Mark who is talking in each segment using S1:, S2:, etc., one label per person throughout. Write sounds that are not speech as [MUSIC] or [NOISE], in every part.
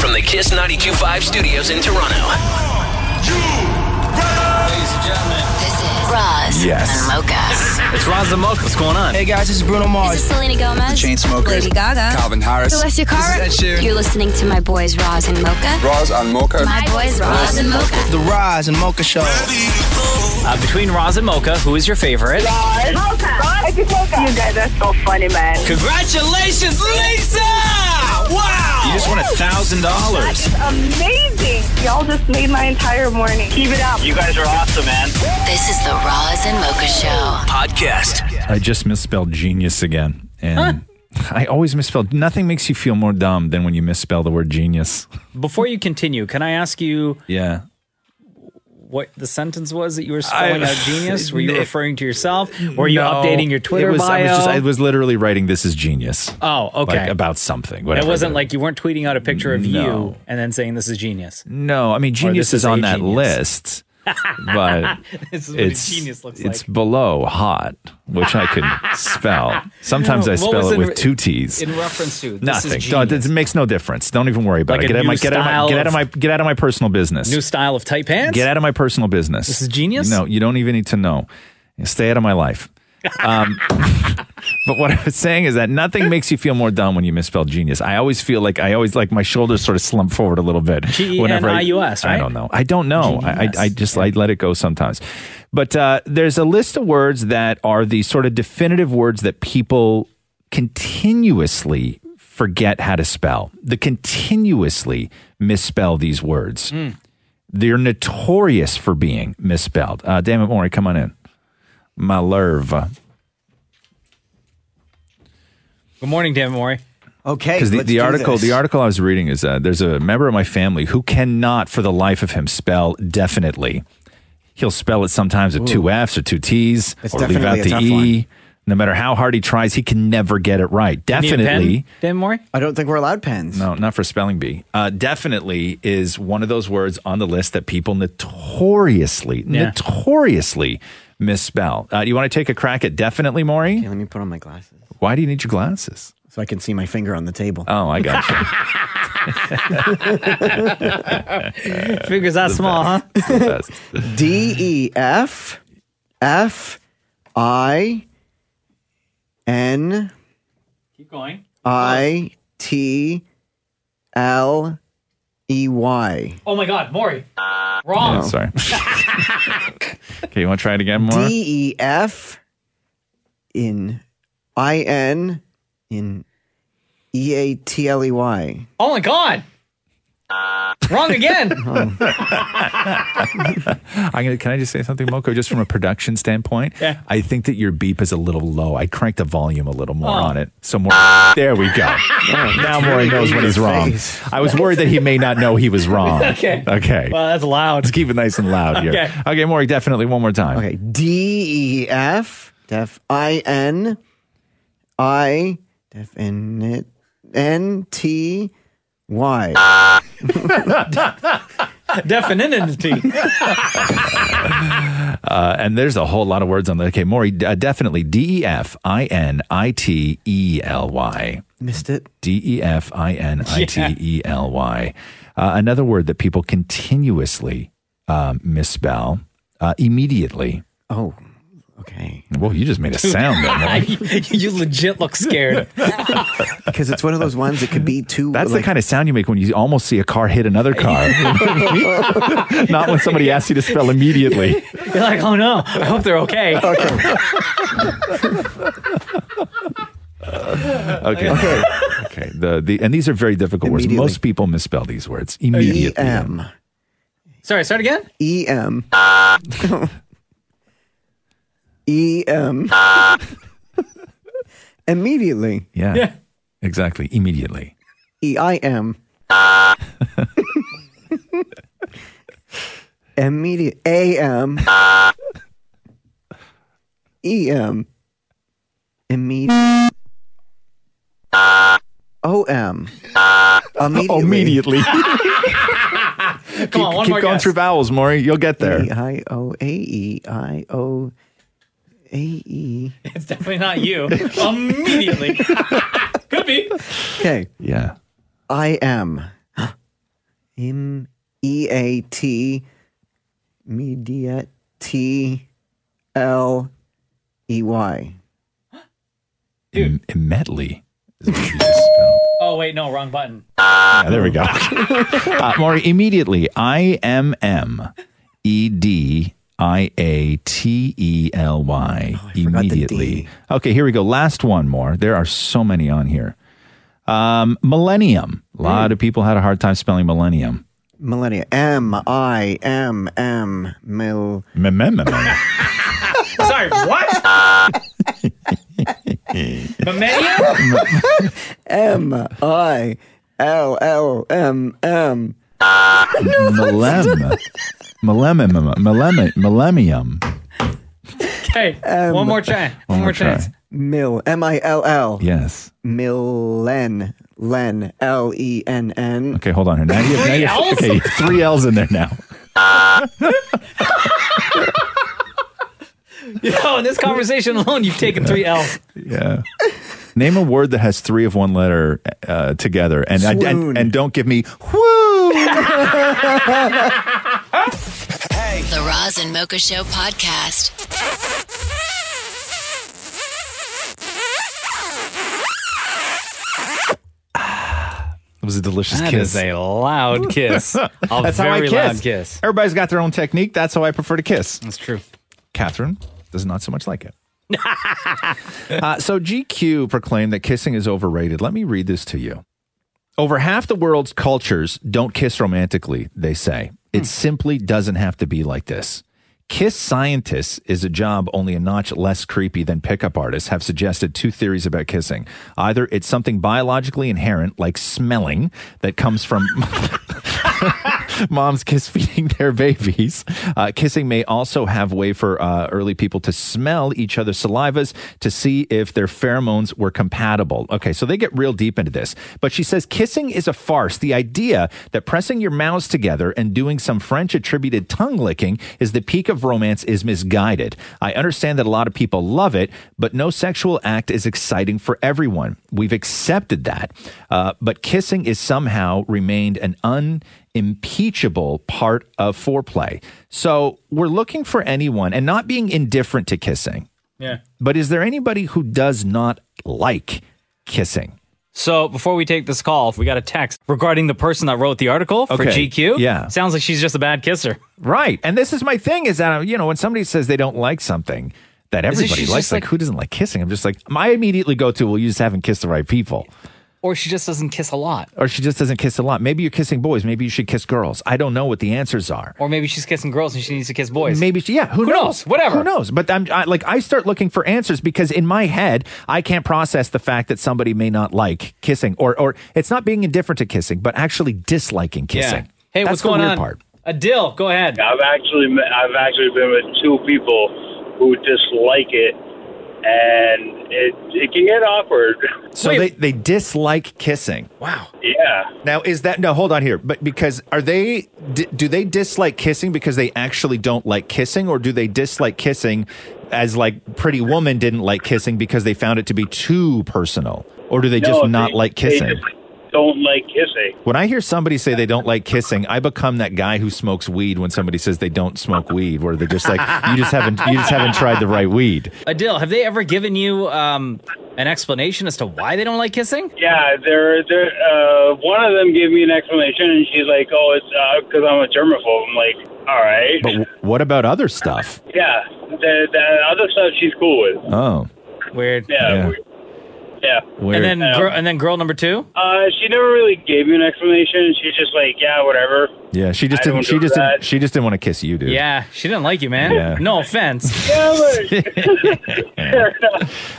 S1: From the Kiss 925 studios in Toronto.
S2: This is Roz
S3: Yes.
S2: and Mocha.
S3: It's Roz the Mocha. What's going on?
S4: Hey guys, this is Bruno
S2: this
S4: Mars.
S2: is Selena Gomez.
S4: Chainsmokers.
S2: Lady Gaga.
S4: Calvin Harris.
S2: Celestia Cara.
S4: This is Ed Sheeran.
S2: You're listening to my boys Roz and Mocha.
S4: Roz and Mocha.
S2: My boys Roz and Mocha.
S4: The Roz and Mocha Show.
S3: Uh, between Roz and Mocha, who is your favorite?
S5: You guys are so funny, man.
S3: Congratulations, Lisa! Wow! You just won a thousand dollars.
S5: Amazing. Y'all just made my entire morning. Keep it up.
S1: You guys are awesome, man.
S2: This is the Roz and Mocha Show.
S3: [LAUGHS]
S1: Podcast.
S6: I just misspelled genius again. And I always misspell. Nothing makes you feel more dumb than when you misspell the word genius.
S3: Before you continue, can I ask you
S6: Yeah.
S3: what the sentence was that you were spelling
S6: I- [LAUGHS]
S3: out genius? Were you
S6: It-
S3: referring to yourself? Were you
S6: No,
S3: updating your Twitter
S6: it was, I
S3: bio?
S6: was, just, I was literally writing this is genius.
S3: oh, okay.
S6: Like about something.
S3: it
S6: Whatever
S3: wasn't
S6: the-
S3: like you weren't tweeting out a picture of you
S6: No.
S3: and then saying this is genius.
S6: No, I mean,
S3: "Oh, this
S6: genius
S3: is
S6: is on
S3: a
S6: that
S3: genius.
S6: list, but
S3: [LAUGHS] This is what
S6: it's,
S3: a genius looks
S6: it's
S3: like.
S6: below hot, which I
S3: [LAUGHS]
S6: can spell. Sometimes
S3: No,
S6: I
S3: what was
S6: spell it
S3: in-
S6: with two T's.
S3: In reference to this
S6: Nothing.
S3: Is
S6: No, it
S3: genius.
S6: it makes no difference. Don't even worry about it.
S3: Like a
S6: Get out, of my,
S3: new
S6: get, out of
S3: style
S6: my, get out
S3: of-
S6: of my get out of my personal business.
S3: New style of tight pants.
S6: Get out of my personal business.
S3: This is genius?
S6: No, you don't even need to know. Stay out of my life. Um, [LAUGHS] but what I was saying is that nothing makes you feel more dumb when you misspell genius. I always feel like I always like my shoulders sort of slump forward a little bit.
S3: E
S6: whenever I-
S3: G-E-N-I-U-S,
S6: I
S3: right?
S6: don't know. I don't know. I, I, I just I let it go sometimes. But uh, there's a list of words that are the sort of definitive words that people continuously forget how to spell. The continuously misspell these words. They're notorious for being misspelled. Uh, damn it, Maury, come on in. Malerva.
S3: Good morning, Dan Mori.
S5: Okay.
S6: Because the,
S5: let's
S6: the
S5: do
S6: article
S5: this.
S6: the article I was reading is uh, there's a member of my family who cannot for the life of him spell definitely. He'll spell it sometimes with two F's or two T's
S5: It's
S6: or leave
S5: definitely
S6: out
S5: a
S6: the
S5: tough
S6: E. No matter how hard he tries, he can never get it right. Definitely.
S3: Dan Mori.
S5: I don't think we're allowed pens.
S6: No, not for spelling bee. Uh, definitely is one of those words on the list that people notoriously,
S3: Yeah.
S6: notoriously misspell. Uh, you want to take a crack at definitely, Maury?
S5: Let me put on my glasses
S6: Why do you need your glasses?
S5: so I can see my finger on the table.
S6: Oh, I got you.
S3: [LAUGHS] Fingers that small, huh?
S6: That's-
S5: [LAUGHS] D E F F I N
S3: Keep going.
S5: I T L E Y.
S3: Oh my God, Maury. Wrong.
S6: Yeah, Oh,
S5: [LAUGHS]
S6: sorry. okay, you want to try it again more?
S5: D E F in I N in E A T L E Y.
S3: Oh my God. Wrong again.
S6: I'm gonna, can I just say something, Moko? Just from a production standpoint,
S3: Yeah.
S6: I think that your beep is a little low. I cranked the volume a little more
S3: Oh.
S6: on it. So more. There we
S3: [LAUGHS]
S6: go. now Maury knows when he's wrong.
S5: Face.
S6: I was worried that he may not know he was wrong.
S3: [LAUGHS] Okay.
S6: Okay.
S3: well, that's loud.
S6: Let's keep it nice and loud here.
S3: Okay.
S6: Okay, Maury, definitely one more time.
S3: [LAUGHS]
S5: Okay. D E F def I N I def N N T Y.
S3: Definitely.
S6: Uh, and there's a whole lot of words on there. Okay, Maury, uh, definitely D E F I N I T E L Y.
S5: Missed it.
S6: D E F I N I T E L Y. Uh, Another word that people continuously um, misspell uh, immediately.
S5: Oh, okay.
S6: Well, you just made a sound there. Maury.
S3: [LAUGHS] you legit
S6: [LAUGHS]
S3: look scared.
S5: [LAUGHS] Because it's one of those ones that could be two.
S6: That's
S5: like,
S6: the kind of sound you make when you almost see a car hit
S5: [LAUGHS]
S6: another car. Not when somebody asks you to spell immediately.
S3: You're like, oh no, I hope they're okay.
S5: [LAUGHS]
S6: Okay. Okay. okay. The, the, and these are very difficult words.
S5: Immediately.
S6: Most people misspell these words
S5: E
S6: immediately.
S5: M
S3: [LAUGHS] Sorry, start again.
S5: E
S3: [LAUGHS]
S5: M E
S3: [LAUGHS]
S5: M. Immediately.
S6: Yeah. Exactly. Immediately.
S5: E I
S6: [LAUGHS]
S5: M. Immediate A M E M immediate O M immediately.
S6: Oh,
S3: [LAUGHS]
S5: [LAUGHS]
S6: Immediately.
S5: Come on,
S6: keep
S5: one
S6: keep
S5: more
S6: going
S5: guess.
S6: through vowels, Maury. You'll get there.
S5: E I O A E I O A E.
S3: [LAUGHS] It's definitely not you. Immediately. Could be.
S5: Okay.
S6: Yeah.
S5: I am. M E A T. Mediate. T L E Y.
S6: Im- immediately.
S3: Oh, wait, no, wrong button.
S6: Yeah, there we go. uh, Maury, immediately. I M M E D I A T E L
S5: Oh,
S6: Y. Immediately. Okay, here we go. Last one more. There are so many on here. Um, millennium. A lot of people had a hard time spelling millennium.
S5: Millennia. M I M M. Mil.
S6: [LAUGHS]
S3: Sorry, what? Millennium?
S5: M I L L M M.
S6: Millennium. Millennium. Millennium. Millennium.
S3: Okay. one
S6: Um,
S3: more try. One, more, chance.
S5: Mill. M I L L.
S6: Yes.
S5: Millen. Len. L E N N.
S6: Okay, hold on here. Now you have, now you have
S5: Three
S6: okay,
S5: Ls?
S6: three L's in there now.
S3: [LAUGHS] Yo, in this conversation alone, you've taken three L's.
S6: Yeah. [LAUGHS] Name a word that has three of one letter uh, together, and, I,
S3: Swoon.
S6: and and don't give me.
S7: [LAUGHS]
S5: Woo!
S7: The Roz and Mocha Show podcast.
S6: It was a delicious
S3: That
S6: kiss.
S3: is a
S6: [LAUGHS]
S3: loud [LAUGHS] kiss. A
S6: That's how I
S3: very
S6: kiss.
S3: loud kiss.
S6: Everybody's got their own technique. That's how I prefer to kiss.
S3: That's true.
S6: Catherine does not so much like it. [LAUGHS] Uh, so GQ proclaimed that kissing is overrated. Let me read this to you. Over half the world's cultures don't kiss romantically, they say. It simply doesn't have to be like this. Kiss scientists is a job only a notch less creepy than pickup artists have suggested two theories about kissing. Either it's something biologically inherent, like smelling, that comes from [LAUGHS] moms kiss feeding their babies. Uh, kissing may also have way for uh, early people to smell each other's salivas to see if their pheromones were compatible. Okay, so they get real deep into this. But she says kissing is a farce. The idea that pressing your mouths together and doing some French attributed tongue licking is the peak of romance is misguided. I understand that a lot of people love it, but no sexual act is exciting for everyone. We've accepted that. Uh, but kissing is somehow remained an un impeachable part of foreplay. So we're looking for anyone and not being indifferent to kissing.
S3: Yeah.
S6: But is there anybody who does not like kissing?
S3: So before we take this call, we got a text regarding the person that wrote the article for
S6: Okay.
S3: GQ.
S6: Yeah.
S3: Sounds like she's just a bad kisser.
S6: Right. And this is my thing is that, you know, when somebody says they don't like something that
S3: Is it
S6: everybody
S3: she's
S6: likes,
S3: just
S6: like,
S3: like-
S6: who doesn't like kissing? I'm just like, my immediately go to, well, you just haven't kissed the right people.
S3: Or she just doesn't kiss a lot.
S6: Or she just doesn't kiss a lot. Maybe you're kissing boys. Maybe you should kiss girls. I don't know what the answers are.
S3: Or maybe she's kissing girls and she needs to kiss boys.
S6: Maybe she, yeah. Who,
S3: Who knows? Whatever.
S6: Who knows? But I'm I, like I start looking for answers because in my head I can't process the fact that somebody may not like kissing or or it's not being indifferent to kissing, but actually disliking kissing.
S3: Yeah. Hey,
S6: That's
S3: what's
S6: the
S3: going
S6: weird
S3: on?
S6: Part.
S3: Adil, go ahead.
S8: I've actually met, I've actually been with two people who dislike it, and it it can get awkward.
S6: So they they dislike kissing. Wow.
S8: yeah,
S6: Now is that no? Hold on here, but because are they d- do they dislike kissing because they actually don't like kissing, or do they dislike kissing as like Pretty Woman didn't like kissing because they found it to be too personal, or do they
S8: No,
S6: just not like
S8: they
S6: kissing?
S8: just don't like kissing.
S6: When I hear somebody say they don't like kissing, I become that guy who smokes weed when somebody says they don't smoke weed, where they're just like, you just haven't, you just haven't tried the right weed.
S3: Adil, have they ever given you um, an explanation as to why they don't like kissing?
S8: Yeah, they're they're uh, one of them gave me an explanation, and she's like, "Oh, it's because I'm a germaphobe." I'm like, "All right,
S6: But w- what about other stuff?
S8: yeah." The, the other stuff she's cool with.
S6: Oh,
S3: Weird.
S8: Yeah.
S6: Yeah.
S9: Yeah.
S3: And then
S9: I know.
S3: girl, and then girl number two.
S9: Um, Uh, she never really gave me an explanation. She just like, yeah, whatever.
S6: Yeah, she just
S9: I
S6: didn't.
S9: don't
S6: She
S9: do
S6: just
S9: that.
S6: didn't. She just didn't want to kiss you, dude.
S3: Yeah, she didn't like you, man.
S6: Yeah.
S3: No
S6: [LAUGHS]
S3: offense.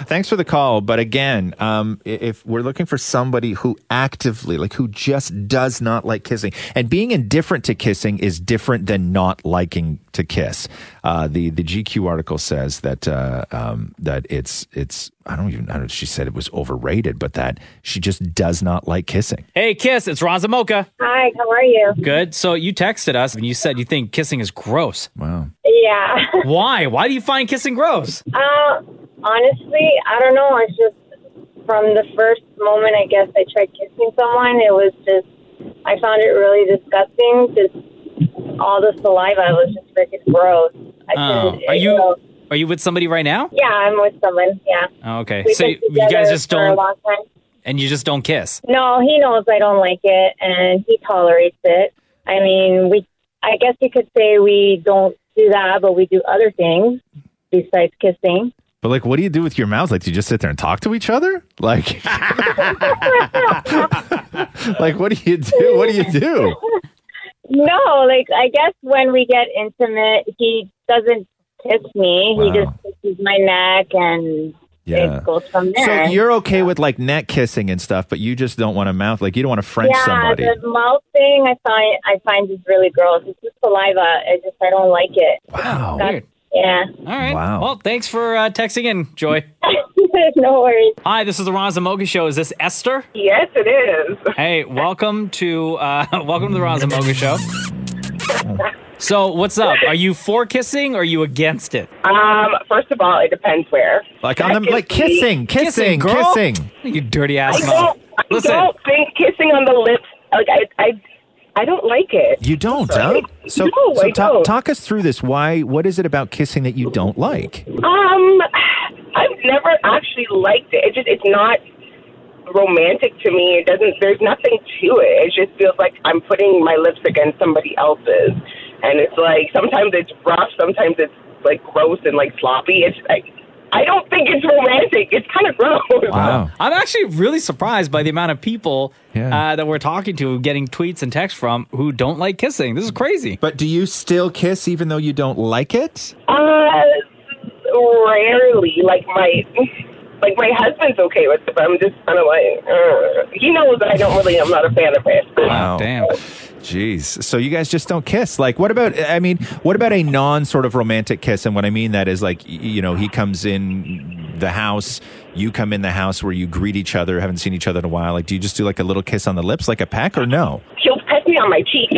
S6: Thanks for the call, but again, um, i- if we're looking for somebody who actively, like, who just does not like kissing, and being indifferent to kissing is different than not liking to kiss. Uh, the the GQ article says that uh, um, that it's it's I don't even I don't, she said it was overrated, but that she just does not like kissing.
S3: Hey, Kiss, it's Raza Mocha.
S10: Hi, how are you?
S3: Good. So you texted us and you said you think kissing is gross.
S6: Wow.
S10: Yeah.
S3: Why? Why do you find kissing gross?
S10: Uh, honestly, I don't know. It's just from the first moment I guess I tried kissing someone, it was just, I found it really disgusting. Just all the saliva was just freaking gross. I
S3: Oh.
S10: couldn't-
S3: Are you are you with somebody right now?
S10: Yeah, I'm with someone. Yeah.
S3: Oh, okay.
S10: We've
S3: So
S10: been
S3: you, you guys
S10: together
S3: just
S10: for a
S3: don't
S10: long time.
S3: and you just don't kiss.
S10: No, he knows I don't like it, and he tolerates it. I mean, we. I guess you could say we don't do that, but we do other things besides kissing.
S6: But like, what do you do with your mouth? Like, do you just sit there and talk to each other? Like, [LAUGHS] like what do you do? What do you do?
S10: No, like I guess when we get intimate, he doesn't kiss me.
S6: Wow.
S10: He just kisses my neck, and
S6: Yeah.
S10: it goes from
S6: So
S10: there.
S6: you're okay with like neck kissing and stuff, but you just don't want to mouth like you don't want to French
S10: yeah,
S6: somebody.
S10: the mouth thing I find I find is really gross. It's just saliva. I just I don't like it.
S6: Wow.
S3: Weird.
S10: Yeah.
S3: All right. Well, thanks for uh, texting in, Joy.
S10: [LAUGHS] no worries.
S3: Hi, this is the Raza Mocha Show. Is this Esther?
S8: Yes, it is.
S3: Hey, welcome to uh, [LAUGHS] welcome to the Raza Mocha Show. So, what's up? Are you for kissing or are you against it?
S8: Um, first of all, it depends where.
S6: Like on the like
S8: Secondly-
S6: kissing, kissing, kissing.
S3: girl. You dirty
S8: I
S3: ass mouth.
S8: don't, I
S3: Listen.
S8: don't think kissing on the lips. Like I, I, I don't like it.
S6: You don't, huh? So,
S8: No,
S6: so
S8: I
S6: ta-
S8: don't.
S6: talk us through this. Why? What is it about kissing that you don't like?
S8: Um, I've never actually liked it. It just it's not romantic to me. It doesn't. There's nothing to it. It just feels like I'm putting my lips against somebody else's, and it's like sometimes it's rough, sometimes it's like gross and like sloppy. It's like I don't think it's romantic. It's kind of gross.
S6: Oh.
S3: I'm actually really surprised by the amount of people uh, that we're talking to, getting tweets and texts from who don't like kissing. This is crazy.
S6: But do you still kiss even though you don't like it?
S8: Uh, rarely. Like my, like my husband's okay with it, but I'm just kind of like, uh, he knows that I don't really. I'm not a fan of it.
S6: Wow. Damn. Jeez. So you guys just don't kiss. Like, what about, I mean, what about a non sort of romantic kiss? And what I mean that is like, y- you know, he comes in the house, you come in the house where you greet each other, haven't seen each other in a while. Like, do you just do like a little kiss on the lips, like a peck or no?
S8: He'll peck me on my cheek.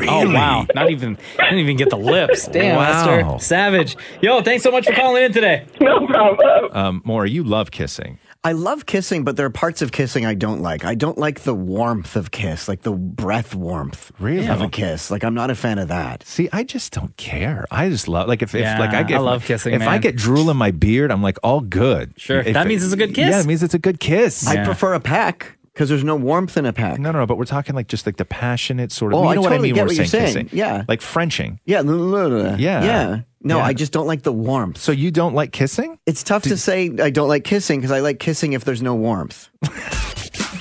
S3: Oh wow! Not even didn't even get
S6: [LAUGHS]
S3: the lips. Damn,
S6: Wow.
S3: Esther. savage. Yo, thanks so much for calling in today.
S8: [LAUGHS] No problem.
S6: Um, Maura, you love kissing.
S5: I love kissing, but there are parts of kissing I don't like. I don't like the warmth of kiss, like the breath warmth
S6: Really?
S5: of a kiss. Like I'm not a fan of that.
S6: See, I just don't care. I just love like if, if
S5: Yeah,
S6: like I get
S5: I love kissing,
S6: If I
S5: man.
S6: get drool in my beard, I'm like all good.
S5: Sure.
S6: If
S5: That
S6: it-
S5: means it's a good kiss.
S6: Yeah, it means it's a good kiss.
S5: I prefer a pack because there's no warmth in a pack.
S6: No, no, no. But we're talking like just like the passionate sort of.
S5: Oh,
S6: you
S5: I
S6: know what I
S5: totally
S6: mean?
S5: get
S6: when
S5: what
S6: we're
S5: you're
S6: saying
S5: saying.
S6: kissing.
S5: Yeah.
S6: like Frenching.
S5: Yeah, l- l- l-
S6: Yeah.
S5: yeah. No,
S6: Yeah.
S5: I just don't like the warmth.
S6: So you don't like kissing?
S5: It's tough to say I don't like kissing because I like kissing if there's no warmth.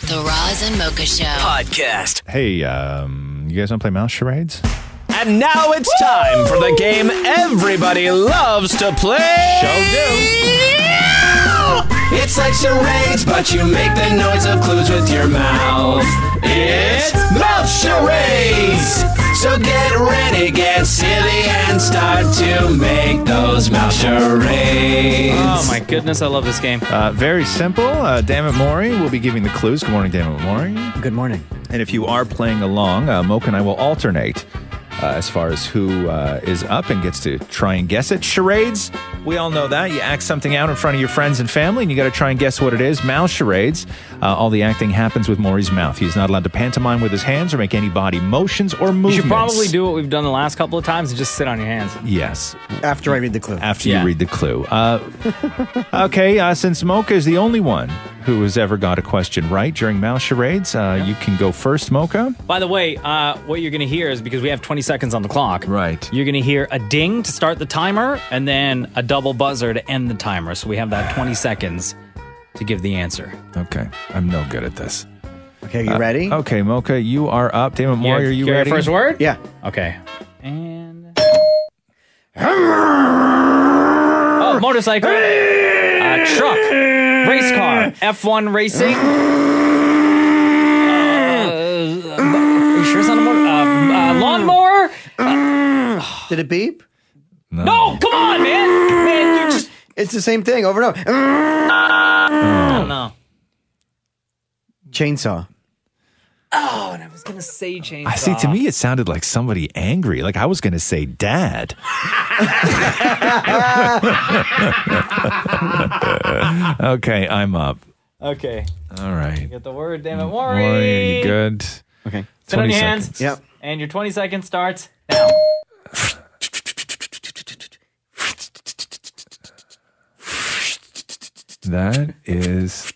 S7: The Roz and Mocha Show podcast.
S6: Hey, um, you guys want to play mouse charades?
S1: And now it's time for the game everybody loves to play. Show do. It's like charades, but you make the noise of clues with your mouth. It's mouth charades. So get ready, get silly, and start to make those mouth charades.
S3: Oh my goodness, I love this game.
S6: Uh, very simple. Uh, Damn it, Maury. We'll be giving the clues. Good morning, Damn it, Maury.
S5: Good morning.
S6: And if you are playing along, uh, Moke and I will alternate uh, as far as who uh, is up and gets to try and guess it. Charades, we all know that. You act something out in front of your friends and family, and you got to try and guess what it is. Mouth charades, uh, all the acting happens with Maury's mouth. He's not allowed to pantomime with his hands or make any body motions or
S3: You
S6: movements.
S3: should probably do what we've done the last couple of times and just sit on your hands.
S6: Yes.
S5: After I read the clue.
S6: After you read the clue. Uh, [LAUGHS] okay, uh, since Mocha is the only one who has ever got a question right during mouse charades, uh, you can go first, Mocha.
S3: By the way, uh, what you're going to hear is because we have 20 seconds on the clock.
S6: Right.
S3: You're going to hear a ding to start the timer and then a double buzzer to end the timer. So we have that 20 seconds to give the answer.
S6: Okay. I'm no good at this.
S5: Okay,
S3: you ready?
S6: Uh, Okay, Mocha, you are up. Damon Moore,
S3: Your-
S6: are you
S3: your
S6: ready?
S3: first word?
S5: Yeah.
S3: Okay. Oh, motorcycle, uh, truck, race car, F1
S6: [GASPS]
S3: racing. Uh, are you sure it's not a motor? Uh, uh, lawnmower?
S5: Mm. Did it beep?
S6: No.
S3: come on, man. Man, you're just.
S5: It's the same thing over Mm. and
S6: Oh.
S5: over.
S3: I don't know.
S5: Chainsaw.
S3: Oh, and I was gonna say chainsaw.
S6: I see. To me, it sounded like somebody angry. Like I was going to say
S3: [LAUGHS]
S6: dad. [LAUGHS] okay, I'm up.
S3: Okay.
S6: All right.
S3: Get the word, damn it,
S6: Maury,
S3: Maury.
S6: are you good? Okay.
S3: Sit on your hands.
S6: Yep.
S3: And your 20 seconds starts.
S6: That is.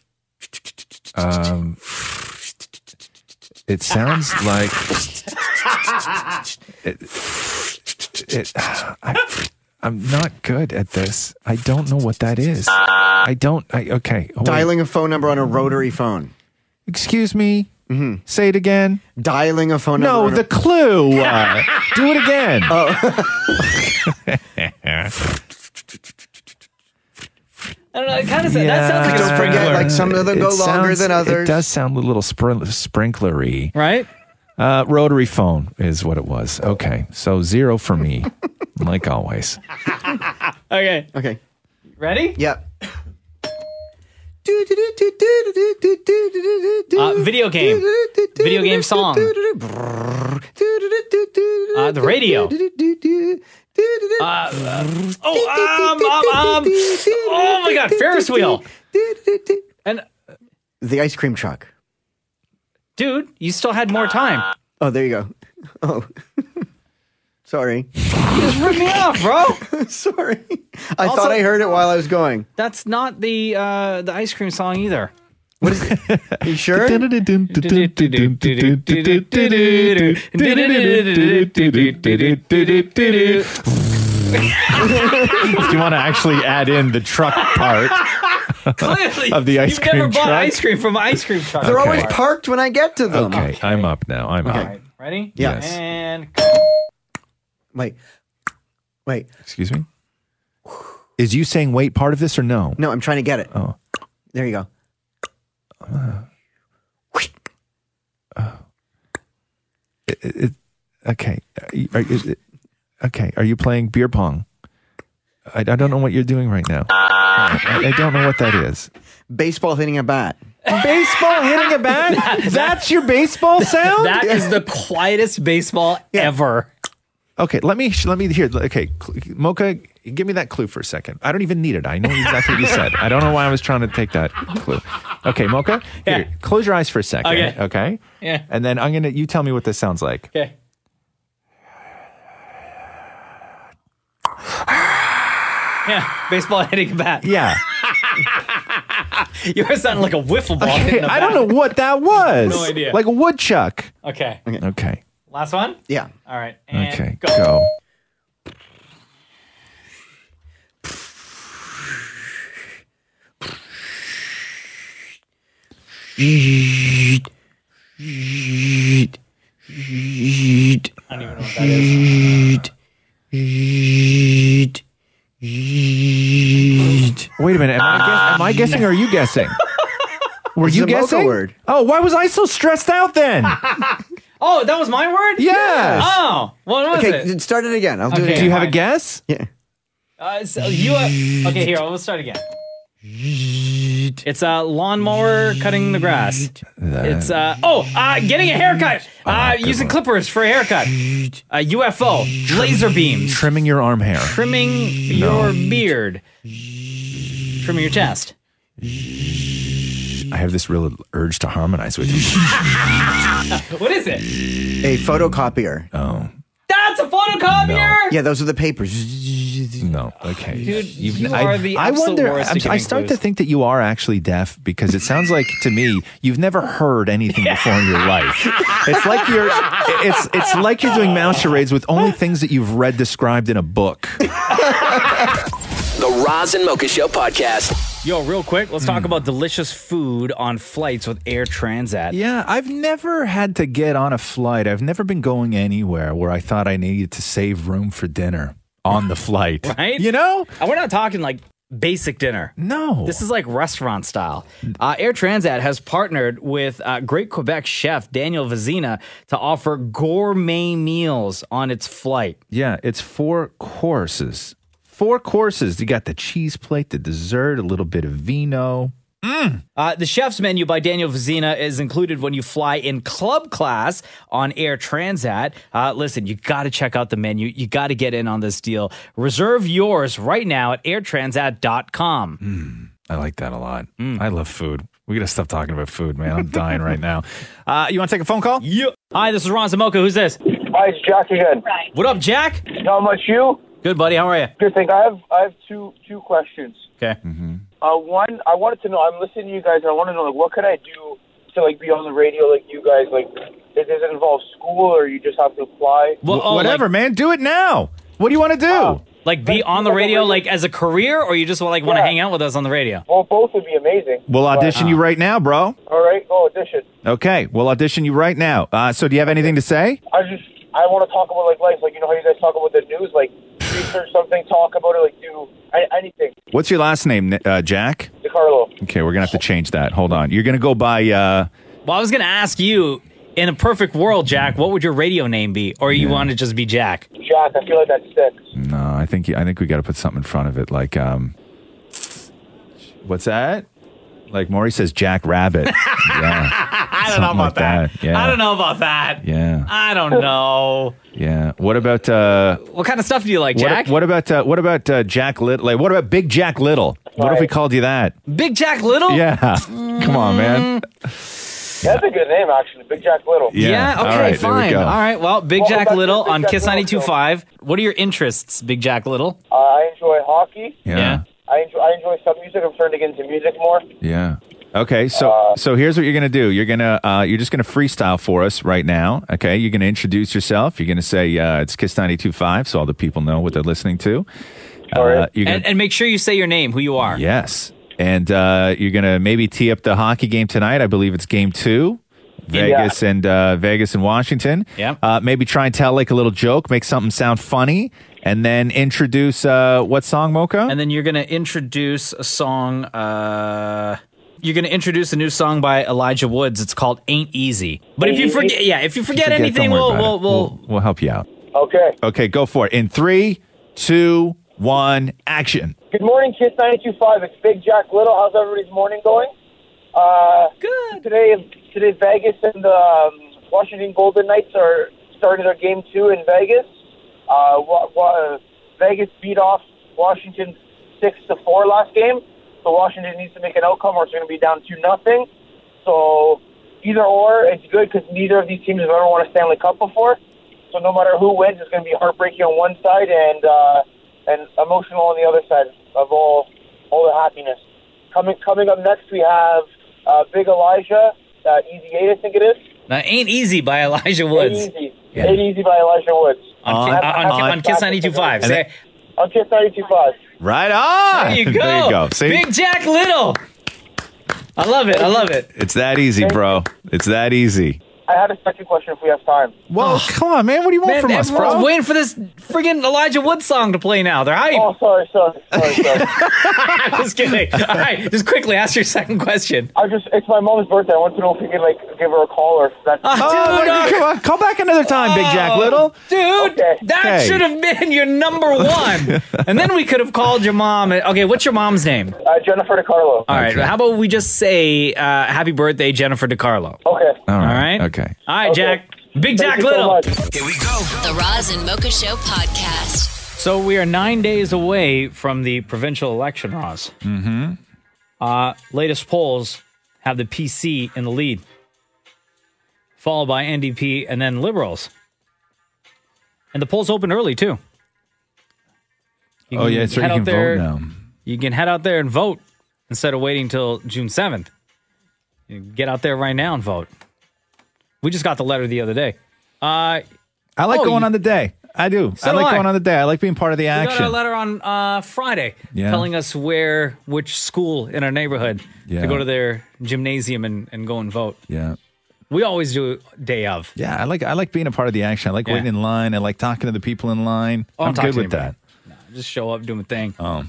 S6: Um. It sounds like it. it I, I'm not good at this. I don't know what that is. I don't. I, okay. wait.
S5: Dialing a phone number on a rotary phone.
S6: Excuse me. Mm-hmm. Say it again.
S5: Dialing a phone
S6: No,
S5: number. Oh. [LAUGHS]
S6: the clue. Uh, do it again. [LAUGHS]
S3: I don't know. It kind of that sounds like a
S5: Don't
S3: sprinkler.
S5: forget, like, some of them go longer than
S6: It
S5: others.
S6: does sound a little sprin-
S5: [LAUGHS]
S6: sprinklery,
S3: right?
S6: Uh, rotary phone is what it was. Okay, so zero for me, like always.
S3: okay.
S5: Okay.
S3: Ready?
S5: Yep.
S3: Uh, video game. Video game song. Uh, the radio. Uh, uh, oh, um, um, um, oh my God, Ferris wheel. uh,
S5: The ice cream truck.
S3: Dude, you still had
S5: [LAUGHS]
S3: more time.
S5: Oh, there you go. Oh. [LAUGHS] Sorry.
S3: You just ripped me off,
S5: [LAUGHS]
S3: bro.
S5: Sorry. I thought I heard it while I was going.
S3: That's not the uh, the ice cream song either.
S5: You sure?
S6: if you want to actually add in the truck part
S3: Clearly,
S6: of the ice
S3: you've
S6: cream
S3: never bought
S6: truck.
S3: ice cream from an ice cream truck.
S5: They're
S6: Okay.
S5: always parked when I get to them.
S6: Okay, I'm up now. I'm
S5: Okay.
S6: up.
S3: Ready?
S6: Yes.
S3: And
S5: Wait. Wait.
S6: Excuse me. Is you saying wait part of this or no?
S5: No, I'm trying to get it.
S6: Oh.
S5: There you go.
S6: Uh, It- it- okay. Are, is it- okay. Are you playing beer pong? I, I don't know what you're doing right now. I, I don't know what that is.
S5: Baseball hitting a bat.
S6: Baseball hitting a bat? That's your baseball sound?
S3: that is the quietest baseball ever.
S6: Okay, let me let me hear. Okay, cl- Mocha, give me that clue for a second. I don't even need it. I know exactly what you said. I don't know why I was trying to take that clue. Okay, Mocha, here, close your eyes for a second.
S3: Okay.
S6: okay?
S3: Yeah.
S6: and then I'm gonna. You tell me what this sounds like.
S3: Okay. Yeah, baseball [LAUGHS] hitting a bat.
S6: Yeah.
S3: You're sounding like a wiffle ball.
S6: Okay,
S3: hitting a
S6: I
S3: bat.
S6: don't know what that was.
S3: No idea.
S6: Like a woodchuck.
S3: Okay.
S6: Okay. Okay.
S3: Last one?
S5: Yeah.
S3: All right. And
S6: go.
S3: I don't even know what that is.
S6: Wait a minute. Am I, guess- am I guessing or are you
S5: [LAUGHS]
S6: guessing? Were
S5: It's
S6: you
S5: a Mocha
S6: guessing?
S5: word.
S6: Oh, why was I so stressed out
S5: [LAUGHS]
S6: then?
S3: Oh, that was my word?
S6: Yes.
S3: Oh, what was
S5: okay,
S3: it?
S5: start it again. I'll do
S3: Okay.
S5: it
S6: Do you
S5: again.
S6: have a guess?
S5: Yeah.
S3: Uh, so you uh, okay, here, let's start again. It's a lawnmower cutting the grass. It's uh oh, uh, getting a haircut. Uh, using clippers for a haircut. A UFO, laser beams,
S6: Trimming your arm hair.
S3: trimming your beard, trimming your chest. [LAUGHS]
S6: I have this real urge to harmonize with you.
S3: What is it?
S5: A photocopier.
S6: Oh.
S3: That's a photocopier.
S5: Yeah, those are the papers.
S6: No. Okay.
S3: Dude,
S6: You've-
S3: you
S6: I,
S3: are the
S6: I
S3: absolute
S6: wonder.
S3: worst
S6: I'm-
S3: at
S6: I
S3: giving
S6: start
S3: clues.
S6: to think that you are actually deaf because it sounds like to me you've never heard anything before in your life. It's like you're. It's it's like you're doing mouse charades with only things that you've read described in a book.
S11: The Roz and Mocha Show podcast.
S3: Yo, real quick, let's talk about delicious food on flights with Air Transat.
S6: Yeah, I've never had to get on a flight. I've never been going anywhere where I thought I needed to save room for dinner on the flight.
S3: Right? You
S6: know?
S3: And we're not talking like basic dinner.
S6: No.
S3: This is like restaurant style. Uh, Air Transat has partnered with uh, great Quebec chef Daniel Vizina to offer gourmet meals on its flight.
S6: Yeah, it's four courses. Four courses. You got the cheese plate, the dessert, a little bit of vino. Mm.
S3: Uh, the chef's menu by Daniel Vizina is included when you fly in club class on Air Transat. Uh, listen, you got to check out the menu. You got to get in on this deal. Reserve yours right now at airtransat.com.
S6: Mm, I like that a lot.
S3: Mm.
S6: I love food. We gotta stop talking about food, man. I'm dying right
S3: [LAUGHS]
S6: now. Uh, you want to take a phone call?
S3: Yeah. Hi, this is Ron Zamoka. Who's this?
S12: Hi, it's Jack again.
S3: What up, Jack?
S12: How much you?
S3: Good, buddy. How are you?
S12: Good thing. I have I have two two questions.
S3: Okay.
S12: Uh, one, I wanted to know. I'm listening to you guys. And I want to know like what could I do to like be on the radio like you guys like. It, does it involve school or you just have to apply?
S6: Wh-
S3: oh,
S6: whatever, man. Do it now. What do you want to do?
S3: Like, be on the radio, like, as a career, or you just like want to hang out with us on the radio?
S12: Well, both would be amazing.
S6: we'll
S3: uh,
S6: audition you right now, bro.
S12: All right. Oh, audition.
S6: Okay, we'll audition you right now. Uh, so, do you have anything to say?
S12: I just I want to talk about like life. Like you know how you guys talk about the news. Like research something, talk about it. Like do I, anything.
S6: What's your last name, uh, Jack?
S12: DiCarlo.
S6: Okay, we're gonna have to change that. Hold on. You're gonna go by. Uh,
S3: Well, I was going to ask you, in a perfect world, Jack, what would your radio name be? Or you want to just be Jack?
S12: Jack, I feel like that's sick.
S6: no, I think I think we got to put something in front of it. Like, um, what's that? Like Maury says, Jack
S3: [LAUGHS]
S6: Rabbit. yeah.
S3: [LAUGHS] I don't know
S6: Something like
S3: about that.
S6: that, yeah.
S3: I don't know about that.
S6: Yeah.
S3: I don't know.
S6: Yeah. What about uh,
S3: What kind of stuff do you like,
S6: what-
S3: Jack?
S6: What, about uh, what about uh, Jack Little? Like, what about Big Jack Little? What if we called you that?
S3: Big Jack Little? Mm.
S6: Yeah. Come on, man.
S12: That's a good name actually. Big Jack Little.
S6: Yeah.
S3: Yeah,
S6: All
S3: okay,
S6: right, there we
S3: fine.
S6: go.
S3: All right, well, Big
S12: Well,
S3: Jack
S12: that's-
S3: Little
S12: Big
S3: on
S12: Jack
S3: Kiss
S12: Little,
S3: 92.5. What are your interests, Big Jack Little?
S12: Uh, I enjoy hockey.
S6: Yeah.
S12: I enjoy I enjoy some music. I'm starting to get into music more.
S6: Yeah. Okay, so so here's what you're gonna do. You're gonna uh, you're just gonna freestyle for us right now. Okay, you're gonna introduce yourself. You're gonna say uh, it's Kiss 92.5, so all the people know what they're listening to. Uh, you're gonna,
S3: And, and make sure you say your name, who you are.
S6: yes, and uh, you're gonna maybe tee up the hockey game tonight. I believe it's game two,
S3: Yeah.
S6: Vegas and uh, Vegas and Washington.
S3: Yeah.
S6: Uh, maybe try and tell like a little joke, make something sound funny, and then introduce uh, what song, Mocha?
S3: And then you're going to introduce a song. Uh, you're going to introduce a new song by Elijah Woods. It's called "Ain't Easy." But if you
S6: Ain't
S3: forget,
S6: Easy?
S3: yeah, if you forget,
S6: Forget,
S3: anything,
S6: don't worry about
S3: we'll
S6: it.
S3: we'll, we'll
S6: we'll help you out.
S12: Okay.
S6: Okay, go for it. In three, two, one, action.
S12: Good morning, Kiss 92.5. It's Big Jack Little. How's everybody's morning going? Uh,
S3: Good.
S12: Today, today Vegas and the um, Washington Golden Knights are starting their game two in Vegas. Uh, wa- wa- Vegas beat off Washington six to four last game, so Washington needs to make an outcome, or it's going to be down two nothing. So either or, it's good because neither of these teams have ever won a Stanley Cup before. So no matter who wins, it's going to be heartbreaking on one side and uh, and emotional on the other side of all all the happiness. Coming coming up next, we have uh, Big Elijah, uh, Easy Eight, I think it is.
S3: Now, uh, "Ain't Easy" by Elijah Woods
S12: Eight Easy, Eight Easy by Elijah Woods.
S3: on, on,
S12: Have-
S3: on,
S12: have-
S3: on, Kiss 92.5.
S6: And
S3: Say,
S12: on Kiss ninety two five.
S6: Right on.
S3: Ah!
S6: [LAUGHS]
S3: there you go.
S6: See,
S3: Big Jack Little. I love it. I love it.
S6: it's that easy, bro. It's that easy.
S12: I had a second question if we have time.
S6: Well, come on, man. What do you want
S3: Man,
S6: from us,
S3: everyone's
S6: bro?
S3: waiting for this friggin' Elijah Woods song to play now. They're hype.
S12: Oh, sorry, sorry, sorry, sorry.
S3: [LAUGHS] just kidding. All right, just quickly ask your second question.
S12: I just it's my mom's birthday. I want to know if we can like give her a call or if that's.
S6: Oh,
S3: Ah, dude,
S6: wait, come on. Call back another time, Big Jack Little.
S3: Oh, Dude, that
S6: Okay.
S3: should have been your
S6: [LAUGHS]
S3: number one. and then we could have called your mom. Okay, what's your mom's name?
S12: Uh, Jennifer DiCarlo.
S3: All right, how about we just say uh, happy birthday, Jennifer DiCarlo?
S12: Okay.
S6: All right.
S3: Okay. All right, Jack. Big Jack
S12: you so
S3: Little.
S12: much.
S3: [LAUGHS]
S7: The Roz and Mocha Show podcast.
S3: So we are nine days away from the provincial election, Roz.
S6: Mm-hmm.
S3: Uh, latest polls have the PC in the lead, followed by NDP and then Liberals. And the polls open early too. You
S6: Oh
S3: can
S6: yeah, so you
S3: head out
S6: can
S3: there-
S6: vote now.
S3: You can head out there and vote instead of waiting till June seventh. Get out there right now and vote. We just got the letter the other day. Uh,
S6: I like
S3: oh,
S6: going
S3: you-
S6: on the day. I do.
S3: So
S6: I like
S3: do I.
S6: going on the day. I like being part of the
S3: We got a
S6: action.
S3: letter on uh, Friday
S6: Yeah.
S3: telling us where, which school in our neighborhood
S6: Yeah.
S3: to go to their gymnasium and, and go and vote.
S6: yeah.
S3: We always do day of.
S6: Yeah, I like I like being a part of the action. I like
S3: Yeah.
S6: waiting in line. I like talking to the people in line.
S3: Oh,
S6: I'm
S3: talk
S6: good
S3: to
S6: with
S3: anybody.
S6: that.
S3: No, just show up, do my thing.
S6: Oh,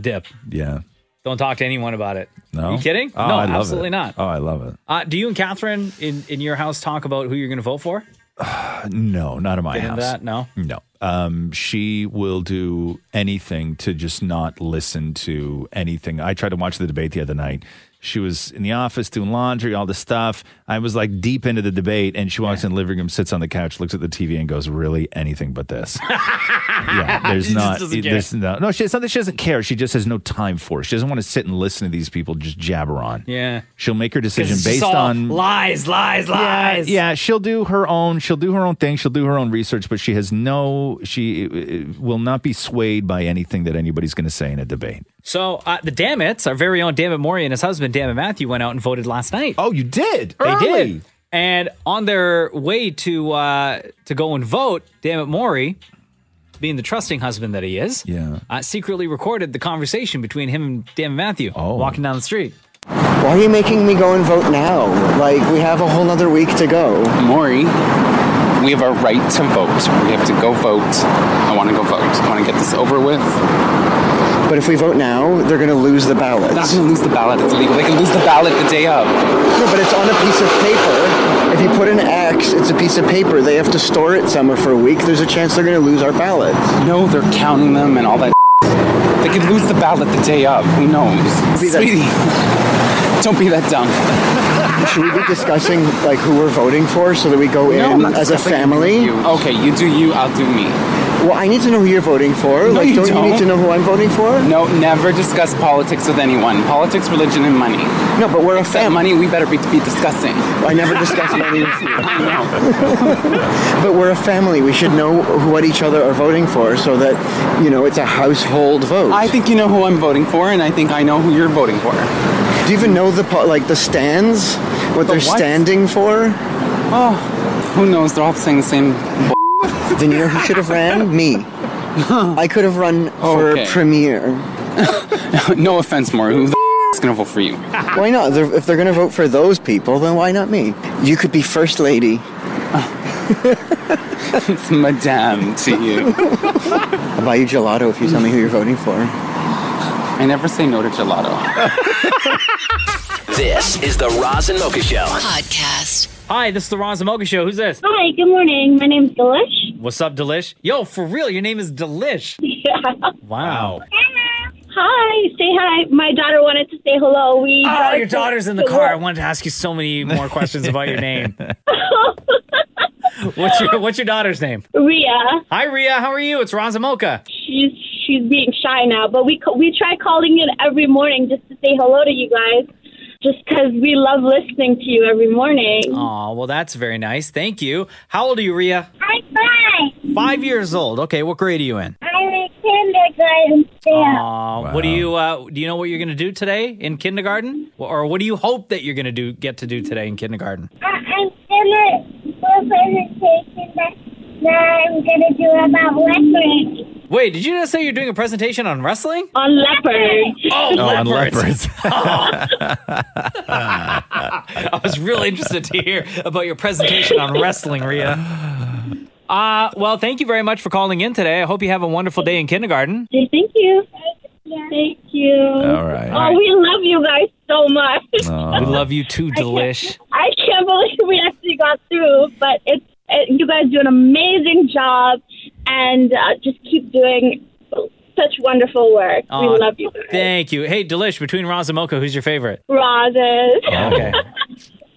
S3: dip.
S6: Yeah.
S3: Don't talk to anyone about it.
S6: No.
S3: you kidding?
S6: Oh,
S3: no,
S6: I love
S3: absolutely
S6: it.
S3: not.
S6: Oh, I love it.
S3: Uh, do you and Catherine in, in your house talk about who you're going to vote for?
S6: Uh, no, not in my
S3: Get into
S6: house.
S3: that? No?
S6: No. Um, she will do anything to just not listen to anything. I tried to watch the debate the other night. She was in the office doing laundry, all this stuff. I was like deep into the debate, and she walks in the living room, sits on the couch, looks at the TV, and goes, "Really, anything
S2: [LAUGHS]
S6: but this." yeah, there's
S2: She just
S6: not.
S2: doesn't care.
S6: There's no. No, she, it's not that she doesn't care. She just has no time for it. She doesn't want to sit and listen to these people just jabber on.
S3: Yeah.
S6: She'll make her
S3: 'Cause
S6: decision
S3: it's just
S6: based
S3: all
S6: on
S3: lies, lies, lies.
S6: yeah, yeah, she'll do her own. She'll do her own thing. She'll do her own research, but she has no. She uh, will not be swayed by anything that anybodydy's going to say in a debate.
S3: So uh, the Dammits, our very own Dammit Maury and his husband Dammit Matthew went out and voted last night.
S6: Oh, you did?
S3: They
S6: Early.
S3: did. And on their way to uh, to go and vote, Dammit Maury, being the trusting husband that he is,
S6: yeah,
S3: uh, secretly recorded the conversation between him and Dammit Matthew
S6: Oh.
S3: walking down the street.
S5: Why are you making me go and vote now? Like, we have a whole nother week to go.
S13: Maury, we have our right to vote. We have to go vote. I want to go vote. I want to get this over with.
S5: But if we vote now, they're going to lose the ballot.
S13: They're not going to lose the ballot. It's illegal. They can lose the ballot the day of.
S5: No, but it's on a piece of paper. If you put an X, it's a piece of paper. They have to store it somewhere for a week. There's a chance they're going to lose our ballots.
S13: No, they're counting them and all that. [LAUGHS] They could lose the ballot the day of. Who knows?
S5: Be that-
S13: Sweetie, don't [LAUGHS] be that dumb.
S5: Should we be discussing like who we're voting for so that we go
S13: No, I'm
S5: in
S13: not
S5: as a
S13: discussing
S5: family?
S13: you. Okay, you do you. I'll do me.
S5: Well, I need to know who you're voting for.
S13: No,
S5: like,
S13: you
S5: don't, you need
S13: don't.
S5: to know who I'm voting for?
S13: No, never discuss politics with anyone. Politics, religion, and money.
S5: No, but we're a
S13: Except money. We better be, be discussing.
S5: I never discuss money with
S13: [LAUGHS]
S5: you.
S13: I know.
S5: [LAUGHS] But we're a family. We should know wh- what each other are voting for so that, you know, it's a household vote. I
S13: think you know who I'm voting for, and I think I know who you're voting for.
S5: Do you even know the po- like the stands? What they're
S13: what?
S5: standing for?
S13: Oh, who knows? They're all saying the same.
S5: [LAUGHS] then you know who should have ran? Me. I could have run for
S13: Okay.
S5: premier.
S13: [LAUGHS] no offense, Maury. Who the [LAUGHS] is gonna vote for you?
S5: Why not? They're, if they're going to vote for those people, then why not me? You could be first lady.
S13: it's [LAUGHS] Madame to you.
S5: I'll buy you gelato if you tell me who you're voting for.
S13: I never say no to gelato.
S11: This is the Roz and Mocha Show.
S7: Podcast.
S3: Hi, this is the Ron Zamoka Show. Who's this?
S10: Hi, good morning. My name's Delish.
S3: What's up, Delish? Yo, for real, your name is
S10: [LAUGHS]
S3: Delish. Wow.
S10: Hi, say hi. My daughter wanted to say hello. We
S3: Oh,
S10: drive
S3: your
S10: to-
S3: daughter's in the
S10: to
S3: car. I
S10: work.
S3: wanted to ask you so many
S6: [LAUGHS]
S3: more questions about your name. what's your What's your daughter's name?
S10: Rhea.
S3: Hi, Rhea. How are you? It's Ron Zamoka.
S10: She's she's being shy now, but we ca- we try calling in every morning just to say hello to you guys, just 'cause we love listening to you every morning.
S3: Aw, well, that's very nice. Thank you. How old are you, Rhea? Five years old. Okay, what grade are you in?
S10: I'm in kindergarten.
S3: Aw, What do you uh, Do you know what you're going to do today in kindergarten, or what do you hope that you're going to do get to do today in kindergarten?
S10: I'm gonna do a presentation that, that I'm gonna do about leopards.
S3: Wait, did you just say you're doing a presentation on wrestling?
S10: On leopards.
S3: Oh,
S6: Oh, on
S3: leopards.
S6: leopards.
S3: [LAUGHS] [LAUGHS] I was really interested to hear
S6: [LAUGHS]
S3: about your presentation on wrestling, Rhea. Uh, well, thank you very much for calling in today. I hope you have a wonderful day in kindergarten.
S10: Okay, thank you. Thank you.
S3: All right.
S10: Oh, we love you guys so much.
S3: We love you too, Delish.
S10: I can't [LAUGHS] believe we actually got through, but it's it, you guys do an amazing job, and uh, just keep doing such wonderful work.
S3: Aw,
S10: we love you,
S3: Uh, Thank you. Hey, Delish, between Roz and Mocha, who's your favorite?
S10: Rosas.
S3: Oh, Okay.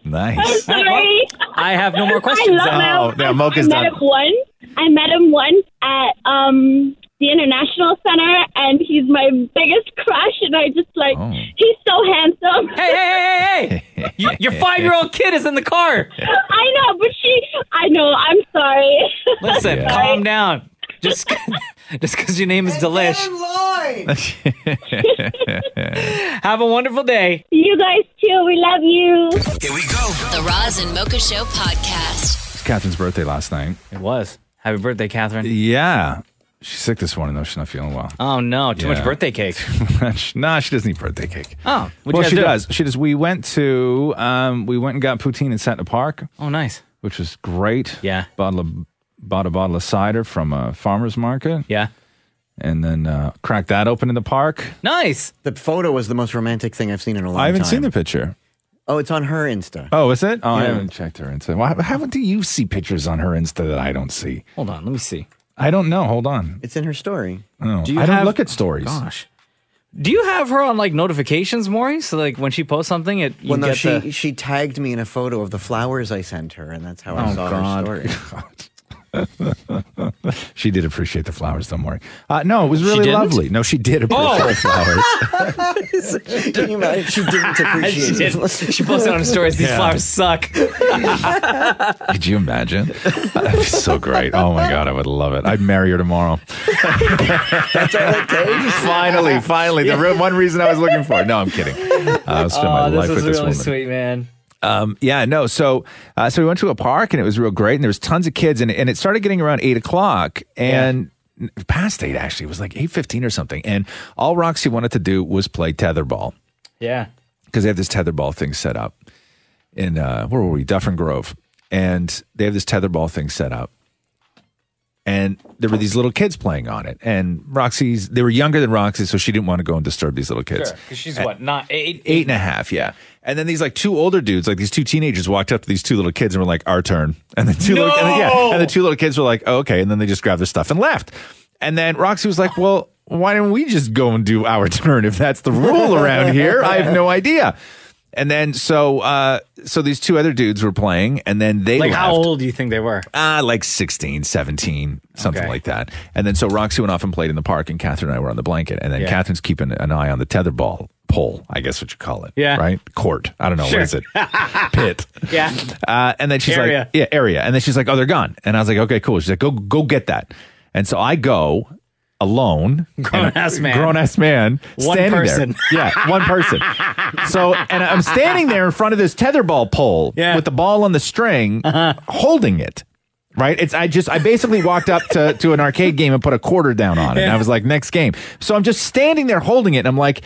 S6: nice.
S10: [LAUGHS] Sorry.
S3: I have no more
S10: I
S3: questions. Uh,
S10: love him.
S6: Oh, yeah, Mocha's
S10: I met
S6: done.
S10: him once. I met him once at um, the International Center, and he's my biggest crush. And I just like, he's so handsome.
S3: Oh. Hey, hey, hey, hey, hey! You- your five-year-old kid is in the car.
S10: [LAUGHS] I know, but she. I know. I'm sorry. [LAUGHS]
S3: Listen, calm down. Just [LAUGHS] just because your name is Delish. [LAUGHS]
S10: [LAUGHS]
S3: Have a wonderful day.
S10: You guys too. We love you.
S7: The Roz and Mocha Show podcast.
S6: It's Catherine's birthday last night.
S3: It was. Happy birthday, Catherine.
S6: Yeah. She's sick this morning, though. She's not feeling well. [LAUGHS]
S3: Oh no, too much
S6: Yeah. [LAUGHS]
S3: birthday cake.
S6: nah, she doesn't eat birthday cake.
S3: Oh, what'd you
S6: well,
S3: guys
S6: she
S3: do?
S6: does. She does. We went to, um, we went and got poutine in Santa Park.
S3: Oh, nice.
S6: Which was great.
S3: Yeah.
S6: Bottle of, bought a bottle of cider from a farmer's market.
S3: Yeah.
S6: And then uh, cracked that open in the park.
S3: Nice.
S5: The photo was the most romantic thing I've seen in a long time.
S6: I haven't seen the picture.
S5: Oh, it's on her Insta.
S6: Oh, is it? Oh, I
S5: Yeah.
S6: haven't checked her Insta. Why, how do you see pictures on her Insta that I don't see?
S3: Hold on, let me see.
S6: I don't know. Hold on.
S5: It's in her story.
S6: Oh,
S3: Do you
S6: I don't
S3: have-
S6: look at [LAUGHS] stories.
S3: Gosh. Do you have her on like notifications, Maury? So like when she posts something, it you
S5: well, no,
S3: get
S5: she
S3: the
S5: she tagged me in a photo of the flowers I sent her, and that's how I
S6: Oh,
S5: saw
S6: God.
S5: her
S6: [LAUGHS]
S5: story.
S6: She did appreciate the flowers. Don't worry. Uh, no, it was
S5: She
S6: really
S5: didn't?
S6: lovely. No, she did appreciate
S5: Oh.
S6: the flowers.
S5: Can you imagine? [LAUGHS] She didn't appreciate
S3: she,
S5: it.
S3: did. she posted on her stories. These
S6: Yeah.
S5: [LAUGHS]
S3: flowers suck. [LAUGHS]
S6: Could you imagine? That'd be so great. Oh my god, I would love it. I'd marry her tomorrow.
S5: That's all it takes.
S6: Finally, finally, the re- one reason I was looking for. No, I'm kidding. Uh, I'll spend my
S3: Oh, this
S6: life
S3: is
S6: with this
S3: really
S6: woman.
S3: sweet, man.
S6: Um, yeah, no. So, uh, so we went to a park and it was real great, and there was tons of kids, and and it started getting around eight o'clock and. Past eight, actually, it was like eight fifteen or something, and all Roxy wanted to do was play tetherball.
S5: [LAUGHS]
S3: Yeah. [LAUGHS]
S6: because they have this tetherball thing set up in uh, where were we? Dufferin Grove, and they have this tetherball thing set up, and there were these little kids playing on it, and Roxy's they were younger than Roxy, so she didn't want to go and disturb these little kids.
S3: Because she's what? Not eight.
S6: Eight and a half, yeah. And then these like two older dudes, like these two teenagers, walked up to these two little kids and were like, "Our turn." And the two, little, and, the, yeah,
S3: No!
S6: and the two little kids were like, oh, "Okay." And then they just grabbed their stuff and left. And then Roxy was like, "Well, why don't we just go and do our [LAUGHS] turn if that's the rule around here?" I have no idea. And then so uh so these two other dudes were playing, and then they
S3: like
S6: left.
S3: how old do you think they were?
S6: Uh, like 16, 17, something like that. And then so Roxy went off and played in the park, and Catherine and I were on the blanket. And then
S3: Yeah.
S6: Catherine's keeping an eye on the tetherball pole, I guess what you call it.
S3: Yeah.
S6: Right? Court. I don't know.
S3: Sure.
S6: What is it? Pit.
S3: [LAUGHS] Yeah.
S6: Uh, and then she's
S3: Area.
S6: like, yeah, area. And then she's like, oh, they're gone. And I was like, okay, cool. She's like, go, go get that. And so I go alone,
S3: Grown ass man.
S6: grown ass man,
S3: One
S6: standing
S3: person.
S6: there. [LAUGHS] Yeah, one person. so, and I'm standing there in front of this tetherball pole with the ball on the string,
S3: Uh-huh.
S6: holding it. Right? It's I just I basically walked up to, to an arcade game and put a quarter down on it. And I was like, next game. So I'm just standing there holding it and I'm like,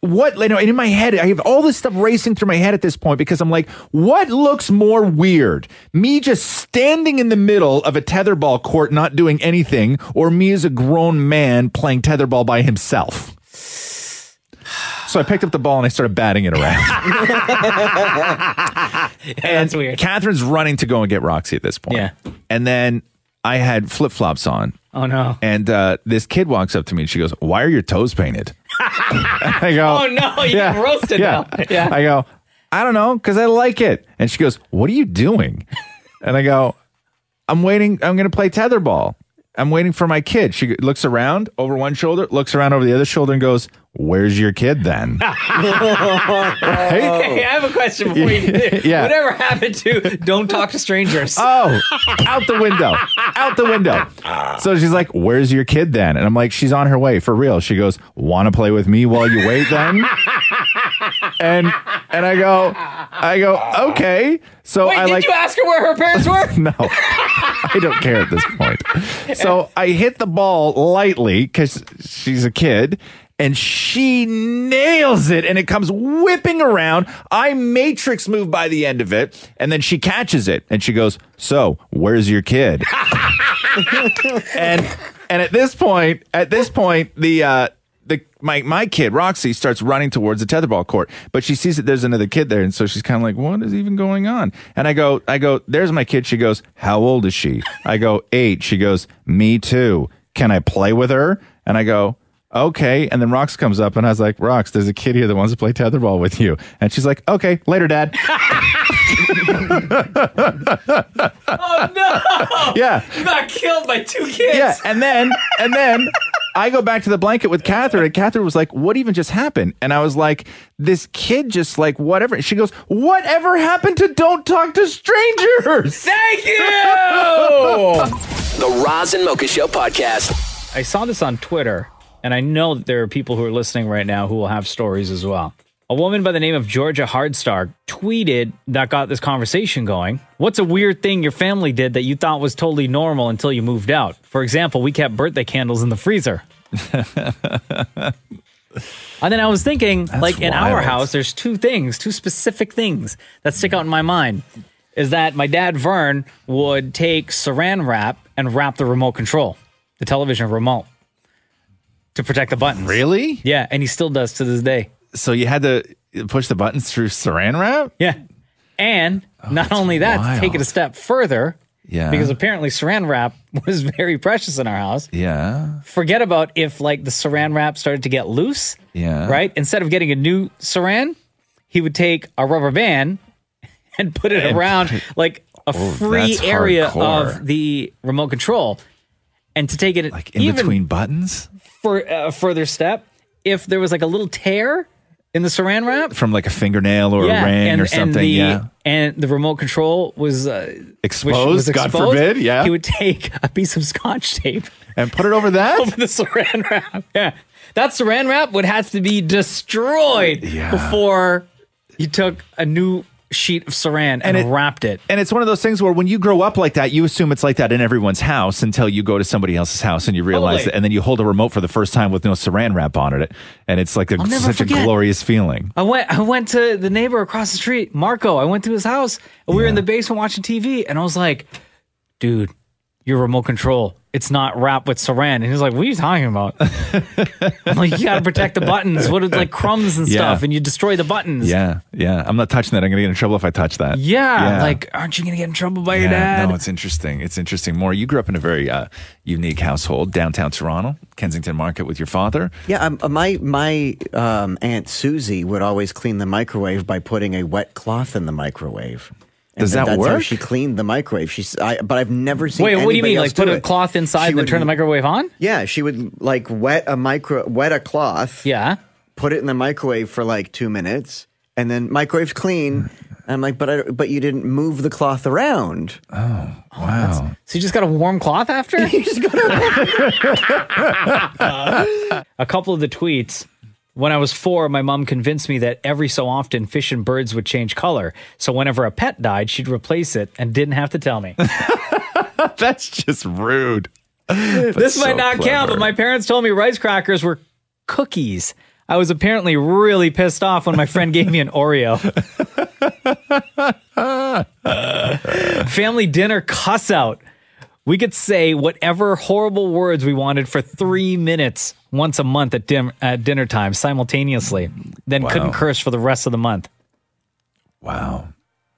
S6: what you know, and in my head, I have all this stuff racing through my head at this point because I'm like, what looks more weird? Me just standing in the middle of a tetherball court not doing anything, or me as a grown man playing tetherball by himself. So I picked up the ball and I started batting it around. [LAUGHS] That's weird. Catherine's running to go and get Roxy at this point. Yeah. And then I had flip flops on.
S3: Oh no.
S6: And uh, this kid walks up to me and she goes, Why are your toes painted? [LAUGHS] I go,
S3: Oh, no, you're getting
S6: [LAUGHS]
S3: roasted
S6: yeah.
S3: now. Yeah.
S6: I go, I don't know, because I like it. And she goes, What are you [LAUGHS] doing? And I go, I'm waiting. I'm going to play tetherball. I'm waiting for my kid. She g- looks around over one shoulder, looks around over the other shoulder, and goes, Where's your kid then?
S3: Hey, I have a question before you do.
S6: Oh. [LAUGHS] Yeah.
S3: Whatever happened to don't talk to strangers?
S6: Oh, out the window. [LAUGHS] Out the window. So she's like, Where's your kid then? And I'm like, She's on her way for real. She goes, Wanna play with me while you wait then? [LAUGHS] And and I go, I go, okay. So
S3: Wait,
S6: I
S3: did
S6: like
S3: you ask her where her parents
S6: [LAUGHS]
S3: were?
S6: no, I don't care at this point. So I hit the ball lightly because she's a kid. And she nails it and it comes whipping around. I matrix move by the end of it. And then she catches it and she goes, So, where's your kid? [LAUGHS] and and at this point, at this point, the uh, the my my kid Roxy starts running towards the tetherball court, but she sees that there's another kid there, and so she's kind of like, "What is even going on?" And I go, I go, "There's my kid." She goes, "How old is she?" I go, eight. She goes, "Me too. Can I play with her?" And I go. Okay, and then Rox comes up, and I was like, "Rox, there's a kid here that wants to play tetherball with you," and she's like, "Okay, later, Dad."
S3: [LAUGHS]
S6: [LAUGHS]
S3: Oh no!
S6: Yeah.
S3: you got killed by two kids.
S6: Yeah, and then and then I go back to the blanket with Catherine, and Catherine was like, "What even just happened?" And I was like, "This kid just like whatever." She goes, "Whatever happened to don't talk to strangers?"
S3: Thank you.
S11: [LAUGHS] The Roz and Mocha Show podcast.
S3: I saw this on Twitter, and I know that there are people who are listening right now who will have stories as well. A woman by the name of Georgia Hardstar tweeted that got this conversation going. What's a weird thing your family did that you thought was totally normal until you moved out? For example, we kept birthday candles in the freezer. And then I was thinking, like in our
S6: wild.
S3: house, there's two things, two specific things that stick out in my mind. Is that my dad Vern would take saran wrap and wrap the remote control, the television remote, to protect the buttons.
S6: Really?
S3: Yeah, and he still does to this day.
S6: So you had to push the buttons through saran wrap?
S3: Yeah. And not only that, to take it a step further.
S6: Oh, Yeah.
S3: Because apparently saran wrap [LAUGHS] was very precious in our house.
S6: Yeah.
S3: Forget about if like the saran wrap started to get loose.
S6: Yeah.
S3: Right? Instead of getting a new saran, he would take a rubber band [LAUGHS] and put it
S6: And
S3: around like a
S6: Oh,
S3: free
S6: that's
S3: area
S6: hardcore.
S3: of the remote control. And to take it
S6: In
S3: even
S6: between buttons?
S3: for a further step, if there was like a little tear in the saran wrap,
S6: From like a fingernail or
S3: yeah,
S6: a ring
S3: and-
S6: or something.
S3: And the,
S6: yeah.
S3: and the remote control was uh,
S6: Exposed,
S3: was
S6: God forbid, yeah.
S3: he would take a piece of scotch tape
S6: and put it
S3: [LAUGHS]
S6: over that
S3: over the Saran wrap. [LAUGHS] Yeah, that Saran wrap would have to be destroyed before you took a new sheet of Saran and, wrapped it.
S6: And it's one of those things where when you grow up like that, you assume it's like that in everyone's house until you go to somebody else's house and you realize
S3: Totally.
S6: it. And then you hold a remote for the first time with no saran wrap on it. And it's like
S3: I'll
S6: a,
S3: never
S6: such
S3: forget.
S6: a glorious feeling.
S3: I went. I went to the neighbor across the street, Marco. I went to his house. And we were in the basement watching TV, and I was like, "Dude, your remote control, it's not wrapped with Saran." And he's like, "What are you
S5: [LAUGHS]
S3: talking about?" I'm like, "You got to protect the buttons. What are like crumbs and
S6: Yeah.
S3: stuff, and you destroy the buttons."
S6: Yeah. Yeah. I'm not touching that. I'm going to get in trouble if I touch that.
S3: Yeah, like, aren't you gonna get in trouble by your
S6: Yeah,
S3: dad?
S6: No, it's interesting. It's interesting. More, you grew up in a very uh, unique household, downtown Toronto, Kensington Market, with your father.
S5: Yeah, um, my my um, aunt Susie would always clean the microwave by putting a wet cloth in the microwave.
S6: Does
S5: then
S6: that
S5: that's How
S6: work?
S5: she cleaned the microwave. She's, I, but I've never seen.
S3: Wait, what do you
S5: anybody
S3: mean?
S5: else
S3: Like, put
S5: do
S3: a
S5: it.
S3: cloth inside
S5: She
S3: and then
S5: would-
S3: turn the microwave on?
S5: Yeah, she would like wet a micro wet a cloth.
S3: Yeah,
S5: put it in the microwave for like two minutes, and then microwave's clean. And I'm like, but I, but you didn't move the cloth around.
S6: Oh, wow. [LAUGHS]
S3: So you just got a warm cloth after?
S5: [LAUGHS]
S3: [LAUGHS] a couple of the tweets. When I was four, my mom convinced me that every so often fish and birds would change color. So whenever a pet died, she'd replace it and didn't have to tell me.
S6: That's just rude.
S3: this might not count, but my parents told me rice crackers were cookies. I was apparently really pissed off when my friend gave me an Oreo. Family dinner cuss out. We could say whatever horrible words we wanted for three minutes once a month at, dim- at dinner time simultaneously, then couldn't curse for the rest of the month.
S6: Wow.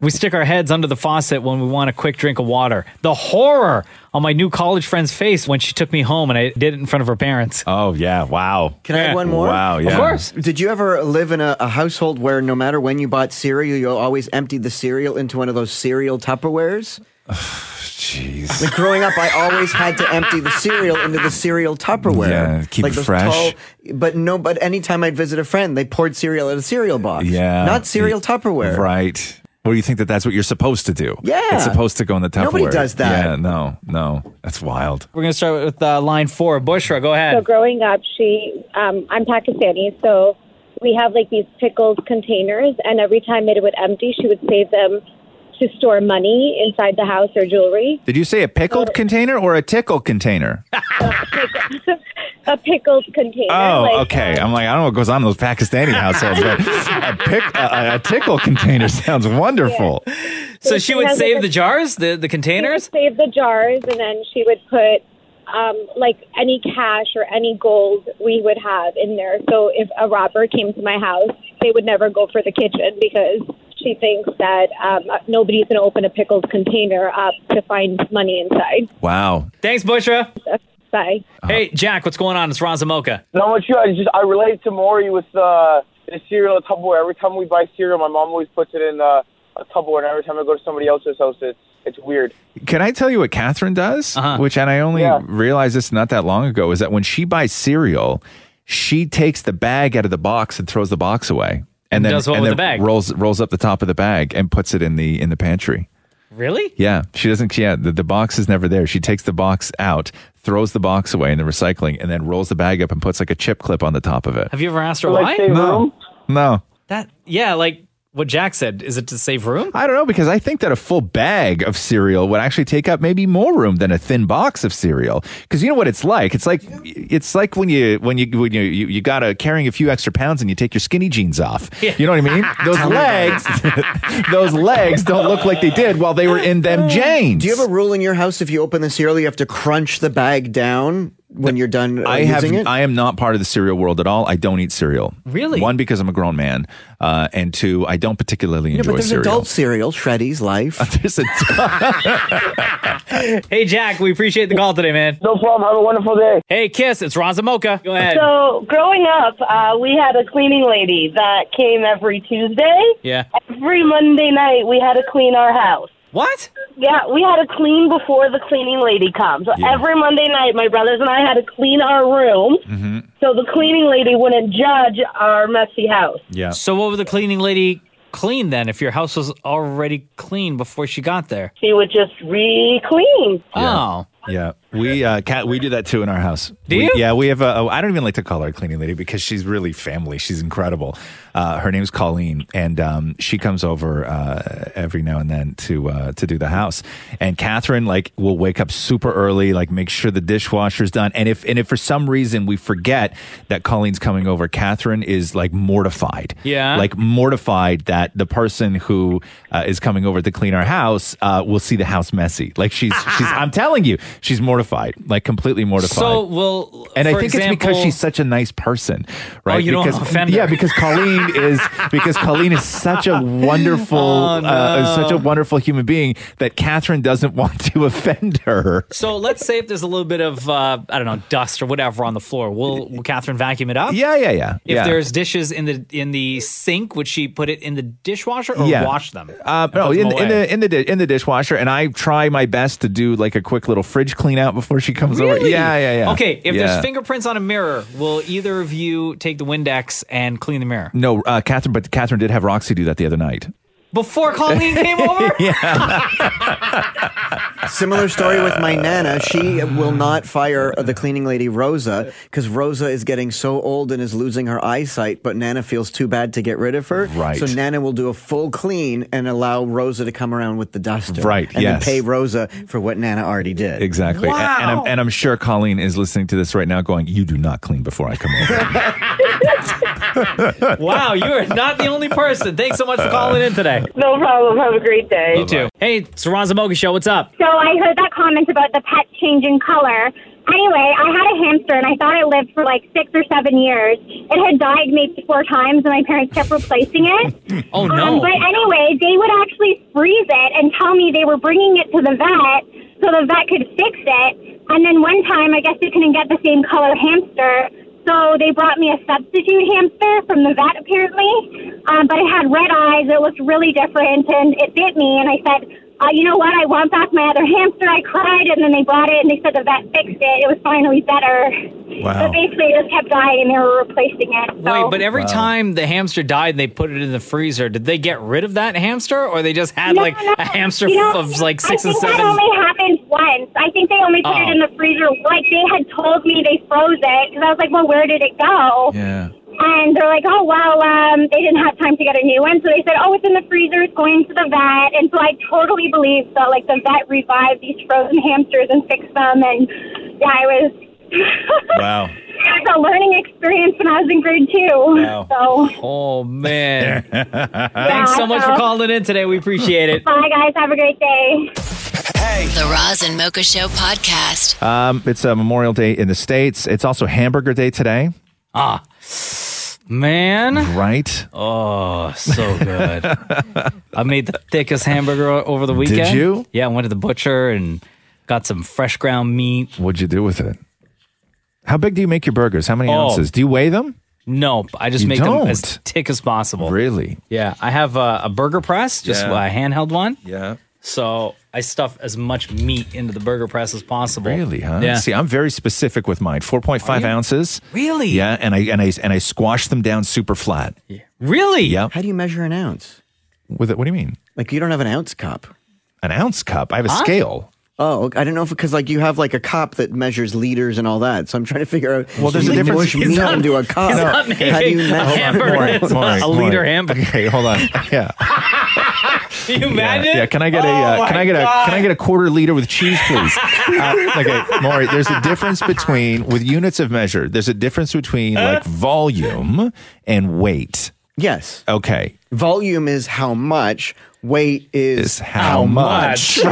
S3: We stick our heads under the faucet when we want a quick drink of water. The horror on my new college friend's face when she took me home and I did it in front of her parents.
S6: Oh, yeah. Wow.
S5: Can I have one more?
S6: Wow, yeah.
S3: Of course.
S5: Did you ever live in a, a household where no matter when you bought cereal, you always emptied the cereal into one of those cereal Tupperwares?
S6: [SIGHS] Jeez.
S5: Like growing up, I always had to empty the cereal into the cereal Tupperware.
S6: Yeah, keep
S5: like
S6: it
S5: those
S6: fresh.
S5: tall- but no, but anytime I'd visit a friend, they poured cereal in a cereal box.
S6: Yeah.
S5: Not cereal Tupperware.
S6: Right. Or you think that that's what you're supposed to do.
S5: Yeah.
S6: It's supposed to go in the Tupperware.
S5: Nobody does that.
S6: Yeah, no, no. That's wild.
S3: We're going to start with uh, line four. Bushra, go
S10: So
S3: ahead.
S10: growing up, she, um, I'm Pakistani, so we have like these pickled containers, and every time it would empty, she would save them to store money inside the house or jewelry.
S6: Did you say a pickled container or a tickle container?
S10: A pickled container.
S6: Oh,
S10: like,
S6: okay. I'm like, I don't know what goes on in those
S10: [LAUGHS]
S6: Pakistani households, but a, pick, a, a tickle container [LAUGHS] sounds wonderful.
S3: So she would save the jars, the, the containers?
S10: She would save the jars, and then she would put um, like any cash or any gold we would have in there. So if a robber came to my house, they would never go for the kitchen because she thinks that um, nobody's going to open a pickled container up to find money inside.
S6: Wow. Uh-huh.
S3: Thanks, Bushra.
S10: Bye.
S3: Hey, Jack, what's going on? It's Razamoka.
S12: Not much. I just I relate to Maury with uh, the cereal Tupperware. Every time we buy cereal, my mom always puts it in uh, a Tupperware, and every time I go to somebody else's house, it's it's weird.
S6: Can I tell you what Catherine does?
S3: Uh-huh.
S6: Which, and I only realized this not that long ago, is that when she buys cereal, she takes the bag out of the box and throws the box away, and
S3: And
S6: then,
S3: does what
S6: and
S3: with
S6: then
S3: the bag?
S6: rolls rolls up the top of the bag and puts it in the in the pantry.
S3: Really?
S6: Yeah, she doesn't. Yeah, the, the box is never there. She takes the box out, throws the box away in the recycling, and then rolls the bag up and puts like a chip clip on the top of it.
S3: Have you ever asked her
S6: Like
S3: why?
S6: save No. room? No,
S3: That yeah, like what Jack said. Is it to save room?
S6: I don't know because I think that a full bag of cereal would actually take up maybe more room than a thin box of cereal. Because you know what it's like. It's like it's like when you when you when you you, you got a carrying a few extra pounds and you take your skinny jeans off. You know what I mean? Those legs, [LAUGHS] those legs don't look like they did while they were
S5: [LAUGHS]
S6: in them jeans.
S5: Do you have a rule in your house if you open the cereal, you have to crunch the bag down when you're done uh,
S6: I have.
S5: using it?
S6: I am not part of the cereal world at all. I don't eat cereal.
S5: Really?
S6: One because I'm a grown man, uh, and two, I don't particularly
S5: Yeah,
S6: enjoy
S5: but there's
S6: cereal.
S5: adult cereal, Shreddy's Life.
S6: [LAUGHS] there's a
S5: [LAUGHS]
S3: [LAUGHS] hey Jack, we appreciate the call today, man.
S12: No problem. Have a wonderful day.
S3: Hey, Kiss, it's Raza Mocha. Go ahead.
S14: So, growing up, uh, we had a cleaning lady that came every Tuesday.
S3: yeah.
S14: Every Monday night, we had to clean our house.
S3: What?
S14: Yeah, we had to clean before the cleaning lady comes. So
S3: Yeah.
S14: every Monday night, my brothers and I had to clean our room
S3: Mm-hmm.
S14: so the cleaning lady wouldn't judge our messy house.
S6: Yeah.
S3: So what would the cleaning lady clean then if your house was already clean before she got there?
S14: She would just re clean.
S3: [LAUGHS] Oh.
S6: Yeah, we uh, cat we do that too in our house.
S3: Do
S6: we,
S3: you?
S6: Yeah, we have a. a- I don't even like to call her a cleaning lady because she's really family. She's incredible. Uh, her name's Colleen, and um, she comes over uh, every now and then to uh, to do the house. And Catherine like will wake up super early, like make sure the dishwasher's done. And if and if for some reason we forget that Colleen's coming over, Catherine is like mortified.
S3: Yeah.
S6: like mortified that the person who uh, is coming over to clean our house uh, will see the house messy. Like
S3: [LAUGHS]
S6: she's, she's. I'm telling you, she's mortified, like completely mortified.
S3: So well,
S6: and I
S3: for
S6: think it's because
S3: example- Oh,
S6: she's such a nice person, right?
S3: you don't
S6: because,
S3: wanna offend her.
S6: Yeah, because
S3: [LAUGHS]
S6: Colleen is because Colleen is such a wonderful,
S3: Oh,
S6: uh, is such a
S3: no.
S6: wonderful human being that Catherine doesn't want to [LAUGHS] offend her.
S3: So let's say if there's a little bit of uh, I don't know dust or whatever on the floor, will will Catherine vacuum it up?
S6: Yeah, yeah, yeah.
S3: If
S6: yeah.
S3: there's dishes in the in the sink, would she put it in the dishwasher or wash them?
S6: Uh, no,
S3: put
S6: in,
S3: them
S6: in
S3: away.
S6: the in the di- in the dishwasher, and I try my best to do like a quick little fridge clean out before she comes over.
S3: Really?
S6: Yeah, yeah, yeah.
S3: Okay, if
S6: Yeah.
S3: there's fingerprints on a mirror, will either of you take the Windex and clean the mirror
S6: No, uh, Catherine, but Catherine did have Roxy do that the other night.
S3: [LAUGHS] before Colleen came over?
S5: Similar story with my nana. She will not fire the cleaning lady Rosa because Rosa is getting so old and is losing her eyesight. But Nana feels too bad to get rid of her.
S6: Right.
S5: So Nana will do a full clean and allow Rosa to come around with the duster.
S6: Right,
S5: And
S6: yes.
S5: then pay Rosa for what Nana already did.
S6: [LAUGHS] Exactly. A- And, I'm, and I'm sure Colleen is listening to this right now going, You do not clean before I come over.
S3: [LAUGHS] [LAUGHS] wow, you are not the only person. Thanks so much for calling in today.
S14: No problem. Have a great day.
S3: You too. [LAUGHS] Hey, it's the Ron Zamoga Show. What's up?
S15: So I heard that comment about the pet changing color. Anyway, I had a hamster and I thought it lived for like six or seven years. It had died maybe four times and my parents kept replacing it.
S3: [LAUGHS] Oh,
S15: Um,
S3: no.
S15: but anyway, they would actually freeze it and tell me they were bringing it to the vet so the vet could fix it. And then one time, I guess they couldn't get the same color hamster, so they brought me a substitute hamster from the vet apparently. Um, but it had red eyes. It looked really different, and it bit me. And I said, uh, "You know what? I want back my other hamster." I cried, and then they brought it, and they said the vet fixed it. It was finally better.
S6: Wow.
S15: But basically, it just kept dying, and they were replacing it. So.
S3: Wait, but every time the hamster died and they put it in the freezer, did they get rid of that hamster or they just had
S15: No,
S3: like
S15: no.
S3: a hamster
S15: You know,
S3: of like six
S15: I
S3: and
S15: think
S3: seven?
S15: that only happened once. I think they only put
S3: Oh.
S15: it in the freezer. Like they had told me they froze it because I was like, "Well, where did it go?"
S6: Yeah.
S15: And they're like, "Oh, well, um, they didn't have time to get a new one, so they said, "Oh, it's in the freezer. It's going to the vet." And so I totally believe that like the vet revived these frozen hamsters and fixed them. And yeah, I was.
S6: Wow.
S15: It was a learning experience when I was in grade two. So,
S3: Oh [LAUGHS] man. Thanks so much for
S15: Yeah.
S3: calling in today. We appreciate it.
S15: bye guys. Have a great day.
S7: The Roz and Mocha Show podcast.
S6: Um, it's a Memorial Day in the States. It's also Hamburger Day today.
S3: Ah, man.
S6: Right?
S3: Oh, so good. I made the thickest hamburger o- over the weekend.
S6: you?
S3: Yeah, I went to the butcher and got some fresh ground meat.
S6: What'd you do with it? How big do you make your burgers? How many
S3: Oh.
S6: ounces? Do you weigh them?
S3: Nope, I just
S6: You
S3: make them as
S6: don't?
S3: thick as possible.
S6: Really?
S3: Yeah, I have a, a burger press, just
S6: Yeah.
S3: a handheld one.
S6: Yeah.
S3: So I stuff as much meat into the burger press as possible.
S6: Really, huh?
S3: Yeah.
S6: See, I'm very specific with mine. 4.5 ounces.
S3: Really?
S6: Yeah, and I and I and I squash them down super flat. Yeah.
S3: Really?
S6: Yep.
S5: How do you measure an ounce?
S6: With it, what do you mean?
S5: Like you don't have an ounce cup.
S6: An ounce cup. I have a
S5: Huh?
S6: scale.
S5: Oh, okay. I don't know if because like you have like a cop that measures liters and all that. So I'm trying to figure out.
S6: Well, there's a
S5: you
S6: difference.
S5: mush
S6: He's
S5: meat
S6: not-
S5: into a cop.
S6: he's not
S5: How do you
S6: making a
S5: measure?
S6: hamburger. Maureen, It's Maureen, a Maureen. leader hamburger. Okay, hold on. Yeah.
S3: Can [LAUGHS] you
S6: Yeah,
S3: imagine?
S6: yeah, can I get a
S3: Oh
S6: uh,
S3: my
S6: can I get
S3: God.
S6: a can I get a quarter liter with cheese, please? uh, okay, Maury, there's a difference between with units of measure. There's a difference between
S3: Uh-huh.
S6: like volume and weight.
S5: Yes.
S6: Okay.
S5: Volume is how much. Weight is, how,
S6: much. [LAUGHS]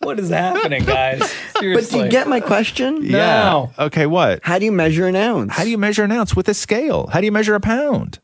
S3: What is happening,
S5: [LAUGHS]
S3: guys?
S5: but do
S3: Seriously.
S5: you get my question?
S6: Yeah. Okay, what?
S5: How do you measure an ounce? How do
S6: you measure an ounce with a scale? How do you measure a pound?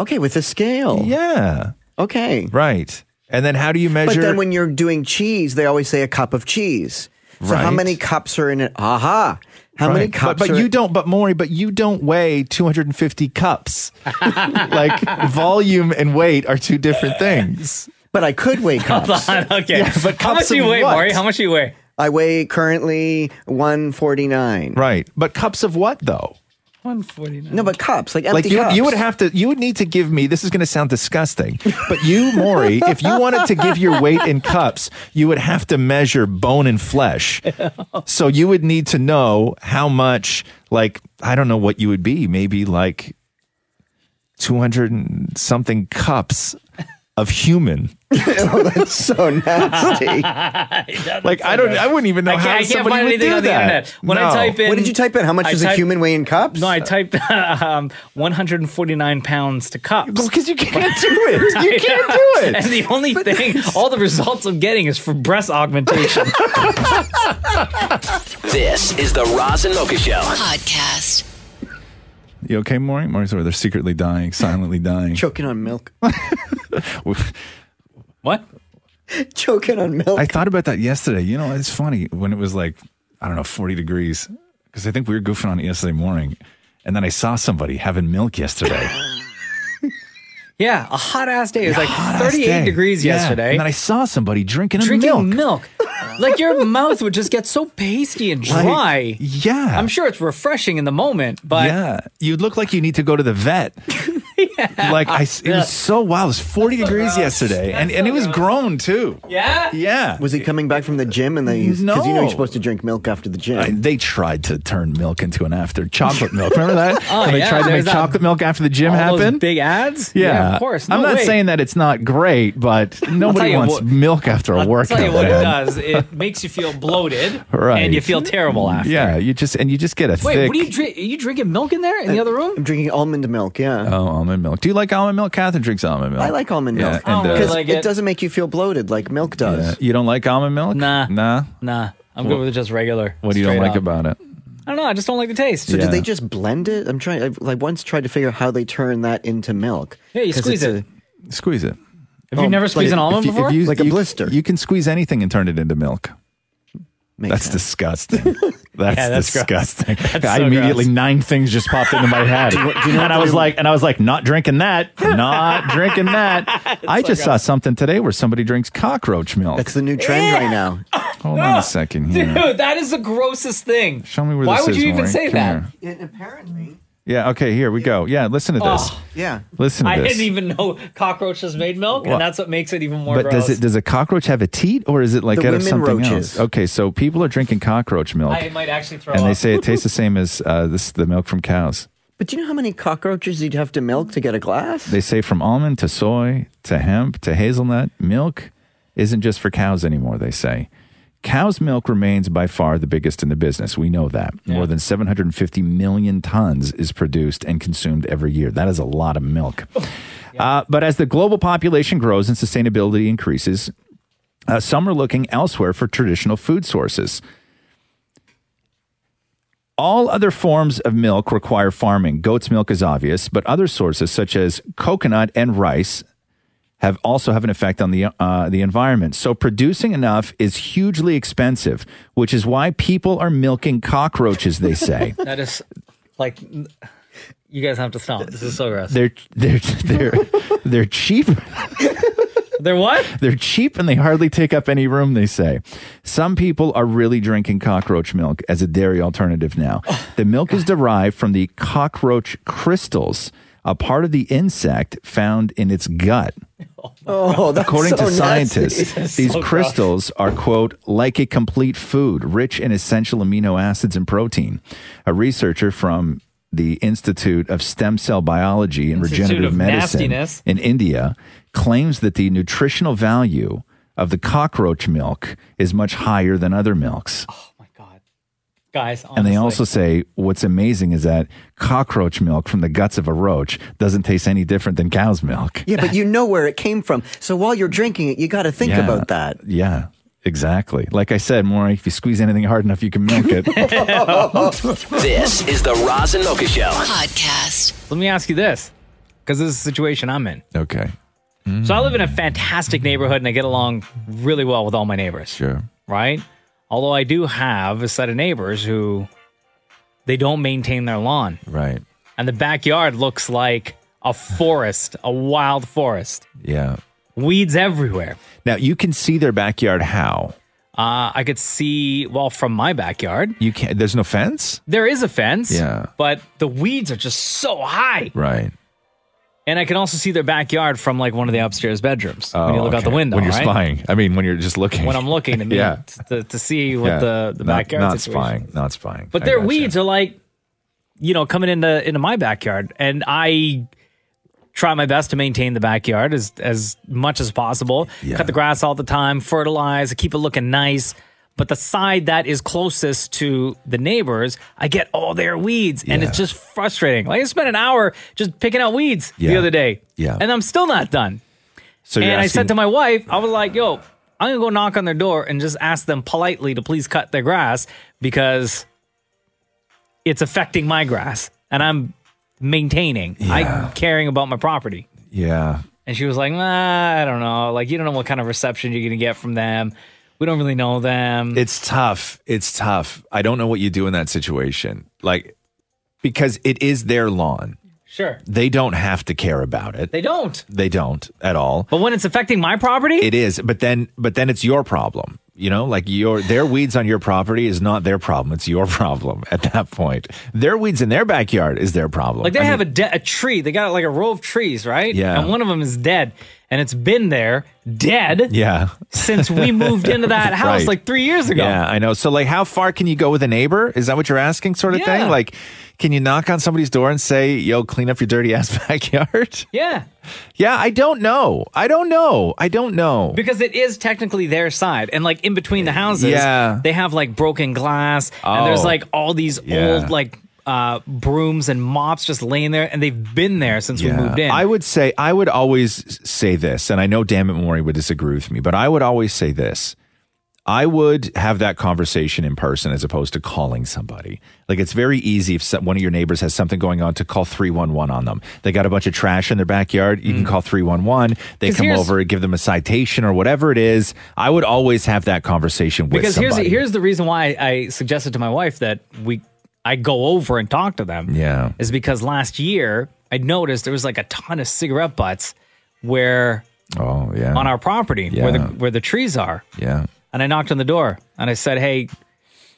S5: Okay, with a scale.
S6: Yeah.
S5: Okay.
S6: Right. And then how do you measure
S5: But then when you're doing cheese, they always say a cup of cheese. So how
S6: Right.
S5: many cups are in it? Aha. How many
S6: Right. But-
S5: cups
S6: But,
S5: are
S6: you don't but Maury, but you don't weigh 250 cups. [LAUGHS] [LAUGHS] like volume and weight are two different things.
S5: But I could weigh cups.
S3: Hold on, okay.
S5: Yeah, but
S3: How much
S5: cups
S3: do you
S5: of
S3: weigh,
S5: what?
S3: Maury? How much do you weigh?
S5: I weigh currently 149.
S6: Right. But cups of what though?
S3: 149.
S5: No, but cups, like empty
S6: like you,
S5: cups.
S6: you would have to you would need to give me this is going to sound disgusting but you Maury if you wanted to give your weight in cups you would have to measure bone and flesh so you would need to know how much like I don't know what you would be maybe like 200 and something cups of human
S5: [LAUGHS] oh, that's
S6: [LAUGHS]
S5: so nasty.
S6: like I don't I wouldn't even know
S3: I can't-
S6: how
S3: I can't
S6: somebody
S3: find
S6: would
S3: anything
S6: do
S3: on the
S6: that
S3: internet. When I type in-
S5: what did you type in? How much
S3: I
S5: does a
S3: type-
S5: human weigh in cups?
S3: No, I typed [LAUGHS] um, 149 pounds to cups. Because
S6: you can't do
S3: [LAUGHS]
S6: it. You can't do it.
S3: And the only thing, all the results I'm getting is for
S6: [LAUGHS]
S3: breast augmentation.
S11: This is the Roz and Mocha Show.
S7: Podcast.
S6: you okay Maury Maury's over there secretly dying silently dying
S5: choking on
S6: [LAUGHS]
S5: milk.
S3: what
S5: choking on milk?
S6: I thought about that yesterday. You know, it's funny when it was like, I don't know, 40 degrees, because I think we were goofing on it yesterday morning. And then I saw somebody having
S5: [LAUGHS]
S6: milk yesterday.
S3: yeah, a hot ass day. It was like
S6: Last
S3: 38
S6: day.
S3: degrees
S6: Yeah.
S3: yesterday.
S6: And then I saw somebody drinking, a
S3: drinking
S6: milk. [LAUGHS]
S3: milk. like your mouth would just get so pasty and
S6: Like,
S3: dry.
S6: yeah.
S3: I'm sure it's refreshing in the moment, but
S6: yeah. You look like you need to go to the vet. Like, I, it [LAUGHS]
S5: [LAUGHS]
S3: Yeah.
S6: was so wild. It was 40 degrees yesterday. and, and it was grown, too.
S3: Yeah?
S6: Yeah.
S5: Was he coming back from the gym and they used because you know
S6: No.
S5: you're supposed to drink milk after the gym.
S6: I- they tried to turn milk into an after chocolate milk. Remember that?
S3: [LAUGHS] Oh,
S6: When they
S3: yeah,
S6: tried to
S3: there's
S6: make
S3: that-
S6: chocolate milk after the gym
S3: all those
S6: happen.
S3: big ads.
S6: Yeah.
S3: of course.
S6: I'm
S3: No
S6: not
S3: way.
S6: saying that it's not great, but
S3: tell
S6: nobody
S3: you
S6: wants
S3: what-
S6: milk after a
S3: I'll
S6: workout.
S3: tell you what it
S6: man.
S3: does.
S6: [LAUGHS]
S3: It makes you feel bloated,
S6: Right.
S3: And you feel terrible after.
S6: Yeah, you just and you just get a
S3: Wait,
S6: thick.
S3: what are you drink? Are you drinking milk in there in
S6: Uh,
S3: the other room?
S5: I'm drinking almond milk. Yeah.
S6: oh, almond milk. Do you like almond milk? Catherine drinks almond milk.
S5: I like almond
S6: Yeah,
S5: milk
S6: and,
S3: Oh,
S6: uh,
S5: because it doesn't make you feel bloated like milk does.
S6: yeah. You don't like almond milk?
S3: Nah.
S6: Nah.
S3: Nah, I'm
S6: Well,
S3: good with just regular.
S6: What do you don't
S3: straight
S6: like
S3: up.
S6: about it?
S3: I don't know. I just don't like the taste.
S5: So did they just blend it? I'm trying. I like once tried to figure out how they turn that into milk.
S3: Yeah, you
S5: 'Cause
S3: squeeze
S5: it's
S3: it.
S6: Squeeze it. Oh,
S3: Have
S5: Oh.
S3: you never squeezed an almond before?
S6: like a blister. You can squeeze anything and turn it into milk. that's disgusting. [LAUGHS] That's,
S3: Yeah, that's gross.
S6: disgusting.
S3: That's
S6: I
S3: so
S6: immediately
S3: gross.
S6: nine things just popped into
S3: [LAUGHS]
S6: my head,
S3: Do you- do you know
S6: and I
S3: what
S6: was
S3: they-
S6: like, and I was like, not drinking that,
S3: [LAUGHS]
S6: not drinking that. I
S3: so
S6: just saw
S3: gross.
S6: something today where somebody drinks cockroach milk. That's
S5: the new trend right
S3: [LAUGHS]
S5: now.
S6: Hold on a second here.
S3: [LAUGHS] Dude, that is the grossest thing.
S6: Show me where
S3: Why
S6: this
S3: would
S6: is,
S3: you even
S6: Maury.
S3: say
S6: Come
S3: that?
S6: here. Yeah. Okay. Here we go. Yeah. Listen to this.
S3: Oh.
S5: Yeah.
S6: Listen to
S3: I
S6: this.
S3: didn't even know cockroaches made milk,
S6: Well,
S3: and that's what makes it even more
S6: but
S3: gross.
S6: does it does a cockroach have a teat or is it like
S3: The
S6: out of
S3: women
S6: something
S3: roaches.
S6: else? Okay, so people are drinking cockroach milk.
S3: I might actually throw
S6: and
S3: up.
S6: they say it
S3: [LAUGHS]
S6: tastes the same as uh, this the milk from cows.
S5: [LAUGHS] But do you know how many cockroaches you'd have to milk to get a glass?
S6: They say from almond to soy to hemp to hazelnut, milk isn't just for cows anymore, they say. Cow's milk remains by far the biggest in the business. We know that. More than 750 million tons is produced and consumed every year. That is a lot of milk. uh, but as the global population grows and sustainability increases, uh, some are looking elsewhere for traditional food sources. All other forms of milk require farming. Goat's milk is obvious, but other sources such as coconut and rice have also have an effect on the uh, the environment. So producing enough is hugely expensive, which is why people are milking cockroaches. They say
S3: that is like you guys have to stop. This is so gross.
S6: they're they're they're
S3: [LAUGHS]
S6: they're cheap.
S3: They're what?
S6: They're cheap and they hardly take up any room, they say. Some people are really drinking cockroach milk as a dairy alternative now. The milk is derived from the cockroach crystals, a part of the insect found in its gut.
S5: Oh, that's
S6: According
S5: so
S6: to scientists,
S5: nasty.
S6: these crystals are, quote, like a complete food, rich in essential amino acids and protein. A researcher from the Institute of Stem Cell Biology and
S3: Institute
S6: Regenerative
S3: of
S6: Medicine
S3: Nastiness.
S6: in India claims that the nutritional value of the cockroach milk is much higher than other milks.
S3: guys.
S6: And they also say what's amazing is that cockroach milk from the guts of a roach doesn't taste any different than cow's milk.
S5: Yeah, but you know where it came from. So while you're drinking it, you got to think
S6: Yeah,
S5: about that.
S6: Yeah, exactly. Like I said, Maury, if you squeeze anything hard enough, you can milk it.
S5: [LAUGHS]
S3: [LAUGHS]
S11: this is the Roz and Mocha Show.
S7: Podcast.
S3: Let me ask you this, because this is the situation I'm in.
S6: Okay.
S3: So I live in a fantastic neighborhood and I get along really well with all my neighbors.
S6: Sure.
S3: Right? Although I do have a set of neighbors who they don't maintain their lawn.
S6: Right.
S3: And the backyard looks like a forest, a wild forest.
S6: yeah.
S3: Weeds everywhere.
S6: Now you can see their backyard how?
S3: Uh, I could see well from my backyard.
S6: You can't. There's no fence.
S3: There is a fence.
S6: Yeah.
S3: But the weeds are just so high.
S6: Right.
S3: And I can also see their backyard from like one of the upstairs bedrooms when you look out the
S6: Oh, okay.
S3: window.
S6: when you're
S3: right?
S6: spying. I mean, when you're just looking.
S3: When
S6: [LAUGHS]
S3: I'm looking to meet,
S6: Yeah.
S3: to, to see what
S6: Yeah.
S3: the, the
S6: not,
S3: backyard
S6: Not
S3: situation.
S6: spying. Not spying.
S3: But
S6: I
S3: their
S6: gotcha.
S3: weeds are like, you know, coming into into my backyard, and I try my best to maintain the backyard as as much as possible. Cut the grass all the time, fertilize, keep it looking nice. But the side that is closest to the neighbors, I get all their weeds, and it's just frustrating. Like I spent an hour just picking out weeds the
S6: Yeah.
S3: other day,
S6: Yeah.
S3: and I'm still not done.
S6: So
S3: and
S6: you're
S3: I said
S6: asking-
S3: to my wife, I was like, yo, I'm going to go knock on their door and just ask them politely to please cut their grass because it's affecting my grass and I'm maintaining, I'm caring about my property.
S6: Yeah.
S3: And she was like, nah, I don't know. Like, you don't know what kind of reception you're going to get from them. We don't really know them.
S6: It's tough. It's tough. I don't know what you do in that situation. Like, because it is their lawn.
S3: Sure.
S6: They don't have to care about it.
S3: They don't.
S6: They don't at all.
S3: But when it's affecting my property,
S6: it is. But then, but then it's your problem. You know, like your their weeds on your property is not their problem. It's your [LAUGHS] problem at that point. Their weeds in their backyard is their problem.
S3: Like they
S6: I mean,
S3: have a, de- a tree. They got like a row of trees, right?
S6: Yeah.
S3: And one of them is dead, and it's been there dead.
S6: Yeah.
S3: Since we moved
S6: [LAUGHS]
S3: into that house
S6: Right.
S3: like three years ago.
S6: Yeah, I know. So like how far can you go with a neighbor? Is that what you're asking sort of
S3: Yeah.
S6: thing? Like can you knock on somebody's door and say, "Yo, clean up your dirty ass [LAUGHS] backyard?"
S3: Yeah.
S6: Yeah, I don't know. I don't know. I don't know.
S3: Because it is technically their side, and like in between the houses,
S6: Yeah.
S3: they have like broken glass, and there's
S6: Oh.
S3: like all these
S6: Yeah.
S3: old like uh, brooms and mops just laying there, and they've been there since we moved in.
S6: Uh, I would say I would always say this, and I know Damn It Maury would disagree with me, but I would always say this. I would have that conversation in person as opposed to calling somebody. Like it's very easy if some, one of your neighbors has something going on to call 311 on them. They got a bunch of trash in their backyard, you can call 311. They
S3: 'Cause
S6: come
S3: Mm. here's-
S6: over, give them a citation or whatever it is. I would always have that conversation with
S3: because here's
S6: somebody.
S3: the, here's the reason why I suggested to my wife that we I go over and talk to them.
S6: yeah.
S3: is because last year I noticed there was like a ton of cigarette butts where
S6: oh yeah
S3: on our property where the
S6: Yeah.
S3: where the trees are.
S6: Yeah.
S3: And I knocked on the door and I said, "Hey,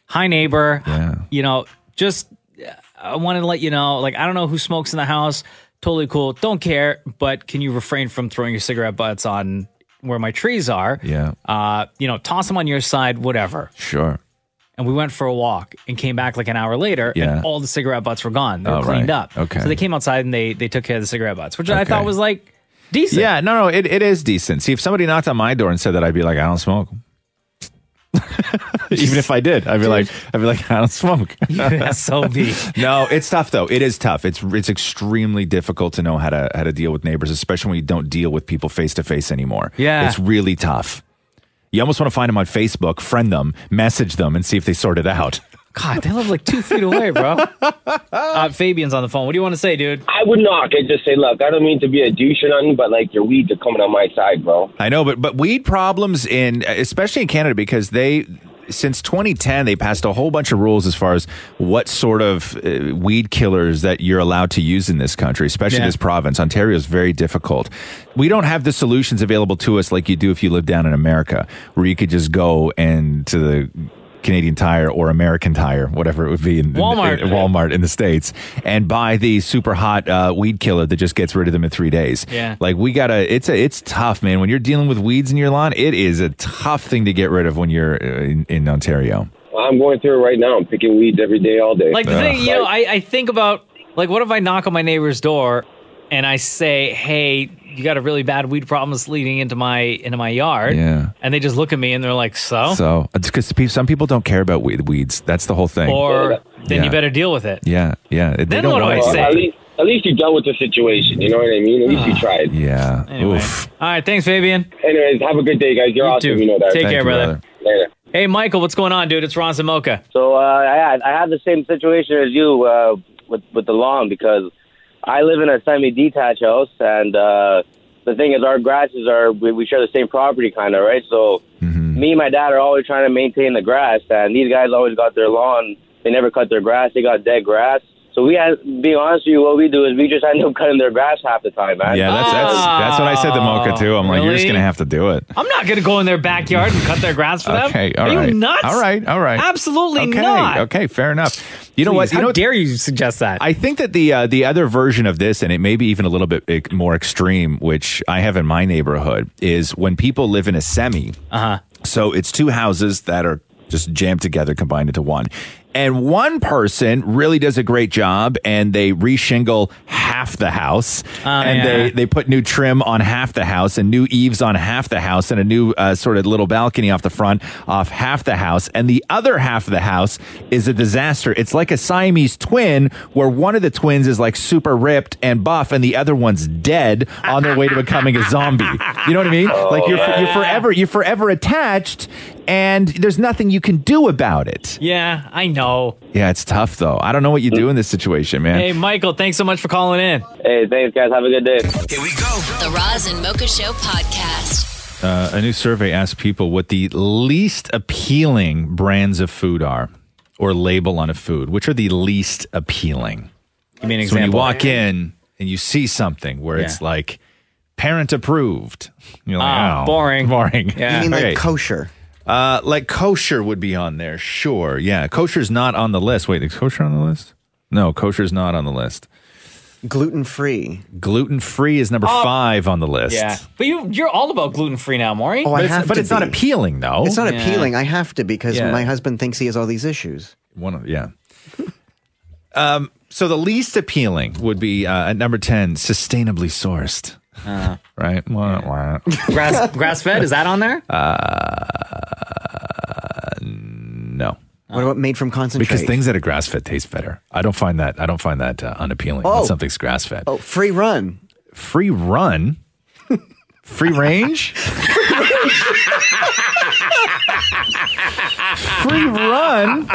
S3: hi neighbor.
S6: Yeah.
S3: You know, just uh, I wanted to let you know like I don't know who smokes in the house. Totally cool. Don't care, but can you refrain from throwing your cigarette butts on where my trees are?
S6: Yeah.
S3: Uh, you know, toss them on your side, whatever."
S6: Sure.
S3: and we went for a walk and came back like an hour later
S6: Yeah.
S3: and all the cigarette butts were gone. They were
S6: Oh,
S3: cleaned
S6: right.
S3: up.
S6: Okay.
S3: So they came outside and they they took care of the cigarette butts, which I
S6: Okay.
S3: thought was like decent.
S6: Yeah, no, no, it, it is decent. See, if somebody knocked on my door and said that, I'd be like, I don't smoke. [LAUGHS] Even if I did, I'd be like, I'd be like, I don't
S3: [LAUGHS]
S6: smoke.
S3: SOB.
S6: [LAUGHS] no, it's tough though. It is tough. It's it's extremely difficult to know how to how to deal with neighbors, especially when you don't deal with people face to face anymore.
S3: Yeah.
S6: it's really tough. You almost want to find them on Facebook, friend them, message them, and see if they sort it out. [LAUGHS]
S3: God, they live like two feet away, bro. uh, Fabian's on the phone. What do you want to say, dude?
S16: I would knock and just say, look, I don't mean to be a douche or nothing, but like your weeds are coming on my side, bro.
S6: I know, but but weed problems in especially in Canada because they since 2010 they passed a whole bunch of rules as far as what sort of uh, weed killers that you're allowed to use in this country, especially
S17: Yeah.
S6: this province. Ontario is very difficult. We don't have the solutions available to us like you do if you live down in America, where you could just go and to the Canadian Tire or American Tire, whatever it would be in in-
S3: Walmart.
S6: in- Walmart in the states, and buy the super hot uh, weed killer that just gets rid of them in three days.
S3: Yeah.
S6: like we gotta. It's a. It's tough, man. When you're dealing with weeds in your lawn, it is a tough thing to get rid of when you're uh, in, in Ontario.
S16: I'm going through it right now. I'm picking weeds every day, all day.
S3: Like the thing, you know, I, I think about like what if I knock on my neighbor's door and I say, "Hey, you got a really bad weed problem that's leading into my into my yard."
S6: Yeah.
S3: And they just look at me and they're like, "So?"
S6: So it's because some people don't care about weed, weeds. That's the whole thing.
S3: or then you
S6: Yeah.
S3: better deal with it.
S6: Yeah, yeah. They
S3: Then
S6: don't
S3: what do
S6: want
S3: I
S6: it.
S3: say?
S16: At least, at least you dealt with the situation. You know what I mean? At least you tried.
S6: Ah,
S3: [LAUGHS]
S6: Yeah.
S3: Anyway. All right, thanks Fabian.
S16: Anyways, have a good day, guys. You're awesome.
S3: too.
S16: You know that.
S3: Take Thank care, you, brother.
S16: Later.
S3: Hey Michael, what's going on, dude? It's Ron Zamoka.
S18: So uh, I had I had the same situation as you uh, with with the lawn because I live in a semi-detached house, and uh, the thing is, our grasses are we, we share the same property, kind of right. So
S6: Mm-hmm.
S18: me and my dad are always trying to maintain the grass, and these guys always got their lawn. They never cut their grass. They got dead grass. So we had, be honest with you, what we do is we just end up cutting their grass half the time, man.
S6: Yeah, that's that's that's what I said to Mocha too. I'm like, you're just
S3: really?
S6: gonna have to do it.
S3: I'm not going to go in their backyard and cut their grass for them.
S6: Okay, all
S3: Are
S6: right.
S3: you nuts?
S6: All right, all right.
S3: Absolutely
S6: okay,
S3: not.
S6: okay, fair enough. You know what?
S3: Please,
S6: You
S3: how
S6: know,
S3: dare you suggest that?
S6: I think that the uh, the other version of this, and it may be even a little bit ec- more extreme, which I have in my neighborhood, is when people live in a semi.
S3: Uh-huh.
S6: Uh huh. So it's two houses that are just jammed together, combined into one. And one person really does a great job, and they reshingle half the house, and
S3: Oh, yeah.
S6: they they put new trim on half the house and new eaves on half the house and a new uh, sort of little balcony off the front off half the house and the other half of the house is a disaster it's like a siamese twin where one of the twins is like super ripped and buff and the other one's dead on their way to becoming a zombie you know what i mean like you're, you're forever you're forever attached and there's nothing you can do about it
S3: Yeah, I know.
S6: yeah it's tough though i don't know what you do in this situation man
S3: Hey Michael, thanks so much for calling in.
S16: Hey, thanks guys. Have a good day.
S18: Here we go.
S7: The Roz and Mocha Show podcast.
S6: Uh, a new survey asked people what the least appealing brands of food are or label on a food. Which are the least appealing?
S3: Give me an
S6: so When you
S3: example.
S6: walk in and you see something where it's
S3: Yeah.
S6: like parent approved, you're like,
S3: Ah,
S6: oh,
S3: boring.
S6: Boring.
S3: Yeah. You mean like
S6: kosher? Uh, like kosher would be on there, sure. Yeah. Kosher's not on the list. Wait, is kosher on the list? No, kosher's not on the list. Gluten free. Gluten free is number
S3: Oh.
S6: five on the list.
S3: Yeah, but you you're all about gluten free now, Maury.
S6: Oh, I But it's- have but to it's not be. appealing, though.
S5: It's not
S6: Yeah.
S5: appealing. I have to because
S6: Yeah.
S5: my husband thinks he has all these issues.
S6: One of yeah. um. So the least appealing would be uh, at number ten, sustainably sourced.
S5: Uh-huh.
S6: right. Wah, wah. Uh,
S3: Grass
S6: [LAUGHS]
S3: grass fed is that on there?
S6: No.
S5: What about made from concentrate?
S6: Oh. Because things that are grass fed taste better. I don't find that. I don't find that uh, unappealing.
S5: Oh.
S6: When something's grass fed.
S5: Oh, free run.
S6: Free run.
S5: [LAUGHS]
S6: Free range. Free run.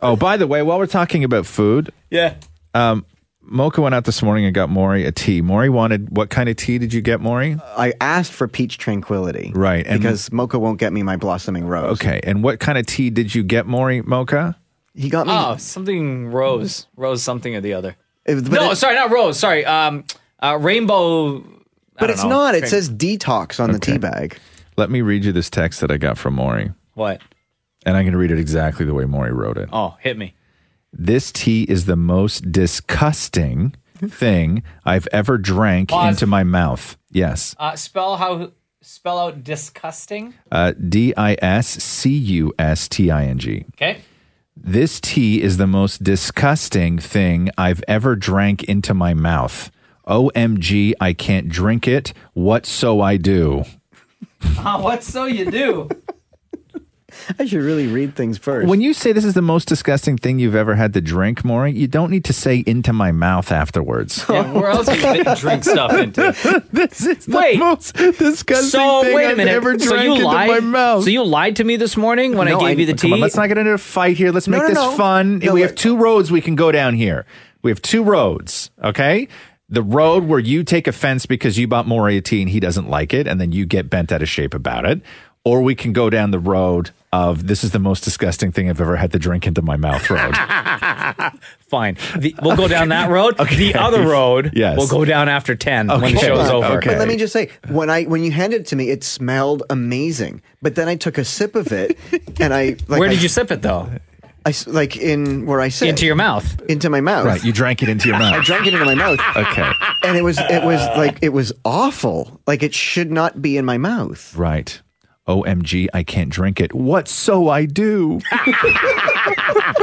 S6: Oh, by the way, while we're talking about food,
S3: Yeah.
S6: Um, Mocha went out this morning and got Maury a tea. Maury wanted what kind of tea did you get, Maury?
S5: I asked for peach tranquility.
S6: Right, and-
S5: because Mocha won't get me my blossoming rose.
S6: Okay, and what kind of tea did you get, Maury Mocha?
S5: He got me.
S3: Oh, something rose, rose something or the other.
S5: It- but
S3: no,
S5: it-
S3: sorry, not rose. Sorry, um, uh, rainbow. I
S5: But
S3: don't
S5: it's
S3: know.
S5: not. It
S3: Rain-
S5: says
S6: [LAUGHS]
S5: detox on the tea bag.
S6: Let me read you this text that I got from Maury,
S3: what?
S6: and I'm going to read it exactly the way Maury wrote it.
S3: Oh, hit me.
S6: This tea is the most disgusting thing I've ever drank
S3: Pause.
S6: into my mouth. Yes.
S3: Uh, spell how spell out disgusting.
S6: Uh, D I S C U S T I N G.
S3: Okay.
S6: This tea is the most disgusting thing I've ever drank into my mouth. OMG, I can't drink it. What so I do? Ah,
S3: Uh, what so you do?
S5: [LAUGHS] I should really read things first.
S6: When you say this is the most disgusting thing you've ever had to drink, Maury, you don't need to say into my mouth afterwards.
S3: [LAUGHS] Yeah, where else you fit- drink stuff into?
S6: [LAUGHS] this is
S3: the Wait.
S6: most disgusting
S3: So
S6: thing
S3: wait a
S6: I've
S3: minute.
S6: ever
S3: so
S6: drank
S3: you
S6: into
S3: lied.
S6: my mouth.
S3: So you lied to me this morning when
S6: No,
S3: I gave you the
S6: come
S3: tea.
S6: on, let's not get into a fight here. Let's
S3: No,
S6: make
S3: no,
S6: this
S3: no.
S6: fun.
S3: No,
S6: we have two roads we can go down here. We have two roads, okay? The road where you take offense because you bought Maury a tea and he doesn't like it, and then you get bent out of shape about it. or we can go down the road of this is the most disgusting thing I've ever had to drink into my mouth road.
S3: [LAUGHS] Fine. The, we'll go down
S6: [LAUGHS]
S3: that road. The other road
S6: Yes.
S3: we'll go down after 10 when the
S5: Hold
S3: show's
S5: on.
S3: over.
S5: But let me just say, when I when you handed it to me, it smelled amazing. But then I took a sip of it, and I like,
S3: Where did
S5: I-
S3: you sip it though?
S5: I s- like in where I sit
S3: Into your mouth.
S5: Into my mouth.
S6: Right, you drank it into your mouth.
S5: I drank it into my mouth.
S3: [LAUGHS]
S6: Okay.
S5: And it was it was like it was awful. Like it should not be in my mouth.
S6: Right. OMG, I can't drink it. What so I do?
S3: [LAUGHS]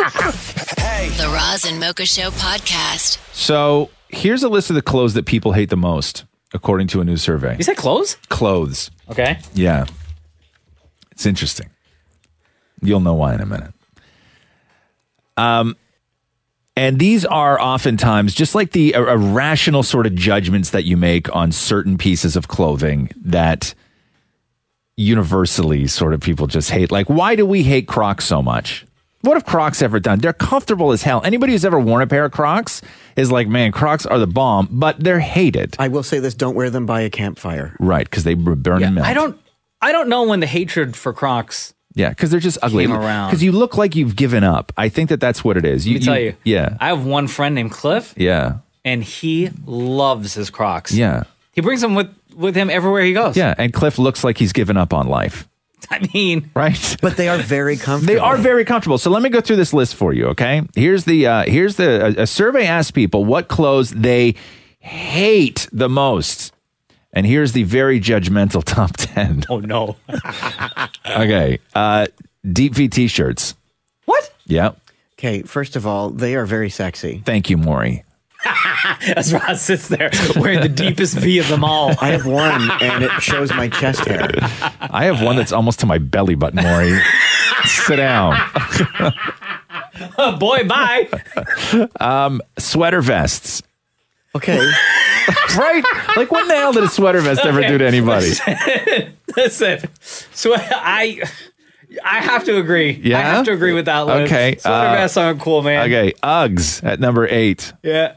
S7: The Roz and Mocha Show podcast.
S6: so here's a list of the clothes that people hate the most, according to a new survey.
S3: You said clothes?
S6: Clothes.
S3: Okay.
S6: Yeah. It's interesting. You'll know why in a minute. Um, and these are oftentimes just like the ir- irrational sort of judgments that you make on certain pieces of clothing that universally sort of people just hate. Like, why do we hate Crocs so much? What have Crocs ever done? They're comfortable as hell. Anybody who's ever worn a pair of Crocs is like, man, Crocs are the bomb, but they're hated.
S5: I will say this don't wear them by a campfire.
S6: Right, because they b- burn and melt.
S3: I don't I don't know when the hatred for Crocs.
S6: Yeah, because they're just ugly.
S3: Came around.
S6: Because you look like you've given up. I think that that's what it is.
S3: Let me tell you.
S6: Yeah.
S3: I have one friend named Cliff
S6: Yeah.
S3: and he loves his Crocs.
S6: Yeah.
S3: He brings them with with him everywhere he goes.
S6: Yeah. And Cliff looks like he's given up on life.
S3: [LAUGHS] I mean,
S6: right?
S5: [LAUGHS] But they are very comfortable.
S6: [LAUGHS] They are very comfortable. So let me go through this list for you. Okay. Here's the uh, here's the a, a survey asked people what clothes they hate the most, and here's the very judgmental [LAUGHS] top ten.
S3: Oh no.
S6: [LAUGHS] okay. Uh, deep V t-shirts.
S3: What?
S6: Yeah.
S5: Okay. First of all, they are very sexy.
S3: [LAUGHS]
S6: Thank you, Maury.
S3: As Ross sits there wearing the deepest V of them all.
S5: I have one and it shows my chest
S3: [LAUGHS]
S5: hair.
S6: I have one that's almost to my belly button, Maury. Sit
S3: [LAUGHS]
S6: down.
S3: Oh, Boy, bye.
S6: um, sweater vests.
S5: Okay.
S6: [LAUGHS] right? Like, what the hell did a sweater vest ever do to
S3: [LAUGHS]
S6: anybody?
S3: [LAUGHS] Listen, so I I have to agree. I
S6: Yeah?
S3: have to agree with that list.
S6: Okay.
S3: Sweater
S6: uh,
S3: vests aren't cool, man.
S6: Okay. Uggs at number eight.
S3: Yeah.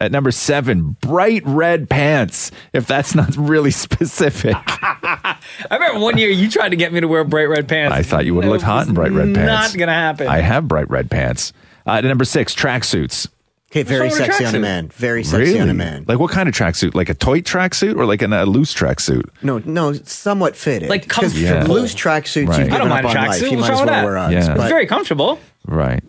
S6: At number seven, bright red pants, if that's not really [LAUGHS] specific.
S3: [LAUGHS] I remember one year you tried to get me to wear bright red pants.
S6: I thought you would have looked hot in bright red pants.
S3: Not gonna happen.
S6: I have bright red pants. Uh, at number six, tracksuits.
S5: Okay, very
S6: What's wrong with
S5: sexy on a
S6: tracksuit?
S5: man. Very sexy on a man.
S6: Like what kind of tracksuit? Like a toy tracksuit or like an, a loose tracksuit?
S5: No, no, somewhat fitted.
S3: Like
S5: 'Cause
S6: comfortable.
S5: Loose tracksuits
S6: Right.
S5: you've
S6: I
S5: given
S6: don't
S5: up
S6: mind a
S5: on life.
S6: tracksuit.
S5: You
S6: What's
S5: might as
S6: wrong
S5: well wear
S6: with that?
S5: Uggs.
S6: Yeah.
S3: It's
S6: But-
S3: very comfortable.
S6: Right.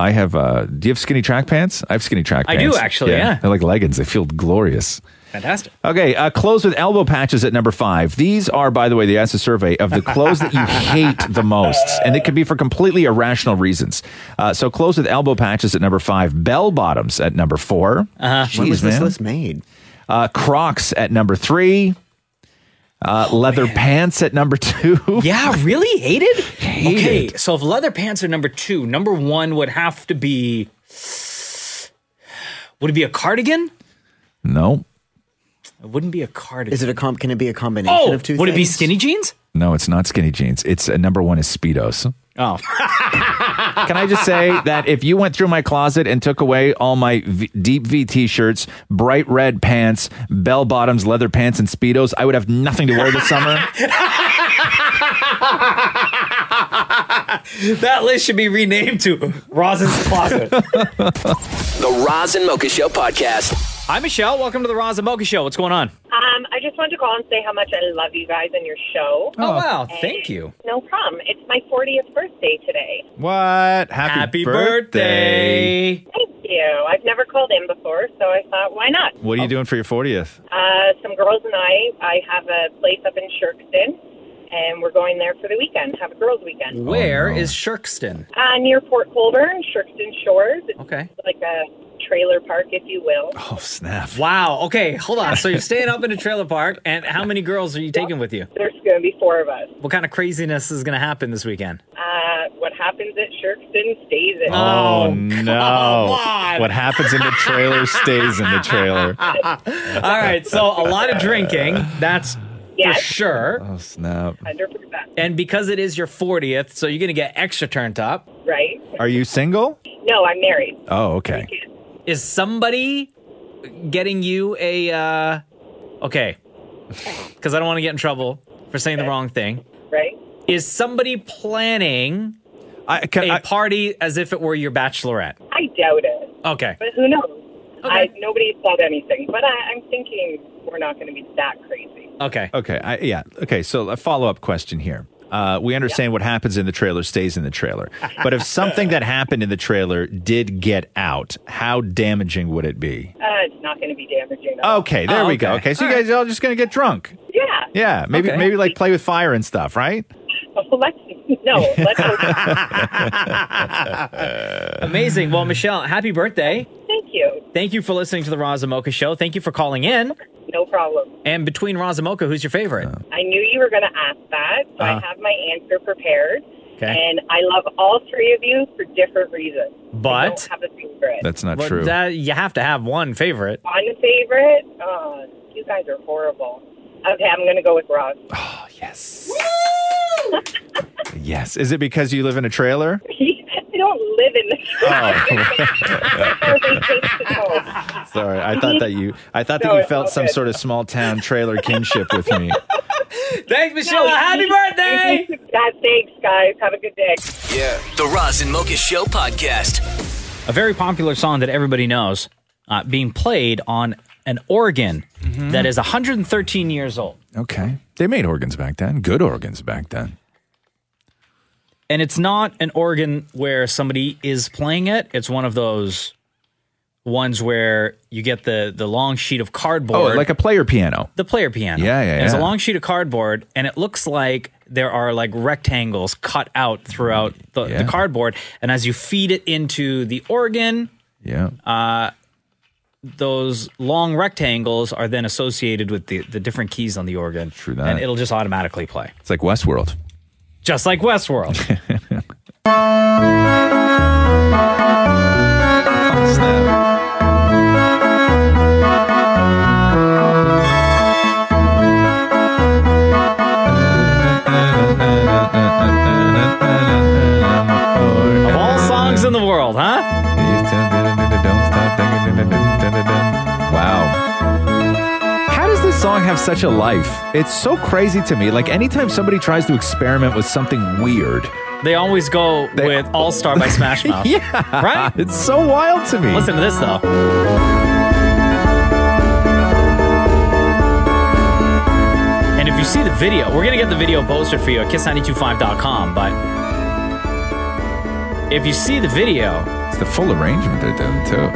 S6: I have. uh Do you have skinny track pants? I have skinny track
S3: I
S6: pants.
S3: do, actually, yeah.
S6: they're like leggings. They feel glorious.
S3: Fantastic.
S6: Okay, uh, clothes with elbow patches at number five. These are, by the way, they asked a survey of the clothes that you hate the most, and it could be for completely irrational reasons. Uh, so, clothes with elbow patches at number five, bell bottoms at number four. Uh-huh.
S5: When was this list made?
S6: Uh, Crocs at number three. Uh, leather pants at number two.
S3: Yeah,
S6: [LAUGHS]
S3: really hated. Okay, so if leather pants are number two, number one would have to be. Would it be a cardigan?
S6: No,
S3: It wouldn't be a cardigan.
S5: Is it a comp? Can it be a combination
S3: oh,
S5: of two?
S3: would it be
S5: things?
S3: skinny jeans?
S6: no, it's not skinny jeans. It's uh, number one is speedos.
S3: Oh,
S6: [LAUGHS] Can I just say that if you went through my closet and took away all my v- deep V t-shirts, bright red pants, bell bottoms, leather pants, and speedos, I would have nothing to wear this [LAUGHS] summer.
S3: [LAUGHS] that list should be renamed to Rosin's Closet.
S11: [LAUGHS] The Roz and Mocha Show podcast.
S3: Hi, Michelle. Welcome to the Roz and Mocha Show. What's going on?
S19: Um, I just wanted to call and say how much I love you guys and your show.
S3: Oh, wow.
S19: And
S3: Thank you.
S19: No problem. It's my 40th birthday today.
S6: What? Happy,
S3: Happy birthday.
S19: Thank you. I've never called in before, so I thought, why not?
S6: What are you doing for your 40th?
S19: Uh, some girls and I, I have a place up in Shirkston, and we're going there for the weekend, have a girls'
S3: Oh,
S19: weekend.
S3: Where is Shirkston?
S19: Uh, near Port Colborne, Shirkston Shores. It's
S3: Okay.
S19: like a trailer park, if you will.
S6: Oh, snap.
S3: Wow. Okay, hold on. So you're staying up in a trailer park, and how many girls are you taking with you?
S19: There's going to be four of us.
S3: What kind of craziness is going to happen this weekend?
S19: Uh, what happens at Shirkston stays at
S6: Oh, no. What
S3: [LAUGHS]
S6: happens in the trailer stays in the trailer.
S3: All right. So a lot of drinking. That's for sure.
S6: Oh, snap.
S19: 100%.
S3: And because it is your 40th, so you're going to get extra turned up.
S19: Right?
S6: Are you single?
S19: No, I'm married.
S6: Oh, okay.
S3: Is somebody getting you a. Uh, okay. Because I don't want to get in trouble for saying the wrong thing.
S19: Right?
S3: Is somebody planning
S6: a
S3: party as if it were your bachelorette?
S19: I doubt it.
S3: Okay.
S19: But who knows? I, nobody said anything, but I, I'm thinking we're not going to be that crazy.
S6: Okay. Okay. I, yeah. Okay. So a follow up question here. Uh, we understand what happens in the trailer stays in the trailer, but if something that happened in the trailer did get out, how damaging would it be?
S19: Uh, it's not going to be damaging. at all.
S6: Okay, there we go. Oh, Okay, so you guys are all just gonna get drunk.
S19: Yeah.
S6: Yeah, maybe
S19: [LAUGHS]
S6: maybe like play with fire and stuff,
S3: [LAUGHS]
S6: right?
S19: let's no.
S6: [LAUGHS]
S19: Let's.
S3: Amazing. Well, Michelle, happy birthday.
S19: Thank you.
S3: Thank you for listening to the Razamoka Show. Thank you for calling in.
S19: No problem.
S3: And between Razamoka, who's your favorite?
S19: I knew you were going to ask that, so
S6: Uh-huh.
S3: Uh.
S19: I have my answer prepared.
S3: Okay.
S19: And I love all three of you for different reasons. I
S3: But
S19: don't have a favorite.
S6: that's not
S3: Well,
S6: true.
S3: that- you have to have one favorite.
S19: One favorite? Oh, you guys are horrible. Okay, I'm going to go with Roz.
S6: Oh, yes. Yes. Is it because you live in a trailer?
S19: I don't live in the
S6: Oh.
S3: [LAUGHS]
S19: vacation
S6: [LAUGHS] Sorry, I thought that you I thought that you felt some sort of small town trailer kinship with me.
S3: Thanks, Michelle.
S11: Happy birthday!
S19: God, thanks, guys. Have a good day.
S11: Yeah. The Roz and Mocha Show podcast.
S3: A very popular song that everybody knows uh, being played on an organ Mm-hmm.
S6: Hmm.
S3: that is 113 years old.
S6: Okay. They made organs back then. Good organs back then.
S3: And it's not an organ where somebody is playing it. It's one of those ones where you get the the long sheet of cardboard.
S6: Oh, like a player piano.
S3: the player piano.
S6: Yeah, yeah,
S3: And It's a
S6: yeah.
S3: long sheet of cardboard, and it looks like there are like rectangles cut out throughout the,
S6: Yeah.
S3: the cardboard. And as you feed it into the organ,
S6: Yeah.
S3: uh, those long rectangles are then associated with the, the different keys on the organ. True
S6: that.
S3: And it'll just automatically play,
S6: It's like
S3: [LAUGHS]
S6: Westworld.
S3: just
S6: [LAUGHS]
S3: like Westworld. of all songs in the world, huh?
S6: Wow. How does this song have such a life? It's so crazy to me. Like anytime somebody tries to experiment with something weird.
S3: They always go
S6: [LAUGHS]
S3: with All Star by Smash Mouth.
S6: Yeah.
S3: Right?
S6: It's so wild to me.
S3: Listen to this, though. And if you see the video, we're going to get the video posted for you at kiss925.com. But if you see the video,
S6: It's the full arrangement they're doing too.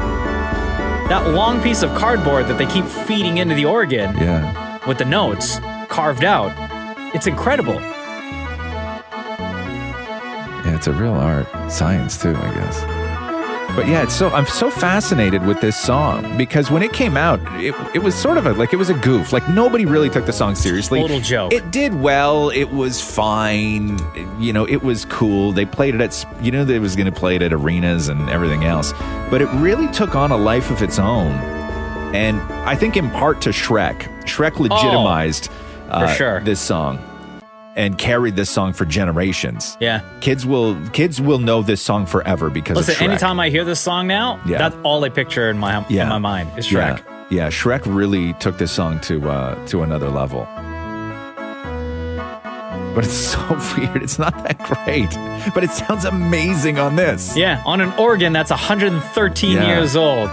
S3: that long piece of cardboard that they keep feeding into the organ
S6: Yeah.
S3: with the notes carved out, it's incredible.
S6: Yeah, it's a real art. Science too, I guess. But yeah, it's so I'm so fascinated with this song because when it came out, it, it was sort of a like it was a goof. Like nobody really took the song seriously.
S3: Total joke.
S6: It did well. It was fine. You know, it was cool. They played it at s- you know they was going to play it at arenas and everything else. But it really took on a life of its own, and I think in part to Shrek. Shrek legitimized uh,
S3: Oh, sure.
S6: this song and carried this song for generations.
S3: Yeah.
S6: Kids will kids will know this song forever because
S3: Listen,
S6: of Shrek.
S3: anytime I hear this song now,
S6: Yeah.
S3: that's all I picture in my, in my mind is Shrek.
S6: Yeah. Yeah, Shrek really took this song to uh, to another level. But it's so [LAUGHS] weird. It's not that great. But it sounds amazing on this.
S3: Yeah, on an organ that's 113
S6: Yeah.
S3: years old.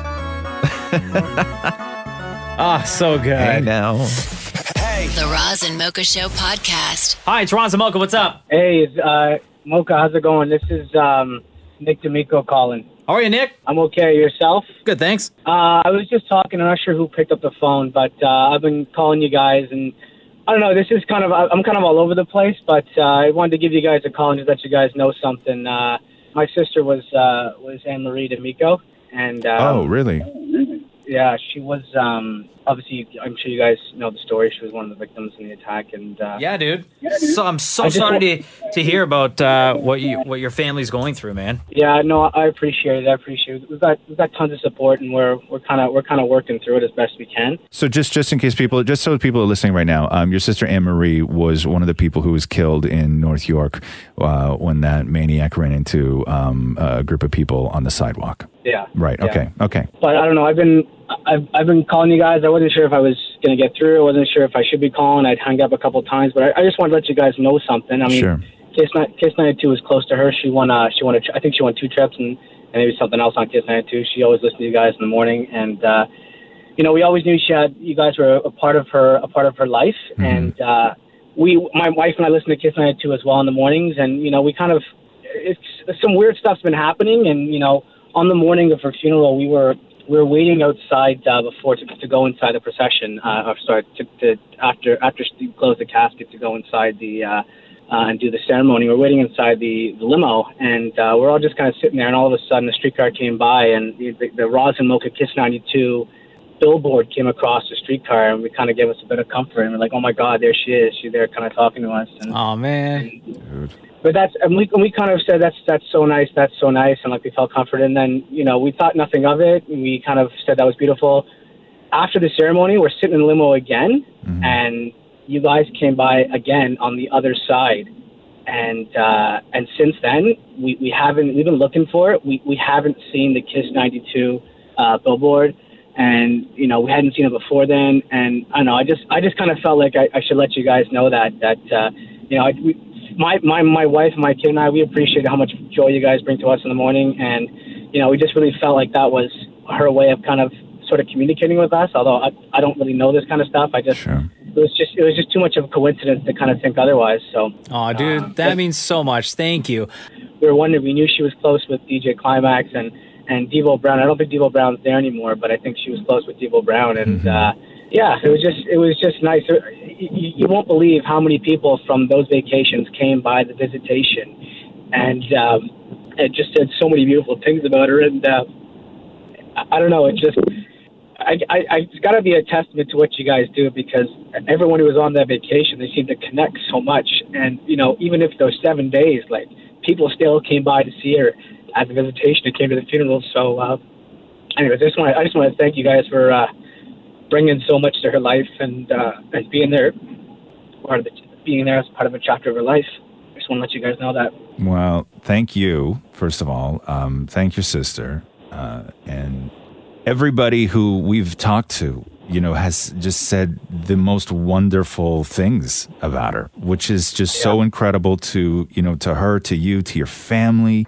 S3: ah, so good.
S6: Hey now.
S7: The Roz and Mocha Show podcast.
S3: Hi, it's Ron Zamoka. What's up?
S20: Hey, it's, uh, Mocha, how's it going? This is um, Nick D'Amico calling.
S3: How are you, Nick?
S20: I'm okay. Yourself?
S3: Good, thanks.
S20: Uh, I was just talking. I'm not sure who picked up the phone, but uh, I've been calling you guys, and I don't know. This is kind of I- I'm kind of all over the place, but uh, I wanted to give you guys a call and just let you guys know something. Uh, my sister was uh, was Anne Marie D'Amico, and uh,
S6: oh, really?
S20: yeah, she was um, obviously. I'm sure you guys know the story. She was one of the victims in the attack, and uh,
S3: Yeah, dude. So I'm
S20: I
S3: so
S20: just
S3: sorry
S20: want-
S3: to, to hear about uh, what you what your family's going through, man.
S20: Yeah, no, I appreciate it. I appreciate it. We've got we've got tons of support, and we're we're kind of we're kind of working through it as best we can.
S6: So just just in case people, just so people are listening right now, um, your sister Anne Marie was one of the people who was killed in North York uh, when that maniac ran into um, a group of people on the sidewalk.
S20: Yeah.
S6: Right.
S20: Yeah.
S6: Okay. Okay.
S20: But I don't know. I've been I've I've been calling you guys. I wasn't sure if I was gonna get through. I wasn't sure if I should be calling. I'd hung up a couple times, but I, I just wanted to let you guys know something. I mean,
S6: sure.
S20: Kiss Night Kiss ninety two was close to her. She won. Uh, she won. A, tr- I think she won two trips and, and maybe something else on Kiss ninety two. She always listened to you guys in the morning, and uh, you know we always knew she had you guys were a part of her a part of her life, and uh, we my wife and I listen to Kiss ninety two as well in the mornings, and you know we kind of it's some weird stuff's been happening, and you know on the morning of her funeral we were. We were waiting outside uh, before to, to go inside the procession. Uh, or sorry, to, to, after after she closed the casket to go inside the uh, uh, and do the ceremony. We're waiting inside the, the limo, and uh, we're all just kind of sitting there. And all of a sudden, the streetcar came by, and the, the, the Roz and Mocha Kiss 92 billboard came across the streetcar, and we kind of gave us a bit of comfort. And we're like, "Oh my God, there she is! She's there, kind of talking to us." And
S3: Oh man.
S20: but that's and we and we kind of said that's that's so nice, that's so nice, and like we felt comforted. And then you know we thought nothing of it. And we kind of said that was beautiful. After the ceremony, we're sitting in the limo again, and you guys came by again on the other side. And uh, and since then, we, we haven't we've been looking for it. We we haven't seen the Kiss ninety two uh, billboard, and you know we hadn't seen it before then. And I don't know I just I just kind of felt like I, I should let you guys know that that uh, you know I, we, my, my, my wife, my kid, and I, we appreciate how much joy you guys bring to us in the morning. And, you know, we just really felt like that was her way of kind of sort of communicating with us. Although I, I don't really know this kind of stuff. I just, it was just, it was just too much of a coincidence to kind of think otherwise. So
S3: Oh, dude, that means so much. Thank you.
S20: we were wondering, we knew she was close with DJ Climax and, and Devo Brown. I don't think Devo Brown's there anymore, but I think she was close with Devo Brown. And, uh, yeah, it was just it was just nice. Uh, You, you won't believe how many people from those vacations came by the visitation, and um, it just said so many beautiful things about her. And uh, I, I don't know, it just I, I, I it's got to be a testament to what you guys do because everyone who was on that vacation, they seemed to connect so much. And you know, even if those seven days, like people still came by to see her at the visitation and came to the funeral. So, uh, anyways, I just want I just want to thank you guys for. Uh, bringing so much to her life and uh, and being there, part of the, being there as part of a chapter of her life. I just want to let you guys know that.
S6: Well, thank you, first of all. Um, thank your sister. Uh, and everybody who we've talked to, you know, has just said the most wonderful things about her, which is just so incredible to, you know, to her, to you, to your family.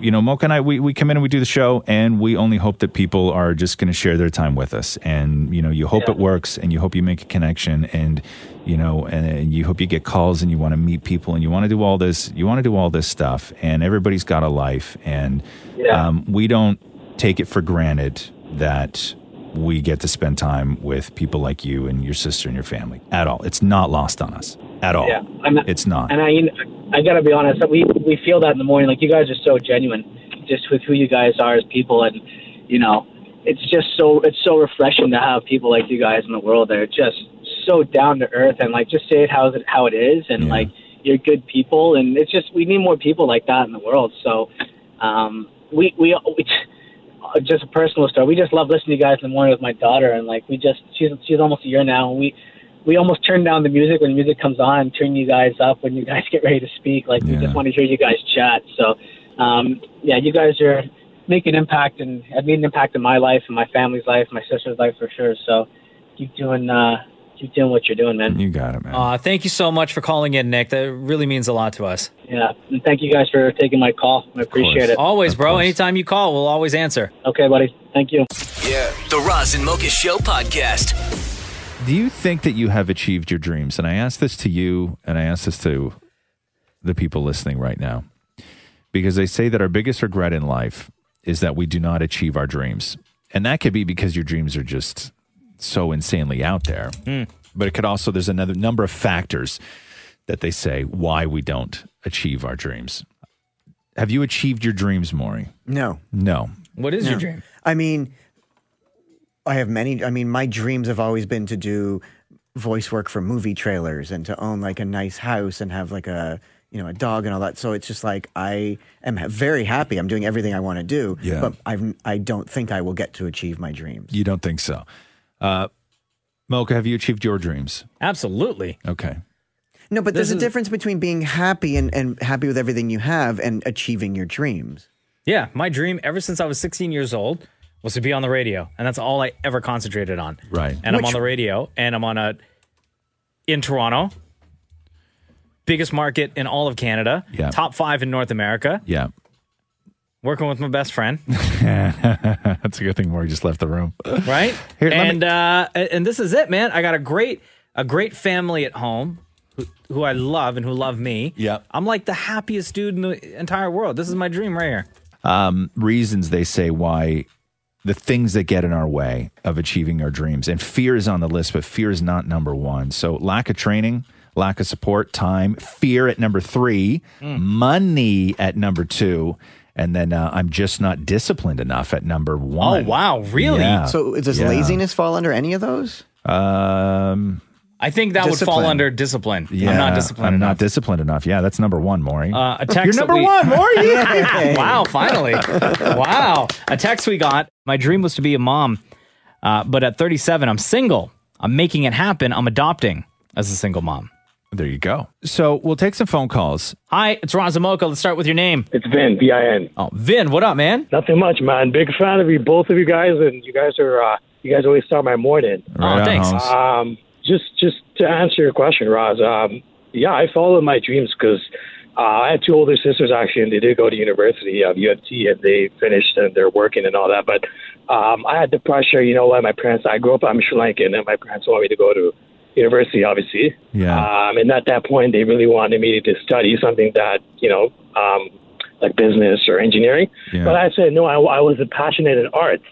S6: You know, Mocha and I, we, we come in and we do the show, and we only hope that people are just going to share their time with us. And, you know, you hope it works and you hope you make a connection and, you know, and, and you hope you get calls and you want to meet people and you want to do all this, you want to do all this stuff. And everybody's got a life. And, um, we don't take it for granted that we get to spend time with people like you and your sister and your family at all. It's not lost on us at all.
S20: Yeah, I'm not-
S6: it's not.
S20: And I you know, I gotta be honest, we we feel that in the morning. Like you guys are so genuine, just with who you guys are as people, and you know, it's just so it's so refreshing to have people like you guys in the world that are just so down to earth and like just say it how it how it is, and like you're good people, and it's just we need more people like that in the world. So, um, we we. we uh, just a personal story. We just love listening to you guys in the morning with my daughter, and like we just she's she's almost a year now, and we we almost turn down the music when the music comes on and turn you guys up when you guys get ready to speak. Like we just want to hear you guys chat. So um, yeah, you guys are making an impact and have made an impact in my life and my family's life, my sister's life for sure. So keep doing uh, keep doing what you're doing, man.
S6: You got it, man.
S3: Uh, thank you so much for calling in, Nick. That really means a lot to us.
S20: Yeah. And thank you guys for taking my call. I appreciate it.
S3: Always, bro. Anytime you call, we'll always answer.
S20: Okay, buddy. Thank you.
S11: Yeah. The Roz and Mocha Show podcast.
S6: Do you think that you have achieved your dreams? And I ask this to you and I ask this to the people listening right now because they say that our biggest regret in life is that we do not achieve our dreams. And that could be because your dreams are just so insanely out there. But it could also, there's another number of factors that they say why we don't achieve our dreams. Have you achieved your dreams, Maury?
S5: No.
S6: No.
S3: What
S6: is your
S5: No.
S6: dream?
S5: I mean, I have many. I mean, my dreams have always been to do voice work for movie trailers and to own like a nice house and have like a you know a dog and all that. So it's just like I am ha- very happy. I'm doing everything I want to do.
S6: Yeah.
S5: But I've I don't think I will get to achieve my dreams.
S6: You don't think so. Uh, Mocha, have you achieved your dreams?
S3: Absolutely.
S6: Okay.
S5: No, but there's
S6: This
S5: a
S6: is-
S5: difference between being happy and, and happy with everything you have and achieving your dreams.
S3: Yeah, my dream ever since I was 16 years old was to be on the radio, and that's all I ever concentrated on.
S6: Right.
S3: And I'm
S6: Which-
S3: on the radio, and I'm on a in Toronto. biggest market in all of Canada,
S6: Yeah.
S3: top five in North America.
S6: Yeah. [LAUGHS]
S3: Working with my best friend,
S6: That's a good thing Maury just left the room.
S3: right?
S6: Here, let me-
S3: and uh, a- and this is it, man. I got a great a great family at home who, who I love and who love me.
S6: Yeah.
S3: I'm like the happiest dude in the entire world. This is my dream right here.
S6: um, reasons they say why the things that get in our way of achieving our dreams. And fear is on the list, but fear is not number one. So lack of training, lack of support, time, fear at number three,
S3: Mm.
S6: money at number two. And then uh, I'm just not disciplined enough at number
S3: Oh,
S6: one. Yeah.
S5: So does
S6: Yeah.
S5: laziness fall under any of those?
S6: Um,
S3: I think that would fall
S6: Discipline.
S3: under discipline.
S6: yeah,
S3: I'm not disciplined
S6: I'm
S3: enough.
S6: not disciplined enough. Yeah, that's number one, Maury.
S3: Uh, a text
S6: You're
S3: that
S6: number
S3: we-
S6: one, Maury.
S3: [LAUGHS] wow, finally. Wow. A text we got. My dream was to be a mom, uh, but at 37, I'm single. I'm making it happen. I'm adopting as a single mom.
S6: There you go. So we'll take some phone calls.
S3: Hi, it's Ron Zamoka. Let's start with your name.
S21: It's Vin, V I N.
S3: Oh, Vin, what up, man?
S21: Nothing much, man. Big fan of you, both of you guys, and you guys are uh, you guys always start my morning.
S6: Right on, thanks. Holmes.
S21: Um, just just to answer your question, Roz. Um, yeah, I followed my dreams because uh, I had two older sisters actually, and they did go to university of U of T, and they finished and they're working and all that. But um, I had the pressure, you know, what my parents. I grew up. I'm Sri Lankan, and my parents wanted me to go to university, obviously.
S6: Yeah.
S21: Um, and at that point, they really wanted me to study something that, you know, um, like business or engineering.
S6: Yeah.
S21: But I said, no, I, I was passionate in arts.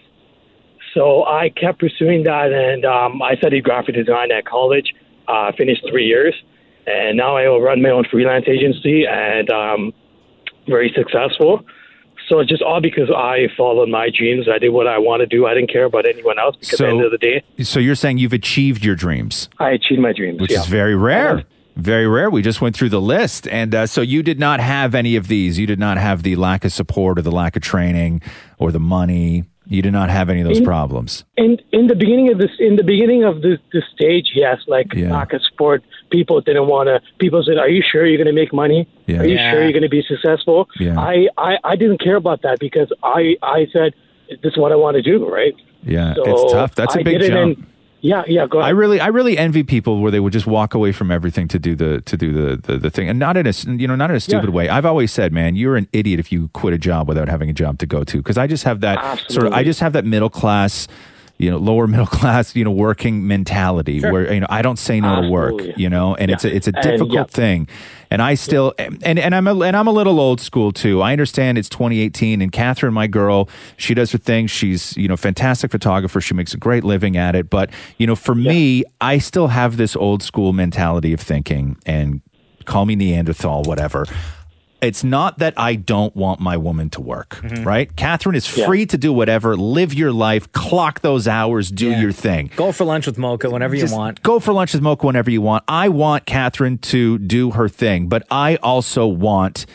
S21: So I kept pursuing that. And um, I studied graphic design at college, uh, finished three years. And now I run my own freelance agency and um, very successful. So it's just all because I followed my dreams. I did what I want to do. I didn't care about anyone else because at the end of the day,
S6: So you're saying you've achieved your dreams,
S21: I achieved my dreams.
S6: which
S21: yeah.
S6: is very rare. Very rare. We just went through the list. And uh, so you did not have any of these. You did not have the lack of support or the lack of training or the money. You did not have any of those
S21: In-
S6: problems.
S21: In in the beginning of this, in the beginning of this, this stage, yes, like lack of sport, people didn't want to. People said, "Are you sure you're going to make money?
S6: Yeah.
S21: Are you
S6: Yeah.
S21: sure you're going to be successful?"
S6: Yeah.
S21: I, I I didn't care about that because I I said, "This is what I want to do." Right?
S6: Yeah,
S21: So
S6: Uh, it's tough. That's a
S21: I
S6: big
S21: did it
S6: jump.
S21: in- yeah, yeah. Go ahead.
S6: I really, I really envy people where they would just walk away from everything to do the to do the the, the thing, and not in a s- you know not in a stupid
S21: Yeah.
S6: way. I've always said, man, you're an idiot if you quit a job without having a job to go to, because I just have that sort of, I just have that middle class. You know, lower [LAUGHS] middle class, you know, working mentality
S21: Sure.
S6: where you know I don't say no to work, you know, and it's a, it's a
S21: And,
S6: difficult
S21: yeah.
S6: thing, and I still and and I'm a, and I'm a little old school too. I understand it's 2018, and Catherine, my girl, she does her thing. She's you know fantastic photographer. She makes a great living at it. But you know, for me, I still have this old school mentality of thinking, and call me Neanderthal, whatever. It's not that I don't want my woman to work,
S21: Mm-hmm.
S6: right? Catherine is
S3: Yeah.
S6: free to do whatever, live your life, clock those hours, do your thing.
S3: Go for lunch with Mocha whenever you
S6: Just
S3: want.
S6: Go for lunch with Mocha whenever you want. I want Catherine to do her thing, but I also want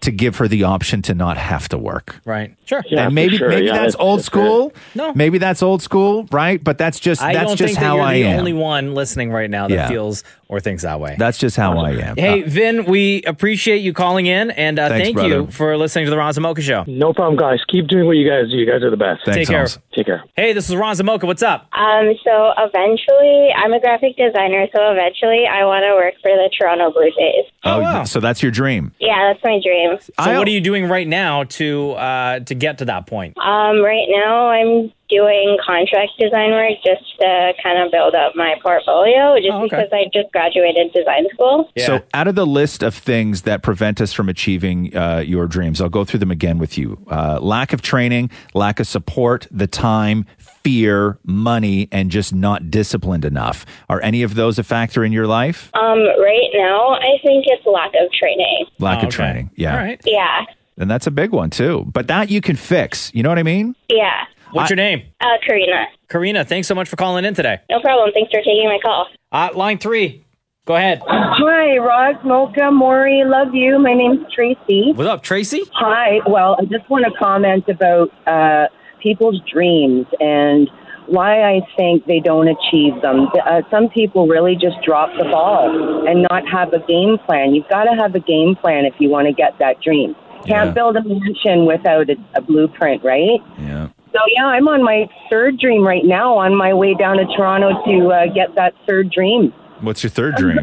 S6: to give her the option to not have to work.
S3: Right. Sure.
S6: and maybe maybe that's old school.
S3: No.
S6: maybe that's old school, right? But that's just
S3: I
S6: that's
S3: don't
S6: just
S3: think
S6: how
S3: that you're
S6: I
S3: the
S6: am.
S3: only one listening right now that
S6: Yeah.
S3: feels or thinks that way.
S6: that's just how I am.
S3: Hey, Vin, we appreciate you calling in, and uh,
S6: Uh, Thanks,
S3: thank
S6: brother.
S3: you for listening to the Ron Zamoka Show.
S21: No problem, guys. Keep doing what you guys do. You guys are the best.
S3: Thanks, Take care. Holmes.
S21: Take care.
S3: Hey, this is Ron Zamoka. What's up?
S17: Um, so eventually, I'm a graphic designer, so eventually I want to work for the Toronto Blue Jays.
S6: Oh, so that's your dream.
S17: Yeah, that's my dream.
S3: So, what are you doing right now to uh, to get to that point?
S17: Um, right now, I'm doing contract design work just to kind of build up my portfolio, just because I just graduated design school.
S6: So, out of the list of things that prevent us from achieving uh, your dreams, I'll go through them again with you uh, lack of training, lack of support, the time, fear, money, and just not disciplined enough. Are any of those a factor in your life?
S17: Um, right now, I think it's lack of training.
S3: Oh,
S6: Lack of training. Yeah.
S17: Yeah.
S6: And that's a big one, too. But that you can fix. You know what I mean?
S17: Yeah.
S3: What's your name?
S17: Uh, Karina.
S3: Karina, thanks so much for calling in today.
S17: No problem. Thanks for taking my call.
S3: Uh, line three, go ahead.
S22: Hi, Roz, Mocha, Maury, love you. My name's Tracy.
S3: What's up, Tracy?
S22: Hi. Well, I just want to comment about uh, people's dreams and why I think they don't achieve them. Uh, some people really just drop the ball and not have a game plan. You've got to have a game plan if you want to get that dream. Can't build a mansion without a, a blueprint, right?
S6: Yeah.
S22: So yeah, I'm on my third dream right now, on my way down to Toronto to uh, get that third dream. [LAUGHS]
S6: What's your third dream?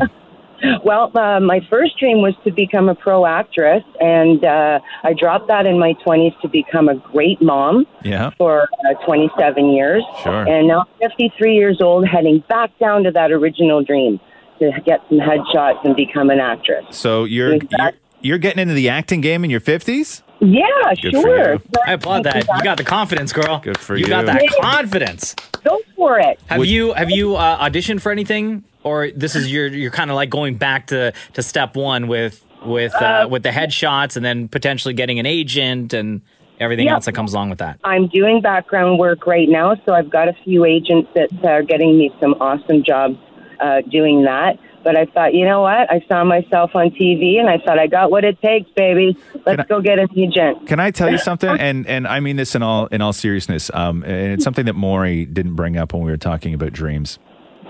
S22: Well, uh, my first dream was to become a pro actress, and uh, I dropped that in my 20s to become a great mom
S6: Yeah.
S22: for uh, 27 years.
S6: Sure.
S22: And now I'm 53 years old, heading back down to that original dream to get some headshots and become an actress.
S6: So you're you're, you're getting into the acting game in your fifties.
S22: Yeah, sure.
S3: I applaud that. You got the confidence, girl. Good for you. got
S6: you.
S3: that
S6: Yeah.
S3: confidence.
S22: Go for it.
S3: Have you have you uh, auditioned for anything, or this is your you're kind of like going back to to step one with with uh, with the headshots and then potentially getting an agent and everything
S22: Yeah.
S3: else that comes along with that.
S22: I'm doing background work right now, so I've got a few agents that are getting me some awesome jobs uh, doing that. But I thought, you know what? I saw myself on TV, and I thought, I got what it takes, baby. Let's go get an agent.
S6: Can I tell
S22: [LAUGHS]
S6: you something? And and I mean this in all in all seriousness. Um, and it's something that Maury didn't bring up when we were talking about dreams.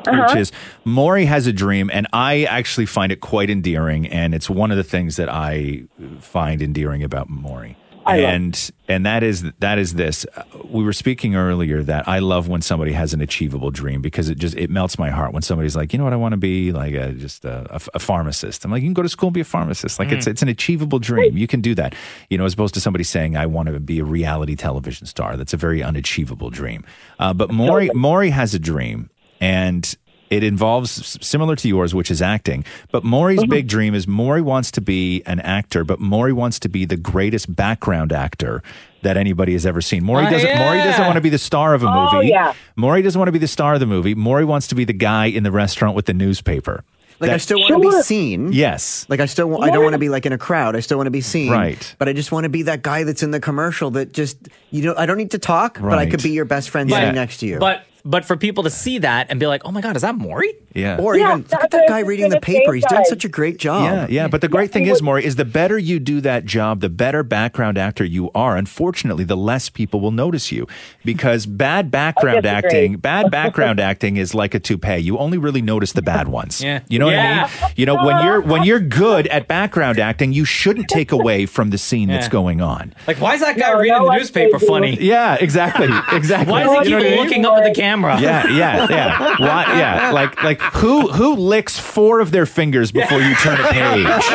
S2: Uh-huh.
S6: Which is Maury has a dream, and I actually find it quite endearing, and it's one of the things that I find endearing about Maury.
S2: I love-
S6: and and that is that is this. Uh, We were speaking earlier that I love when somebody has an achievable dream because it just it melts my heart when somebody's like, you know what, I want to be like a, just a, a, a pharmacist. I'm like, you can go to school and be a pharmacist. Like it's
S2: Mhm.
S6: it's an achievable dream. You can do that. You know, as opposed to somebody saying, I want to be a reality television star. That's a very unachievable dream. Uh, but Maury Maury has a dream and. It involves s- similar to yours, which is acting. But Maury's
S2: Mm-hmm.
S6: big dream is Maury wants to be an actor, but Maury wants to be the greatest background actor that anybody has ever seen. Maury
S2: Ah,
S6: doesn't. Maury
S2: yeah.
S6: doesn't want to be the star of a
S2: Oh,
S6: movie.
S2: yeah.
S6: Maury doesn't want to be the star of the movie. Maury wants to be the guy in the restaurant with the newspaper.
S5: Like I
S6: That-
S5: still want to be
S2: Mm.
S5: seen.
S6: Yes.
S5: Like I still want, I don't want to be like in a crowd. I still want to be seen.
S6: Right.
S5: But I just want to be that guy that's in the commercial that just you know I don't need to talk, but I
S3: Right.
S5: could be your best friend sitting next to you.
S3: But but for people to see that and be like, oh my god, is that Maury?
S6: Yeah.
S5: Or even look at that guy reading the paper. He's doing such a great job.
S6: Yeah,
S3: [LAUGHS]
S6: yeah. But the great thing is, Maury, is the better you do that job, the better background actor you are. Unfortunately, the less people will notice you
S2: [LAUGHS]
S6: because bad background
S2: disagree.
S6: acting,
S2: [LAUGHS]
S6: bad background acting is like a toupee. You only really notice the bad ones.
S2: Yeah.
S6: You know
S2: Yeah.
S6: what I mean? You know, when you're when you're good at background acting, you shouldn't take away from the scene that's
S3: Yeah.
S6: going on.
S3: Like, why is that guy reading the newspaper funny?
S6: Yeah, exactly. [LAUGHS] Exactly.
S3: [LAUGHS] Why does he
S6: You know what
S3: keep
S6: I mean?
S3: looking up at the camera?
S6: Yeah, yeah, yeah. Why, yeah, like like who who licks four of their fingers before you turn a page, [LAUGHS]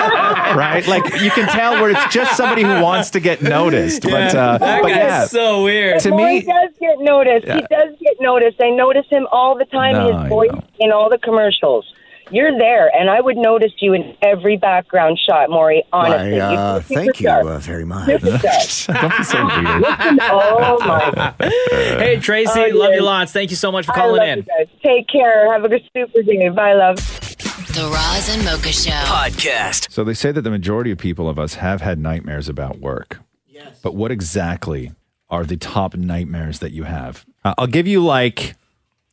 S6: right?
S3: [LAUGHS]
S6: Like you can tell where it's just somebody who wants to get noticed. But
S3: Yeah.
S6: uh,
S3: That
S6: but
S3: guy's
S6: yeah,
S3: [LAUGHS] so
S22: [LAUGHS]
S3: weird.
S6: To
S22: Well, he
S6: me,
S22: does get noticed. He
S6: Yeah.
S22: does get noticed. I notice him all the time.
S6: No, I
S22: his voice in all the commercials. You're there, and I would notice you in every background shot, Maury. Honestly,
S5: Why, uh,
S22: You're a
S5: thank you
S22: superstar.
S5: uh, very much.
S22: Superstar.
S6: [LAUGHS] Don't be so weird. [LAUGHS]
S22: oh my
S3: [LAUGHS] Hey Tracy,
S22: Oh,
S3: love
S22: yes.
S3: you lots. Thank you so much for
S22: I
S3: calling
S22: love
S3: in.
S22: you guys. Take care. Have a good super day. Bye, love.
S7: The Roz and Mocha Show podcast.
S6: So they say that the majority of people of us have had nightmares about work. Yes. But what exactly are the top nightmares that you have? Uh, I'll give you like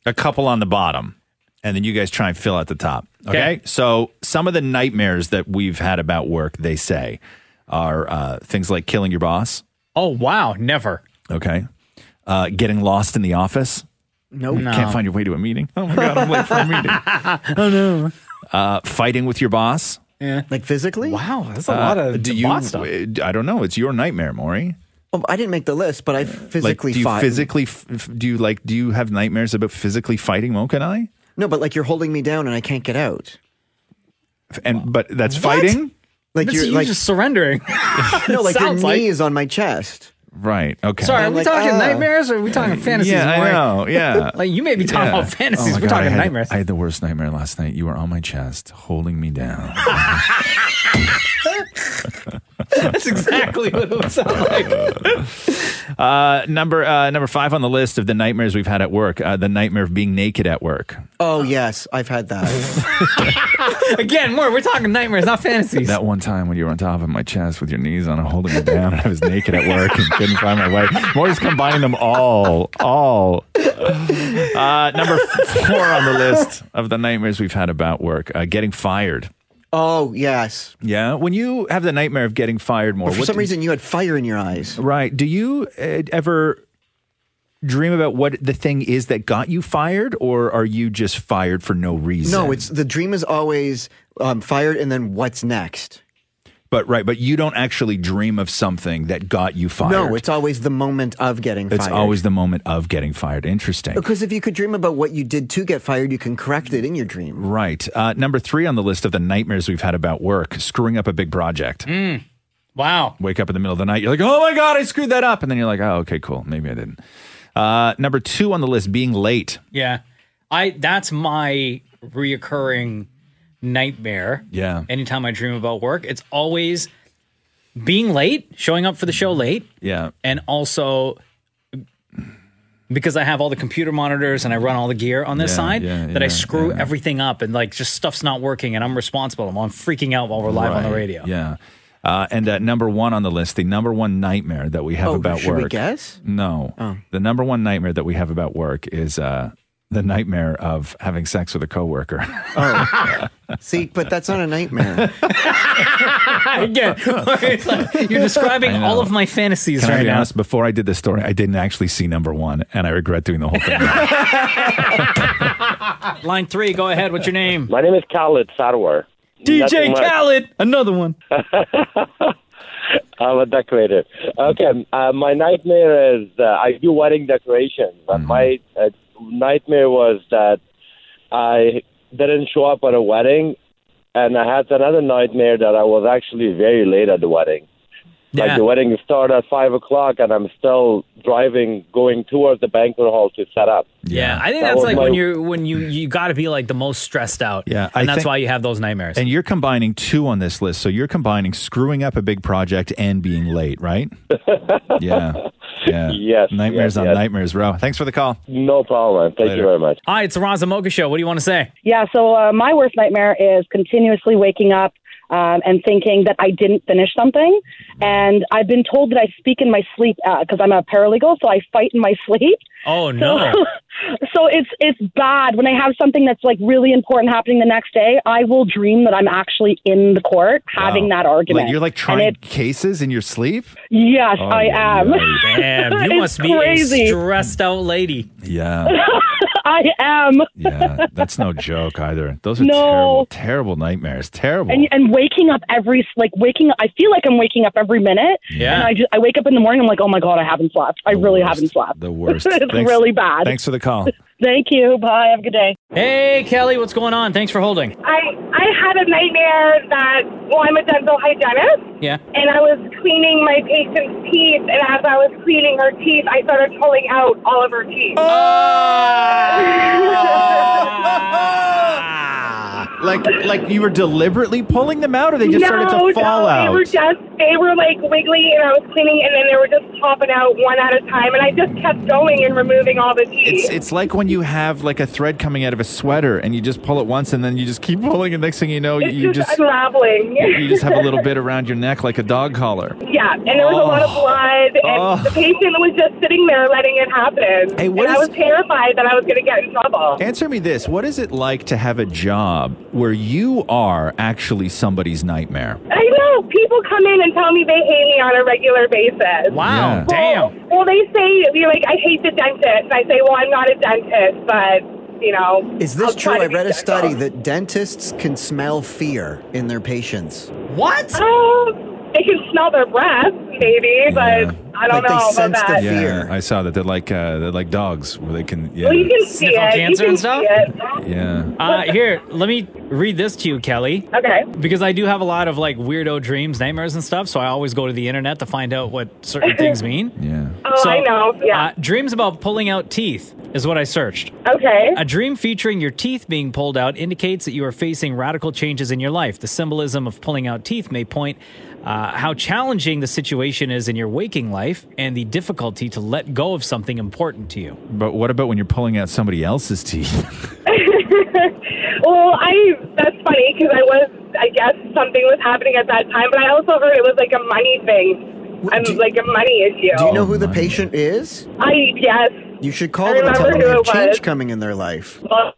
S6: a couple on the bottom, and then you guys try and fill out the top. Okay.
S2: Okay.
S6: So some of the nightmares that we've had about work, they say, are uh, things like killing your boss.
S3: Oh wow, never.
S6: Okay. Uh, getting lost in the office.
S5: Nope.
S6: You Can't find your way to a meeting. Oh my god, [LAUGHS] I'm late for a meeting.
S5: oh no.
S6: Uh, fighting with your boss.
S5: Yeah. Like physically?
S3: Wow, that's
S6: Uh, do you, I don't know. It's your nightmare, Maury.
S5: Well, Oh, I didn't make the list, but I physically
S6: like, do you
S5: fought.
S6: physically f- f- do you like do you have nightmares about physically fighting Mocha and I?
S5: no, but like you're holding me down and I can't get out.
S6: F- And but that's fighting,
S5: Like
S6: That's
S5: you're
S6: you
S5: like
S6: just
S3: surrendering.
S5: [LAUGHS] no, like your
S6: Sounds
S5: knee
S6: like-
S5: is on my chest.
S6: right? Okay.
S3: Sorry, are we
S5: like,
S3: talking
S5: ah.
S3: nightmares or are we talking fantasies?
S6: Yeah, I
S3: Maury?
S6: know. Yeah,
S3: [LAUGHS] like you may be talking
S6: Yeah.
S3: about fantasies.
S6: Oh my
S3: We're
S6: God, I
S3: talking
S6: had-
S3: nightmares.
S6: I had the worst nightmare last night. You were on my chest, holding me down.
S3: That's exactly what it would sound
S6: [LAUGHS]
S3: like.
S6: Uh, number uh, number five on the list of the nightmares we've had at work: uh, the nightmare of being naked at work.
S5: Oh yes, I've had that.
S3: [LAUGHS] Again, more. We're talking nightmares, not fantasies.
S6: That one time when you were on top of my chest with your knees on, holding me down, and I was naked at work and couldn't find my way. Maury's combining them all, all. Uh, number four on the list of the nightmares we've had about work: uh, getting fired.
S5: oh yes.
S6: Yeah, Uh, when you have the nightmare of getting fired, more
S5: But for some reason, you had fire in your eyes.
S6: Right? Do you uh, ever dream about what the thing is that got you fired, or are you just fired for no reason?
S5: No, it's the dream is always um, fired, and then what's next?
S6: But right, but you don't actually dream of something that got you fired.
S5: No, it's always the moment of getting
S6: It's
S5: fired.
S6: always the moment of getting fired. Interesting.
S5: because if you could dream about what you did to get fired, you can correct it in your dream.
S6: Right. Uh, number three on the list of the nightmares we've had about work: screwing up a big project.
S3: Hmm. Wow.
S6: Wake up in the middle of the night, you're like, "Oh my god, I screwed that up," and then you're like, "Oh, okay, cool, maybe I didn't." Uh, number two on the list: being late.
S3: Yeah. I that's my reoccurring nightmare.
S6: Yeah.
S3: Anytime I dream about work, it's always being late, showing up for the show late,
S6: Yeah.
S3: and also because I have all the computer monitors and I run all the gear on this
S6: Yeah,
S3: side,
S6: yeah,
S3: that I
S6: yeah,
S3: screw everything up and like just stuff's not working and I'm responsible. I'm, I'm freaking out while we're live on the
S6: Right.
S3: radio. [LAUGHS]
S6: Yeah. Uh, and uh, number one on the list, the number one nightmare that we have
S3: Oh,
S6: about
S3: should we Oh.
S6: work.
S5: guess?
S6: No. The number one nightmare that we have about work is uh, the nightmare of having sex with a coworker.
S5: Oh, see, but that's not a nightmare.
S3: [LAUGHS] Again, [LAUGHS] it's like you're describing
S6: I know.
S3: all of my fantasies
S6: Can I
S3: right
S6: be
S3: now.
S6: honest? Before I did this story, I didn't actually see number one, and I regret doing the whole
S3: [LAUGHS]
S6: thing.
S3: Line three, go ahead. What's your name?
S23: My name is Khaled Sarwar.
S3: DJ
S23: Nothing much.
S3: Khaled, another one.
S23: [LAUGHS] I'm a decorator. Okay, uh, my nightmare is uh, I do wedding decorations, but my uh, nightmare was that I didn't show up at a wedding, and I had another nightmare that I was actually very late at the wedding. Like the wedding started at five o'clock, and I'm still driving, going towards the banquet hall to set up.
S3: Yeah, I think
S23: That
S3: that's
S23: was
S3: like
S23: my-
S3: when you're when you you got to be like the most stressed out.
S6: Yeah, I
S3: and that's
S6: think-
S3: why you have those nightmares.
S6: and you're combining two on this list, so you're combining screwing up a big project and being late,
S24: [LAUGHS]
S6: right? yeah. Yeah. Yes. Nightmares on nightmares, bro. Thanks for the call.
S23: No problem. Thank you very much.
S3: Hi, it's the Raza Mocha Show. What do you want to say?
S24: Yeah, so uh, my worst nightmare is continuously waking up um, and thinking that I didn't finish something.
S3: Mm-hmm.
S24: And I've been told that I speak in my sleep because I'm a paralegal, so I fight in my [LAUGHS] sleep.
S3: Oh
S24: So-
S3: no.
S24: [LAUGHS] so it's it's bad when I have something that's like really important happening the next day. I will dream that I'm actually in the court having that argument.
S6: Like you're like
S24: And
S6: trying
S24: it-
S6: cases in your sleep?
S24: yes,
S6: Oh,
S24: I
S6: yeah,
S24: [LAUGHS] am.
S3: Damn, you must
S24: It's
S3: be
S24: crazy.
S3: a stressed out lady.
S6: Yeah.
S24: [LAUGHS] I am.
S6: Yeah. That's no joke either. Those are
S24: No.
S6: terrible, terrible nightmares. Terrible.
S24: and and waking up every like waking I feel like I'm waking up every minute.
S6: Yeah.
S24: And I just I wake up in the morning. I'm like, oh my god, I haven't slept. I really haven't slept.
S6: The
S23: [LAUGHS]
S6: worst.
S24: [LAUGHS] it's
S6: Thanks-
S24: really bad.
S6: Thanks for the call.
S24: [LAUGHS] Thank you. Bye. Have a good day.
S3: Hey, Kelly, what's going on? Thanks for holding.
S8: I I had a nightmare that well, I'm a dental hygienist,
S3: Yeah.
S8: and I was cleaning my patient's teeth, and as I was cleaning her teeth, I started pulling out all of her teeth.
S3: Oh.
S8: [LAUGHS]
S3: [LAUGHS]
S6: Like, like you were deliberately pulling them out, or they just
S8: no,
S6: started to fall
S8: no,
S6: out?
S8: they were just they were like wiggly, and I was cleaning, and then they were just popping out one at a time, and I just kept going and removing all the teeth.
S6: it's it's like when you have like a thread coming out of a sweater, and you just pull it once, and then you just keep [LAUGHS] pulling, and next thing you know,
S8: It's
S6: Oh, you
S8: just,
S6: just
S8: unraveling.
S6: you just have a little bit Oh. around your neck like a dog collar.
S8: [LAUGHS] Yeah, and there was a lot of blood, and the patient was just sitting there letting it happen.
S6: Hey, what
S8: and I
S6: is-
S8: was terrified that I was going to get in trouble.
S6: Answer me this: What is it like to have a job where you are actually somebody's nightmare?
S8: I know. People come in and tell me they hate me on a regular basis.
S6: Wow, Yeah.
S8: Well, damn. Well, they say, you're like, I hate the dentist. And I say, well, I'm not a dentist, but, you know.
S5: Is
S8: I'll
S5: this true?
S8: try
S5: I
S8: to be
S5: read a
S8: gentle.
S5: study that dentists can smell fear in their patients.
S3: What?
S8: Um, they can smell their breath, maybe, but I don't know about that.
S6: yeah, I saw that. They're like uh, they're like dogs where they can. Yeah,
S8: Well, you can see
S3: Sniff out
S8: it.
S3: cancer
S8: you can
S3: and stuff?
S8: See it.
S6: yeah.
S3: Uh, here, let me read this to you, Kelly.
S8: Okay.
S3: Because I do have a lot of like weirdo dreams, nightmares, and stuff. So I always go to the internet to find out what
S8: [LAUGHS]
S3: certain things mean.
S6: Yeah.
S8: Oh, I know. Yeah.
S3: Uh, dreams about pulling out teeth is what I searched.
S8: Okay.
S3: A dream featuring your teeth being pulled out indicates that you are facing radical changes in your life. The symbolism of pulling out teeth may point uh, how challenging the situation is in your waking life and the difficulty to let go of something important to you.
S6: But what about when you're pulling out somebody else's teeth? [LAUGHS]
S8: Well, I that's funny because I was, I guess, something was happening at that time, but I also heard it was like a money thing. I'm like a money issue.
S5: Do you know who the patient is?
S8: I yes.
S5: You should call
S8: I
S5: them and tell them
S8: remember
S5: they
S8: who
S5: have
S8: it was.
S5: change coming in their life.
S8: Well,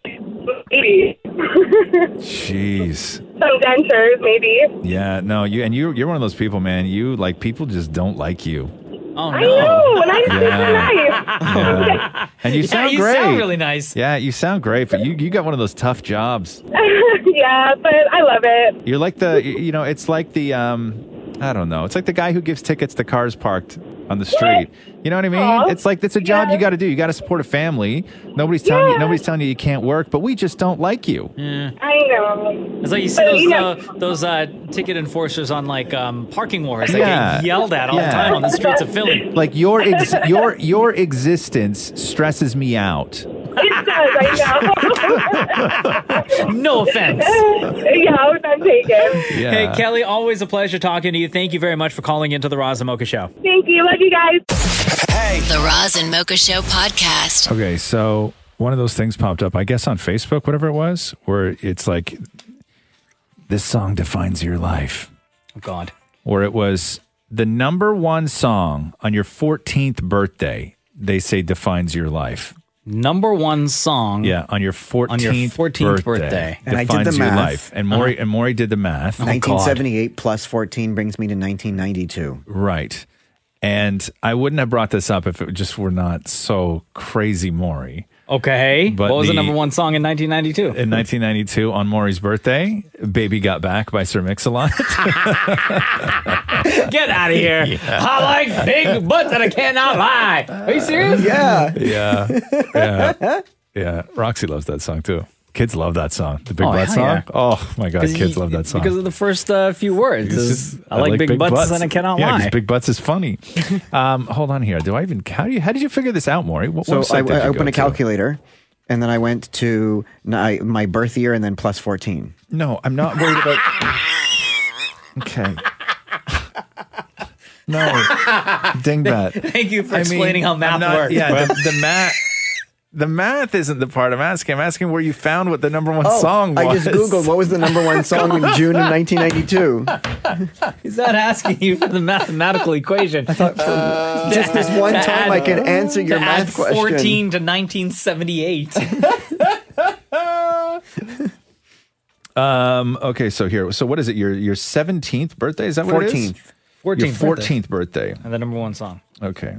S8: maybe [LAUGHS]
S6: Jeez.
S8: some dentures, maybe.
S6: Yeah. No. You and you. You're one of those people, man. You like people just don't like you.
S3: Oh,
S8: I
S3: no.
S8: know, and I'm super
S6: Yeah.
S8: nice.
S6: And you
S3: [LAUGHS] Yeah,
S6: sound
S3: you
S6: great.
S3: sound really nice.
S6: Yeah, you sound great, but you, you got one of those tough jobs.
S8: [LAUGHS] yeah, but I love it.
S6: You're like the, you know, it's like the, um, I don't know. It's like the guy who gives tickets to cars parked on the street. You know what I mean?
S2: Aw.
S6: It's like it's a job you got to do. You got to support a family. Nobody's telling you. Nobody's telling you you can't work, but we just don't like you.
S3: Yeah.
S8: I know.
S3: It's like you see
S8: But,
S3: those
S8: you know-
S3: uh, those uh, ticket enforcers on like um, parking wars. They
S6: Yeah.
S3: get yelled at all
S6: Yeah.
S3: the time on the streets of Philly.
S6: [LAUGHS] Like your ex- your your existence stresses me out.
S8: It does, I
S3: [LAUGHS]
S8: know.
S3: no offense.
S8: [LAUGHS] yeah, I'm taken.
S6: Yeah.
S3: Hey Kelly, always a pleasure talking to you. Thank you very much for calling into the Roz and Mocha Show.
S8: Thank you. Love you guys.
S7: The Roz and Mocha Show podcast.
S6: Okay, so one of those things popped up, I guess on Facebook, whatever it was, where it's like this song defines your life.
S3: Oh, God.
S6: Or it was the number one song on your 14th birthday, they say defines your life.
S3: Number one song.
S6: Yeah, on your 14th,
S3: 14th birthday.
S5: And I did
S6: defines
S5: the
S6: your
S5: math. Oh,
S6: life. And Maury and Maury did the math.
S5: 1978 plus 14 brings me to 1992.
S6: Right. And I wouldn't have brought this up if it just were not so crazy Maury.
S3: Okay.
S6: But
S3: what was the,
S6: the-
S3: number one song in 1992?
S6: In 1992, on Maury's birthday, "Baby Got Back" by Sir
S3: [LAUGHS]
S6: Mix-a-Lot.
S3: [LAUGHS] Get out of here.
S6: [LAUGHS] Yeah.
S3: I like big butts and I cannot lie. Are you serious?
S6: Oh
S5: Yeah.
S6: yeah, yeah, yeah. Roxy loves that song too. Kids love that song, the Big
S3: Oh,
S6: Butt
S3: hell
S6: song.
S3: yeah.
S6: Oh my god,
S3: 'Cause
S6: kids
S3: you-
S6: love that song.
S3: Because of the first uh, few words.
S6: It's
S3: It's-
S6: just-
S3: I, like, big, butts, and I cannot
S6: yeah, 'cause
S3: lie.
S6: Big butts is funny.
S3: [LAUGHS]
S6: um, hold on here. Do I even? How do you? How did you figure this out, Maury? What
S5: So
S6: website
S5: I,
S6: did you
S5: I
S6: go
S5: opened a
S6: to?
S5: calculator and then I went to my, my birth year and then plus 14.
S6: No, I'm not worried
S5: [LAUGHS]
S6: about. okay. No,
S3: [LAUGHS]
S6: dingbat.
S3: Thank you for explaining how math
S6: I'm not-
S3: works.
S6: Yeah,
S3: [LAUGHS]
S6: the, the math. The math isn't the part I'm asking. I'm asking where you found what the number one
S5: Oh,
S6: song was.
S5: I just Googled what was the number
S6: [LAUGHS]
S5: one song in June of 1992.
S3: He's not asking you for the mathematical equation. I
S5: thought just this one time I can answer your math question.
S3: 14 to 1978.
S6: Um. Okay. So here. So what is it? Your your seventeenth birthday? Is that what it is?
S3: 14th.
S6: Your
S3: 14th birthday.
S6: fourteenth birthday.
S3: [LAUGHS] and the number one song.
S6: Okay.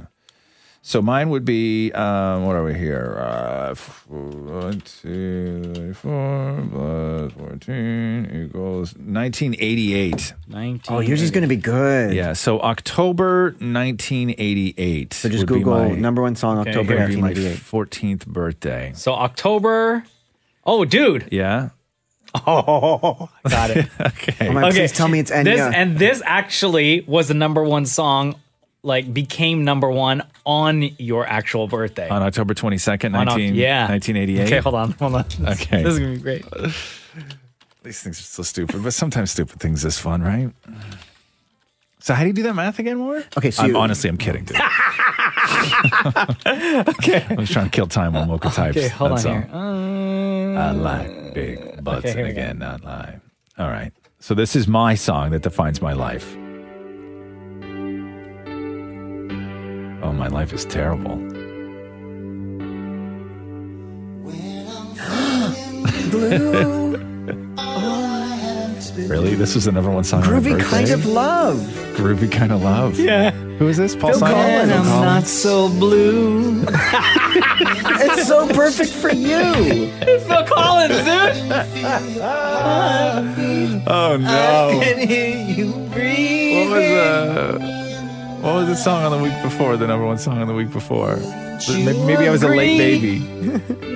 S6: So mine would be um, what are we here? Uh, f- one, two, three, four plus fourteen equals nineteen eighty-eight.
S5: [LAUGHS]
S3: Nineteen.
S5: Oh, yours is going to be good.
S6: Yeah. So October nineteen eighty-eight. So
S5: just Google number one song October
S6: My
S5: 1988.
S6: fourteenth birthday.
S3: So October. Oh, dude.
S6: Yeah.
S3: [LAUGHS] Oh, got it.
S6: okay.
S5: Oh my, please tell me [LAUGHS] it's
S3: This,
S5: Enya.
S3: and this actually was the number one song, like became number one on your actual birthday.
S6: On October twenty-second,
S3: On Oc-
S6: nineteen.
S3: yeah.
S6: Nineteen eighty-eight.
S3: Okay, hold on, hold on.
S6: [LAUGHS] Okay.
S3: This is gonna be great.
S6: These things are so stupid, but sometimes stupid things is fun, right? So how do you do that math again, Moore?
S5: Okay, so
S6: I'm,
S5: you-
S6: honestly, I'm kidding.
S3: [LAUGHS]
S6: Dude. [LAUGHS] okay, I'm just trying to kill time on Mocha types.
S3: Okay, hold
S6: That's
S3: on
S6: all.
S3: here. Um,
S6: I like big butts
S3: Okay, here
S6: and
S3: we go.
S6: again, not lie. All right, so this is my song that defines my life. Oh, my life
S5: [LAUGHS]
S6: is terrible.
S3: [LAUGHS]
S6: [LAUGHS] Really, this was the number one song. on my
S5: Groovy kind
S6: birthday?
S5: of love.
S6: Groovy kind of love.
S5: Yeah.
S6: Who is this? Paul Simon.
S5: I'm not
S3: so blue.
S5: [LAUGHS] it's so perfect for you.
S3: It's Phil Collins, dude.
S6: Oh
S3: I
S6: [LAUGHS] no.
S3: can hear you breathing.
S6: What was uh, the What was the song on the week before? The number one song on the week before. The- may- Maybe I was a late baby.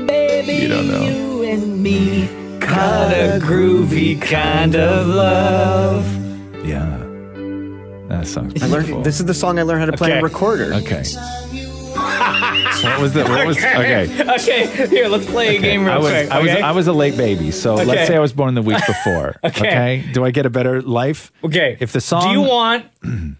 S3: Baby,
S6: You don't know.
S3: you and me caught a groovy kind of love.
S6: Yeah. That song's
S5: I
S6: beautiful.
S5: learned this is the song I learned how to play on a recorder.
S6: Okay. what was the What was okay?
S3: Okay, here, let's play a game real
S6: I was,
S3: quick.
S6: I was
S3: okay?
S6: I was a late baby, so
S3: Okay.
S6: let's say I was born the
S3: [LAUGHS]
S6: week before.
S3: Okay.
S6: do I get a better life?
S3: Okay.
S6: If the song,
S3: Do you
S6: [CLEARS THROAT]
S3: want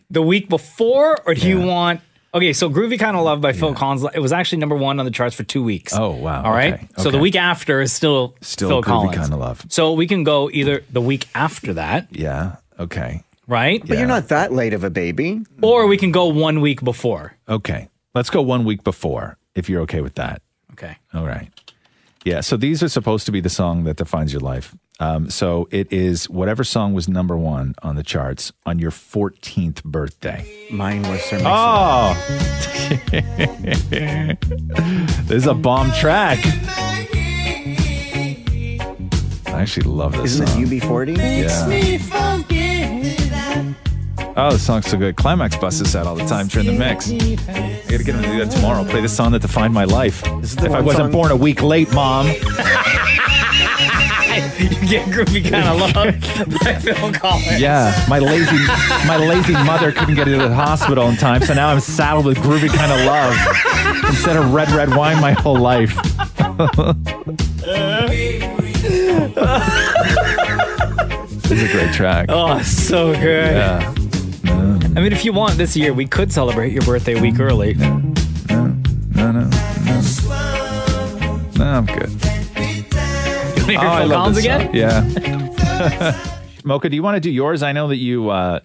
S3: the week before or do you want Okay, so Groovy Kind of Love by Phil Collins it was actually number 1 on the charts for 2 weeks.
S6: Oh wow!
S3: All right.
S6: Okay.
S3: So the
S6: Okay.
S3: week after is still
S6: Still
S3: Phil
S6: Groovy
S3: Collins.
S6: Kinda Love.
S3: So we can go either the week after that,
S6: Yeah. Okay.
S3: right?
S6: But you're Yeah.
S5: not that late of a baby.
S3: Or we can go one week before.
S6: Okay. Let's go one week before, if you're okay with that.
S3: Okay. [LAUGHS]
S6: All right. Yeah. So these are supposed to be the song that defines your life. Um, so it is whatever song was number one on the charts on your 14th birthday. Mine was Sir Oh! [LAUGHS] this is a bomb track. I actually love this
S5: Isn't
S6: song.
S5: this UB40?
S6: Yeah. Oh, the song's so good. Climax busts this out all the time during the
S3: [LAUGHS]
S6: mix. I gotta get him to do that tomorrow. Play the song that defined my life.
S5: the
S6: If I
S5: one
S6: wasn't
S5: song-
S6: born a week late, mom.
S3: you get groovy kind of love by Phil Collins.
S6: Yeah, my lazy, my lazy mother couldn't get into the hospital in time, so now I'm saddled with groovy kind of love instead of red, red wine my whole life. [LAUGHS] Oh, this is a great track.
S3: Oh, so good.
S6: Yeah.
S3: I mean, if you want this year, we could celebrate your birthday a week early.
S6: No, no, no. No, I'm good. Oh,
S3: You wanna hear Phil Collins
S6: this song.
S3: again?
S6: Yeah. Mocha, do you want to do yours? I know that you uh,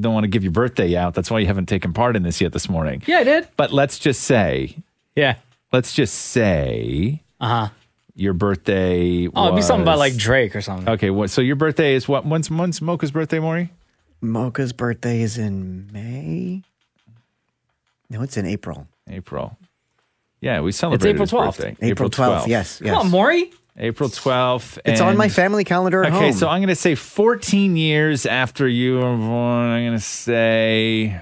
S6: don't want to give your birthday out. That's why you haven't taken part in this yet this morning.
S3: [LAUGHS] Yeah, I did.
S6: But let's just say,
S3: yeah,
S6: let's just say,
S3: uh huh,
S6: your birthday.
S3: Oh, it'd be something about,
S6: was-
S3: like, Drake or something.
S6: Okay, what, so your birthday is what? When's when's Mocha's birthday, Maury?
S5: Mocha's birthday is in May. No, it's in April.
S6: April. Yeah, we celebrated
S5: April
S6: his
S5: 12th.
S6: birthday.
S5: April 12th, yes, Come yes. on,
S3: Maury.
S6: April 12th.
S5: It's on
S6: and-
S5: my family calendar at
S6: Okay,
S5: home.
S6: so I'm going to say 14 years after you were born. I'm going to say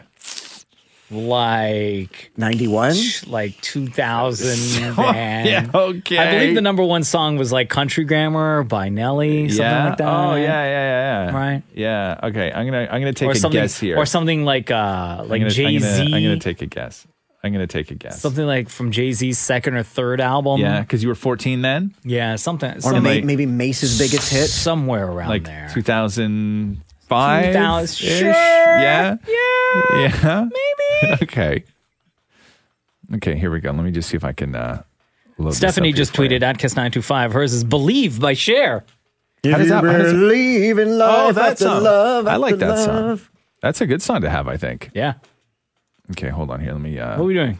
S3: like
S5: 91,
S3: like 2000.
S6: So- [LAUGHS]
S3: man.
S6: yeah, okay.
S3: I believe the number one song was like Country Grammar by Nelly, something
S6: yeah.
S3: like that.
S6: Oh, yeah, yeah, yeah, yeah.
S3: Right.
S6: Yeah. Okay. I'm gonna I'm gonna take
S3: or
S6: a
S3: something,
S6: guess here.
S3: or something like uh,
S6: I'm
S3: like
S6: gonna-
S3: Jay
S6: I'm gonna, I'm gonna
S3: Z,
S6: take a guess. I'm gonna take a guess.
S3: something like from Jay Z's second or third album.
S6: yeah, because you were 14 then.
S3: yeah, something.
S6: Or
S3: something
S6: may- maybe
S5: Mace's biggest hit
S3: somewhere around
S6: like
S3: there.
S6: 2005.
S3: 2000
S6: -ish?
S3: sure.
S6: Yeah. Yeah.
S3: [LAUGHS]
S6: Yeah. Maybe. [LAUGHS] okay. Okay. Here we go. Let me just see if I can. Uh, load this up
S3: Stephanie
S6: here
S3: just
S6: for you.
S3: tweeted at Kiss925. Hers is Believe by Cher.
S6: How does that- how does-
S5: believe in love
S6: Oh, that
S5: after
S6: song.
S5: love
S6: I like
S5: after
S6: that song.
S5: love.
S6: That's a good song to have, I think.
S3: Yeah.
S6: Okay, hold on here. Let me. Uh,
S3: What are we doing?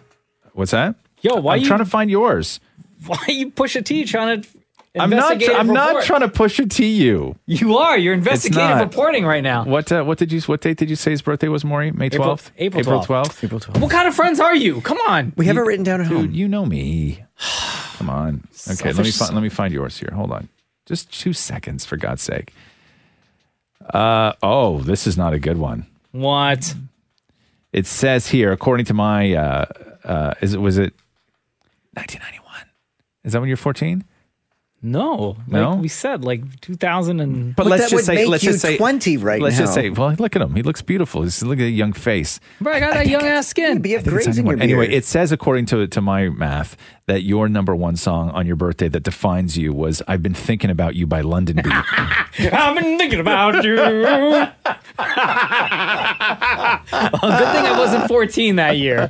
S6: What's that?
S3: Yo, why
S6: I'm
S3: you-
S6: trying to find yours.
S3: Why you push a T trying to
S6: I'm not.
S3: investigate
S6: tr-
S3: a
S6: I'm not
S3: report?
S6: trying to push it to you.
S3: You are. You're
S6: It's
S3: investigative
S6: not.
S3: reporting right now.
S6: What? Uh, what did you? What date did you say his birthday was, Maury? May
S3: April-
S6: 12th.
S3: April
S6: 12th.
S5: April 12th.
S3: What kind of friends are you? Come on.
S5: We have it written down at
S6: Dude,
S5: home.
S6: you know me. Come on. Okay, let me
S5: Selfish
S6: find,
S5: son.
S6: let me find yours here. Hold on, just two seconds for God's sake. Uh oh, this is not a good one.
S3: What?
S6: It says here, according to my, uh, uh, is it was it 1991? Is that when you're 14?
S3: No,
S6: no.
S3: Like we said like 2000 and.
S6: Oh, but let's just say, let's just say, Let's just
S3: now.
S6: say, well, look at him. He looks beautiful. He's, look at the young face.
S3: Bro, I got that young ass skin.
S5: But you have
S6: I think it's 91.
S3: [LAUGHS]
S6: Anyway, it says according to to my math that your number one song on your birthday that defines you was "I've been thinking about you" by London B.
S3: [LAUGHS] I've been thinking about you. well, good thing I wasn't 14
S6: [LAUGHS]
S3: that year.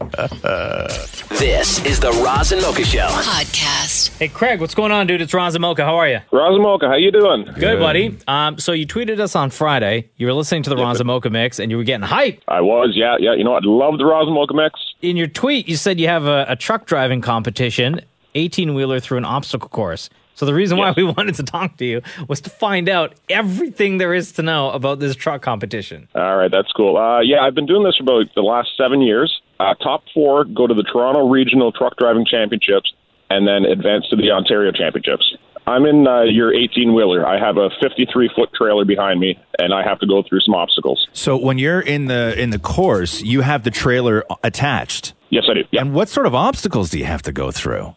S11: This is the Roz and Mocha Show.
S3: Podcast. Hey, Craig, what's going on, dude? It's Ron Zamoka. How are you?
S16: Ron Zamoka, how you doing?
S3: Good, buddy. Um, so you tweeted us on Friday. You were listening to the Ron Zamoka mix, and you were getting hyped.
S16: I was, yeah, yeah. You know, I love the Roz and Mocha mix.
S3: In your tweet, you said you have a, a truck driving competition, 18 wheeler through an obstacle course. So the reason why we [LAUGHS] wanted to talk to you was to find out everything there is to know about this truck competition.
S16: All right, that's cool. Uh, yeah, I've been doing this for about the last seven years. Uh, top four go to the Toronto Regional Truck Driving Championships and then advance to the Ontario Championships. I'm in uh, your 18 wheeler. I have a 53 foot trailer behind me, and I have to go through some obstacles.
S6: So when you're in the in the course, you have the trailer attached.
S16: Yes, I do.
S6: And what sort of obstacles do you have to go through?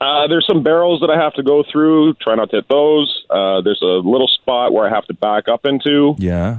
S16: Uh, there's some barrels that I have to go through. Try not to hit those. Uh, there's a little spot where I have to back up into.
S6: Yeah.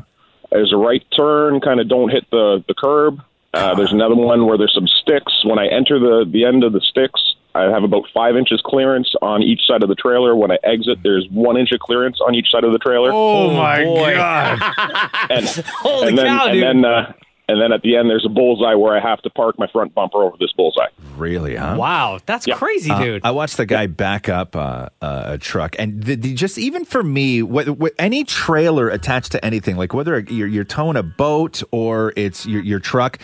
S16: There's a right turn. Kind of don't hit the the curb. Uh, there's another one where there's some sticks. When I enter the the end of the sticks, I have about five inches clearance on each side of the trailer. When I exit, there's one inch of clearance on each side of the trailer.
S6: Oh,
S1: Oh,
S3: Oh, [LAUGHS] Holy
S16: [LAUGHS] and then,
S3: cow,
S16: and
S3: dude!
S16: then, uh, and then at the end, there's a bullseye where I have to park my front bumper over this bullseye.
S6: Really, huh?
S16: Oh,
S3: wow, that's crazy,
S6: Uh,
S3: dude.
S6: I watched the guy back up uh, uh, a truck, and the, the, just even for me, wh- wh- any trailer attached to anything, like whether you're, you're towing a boat or it's your, your truck,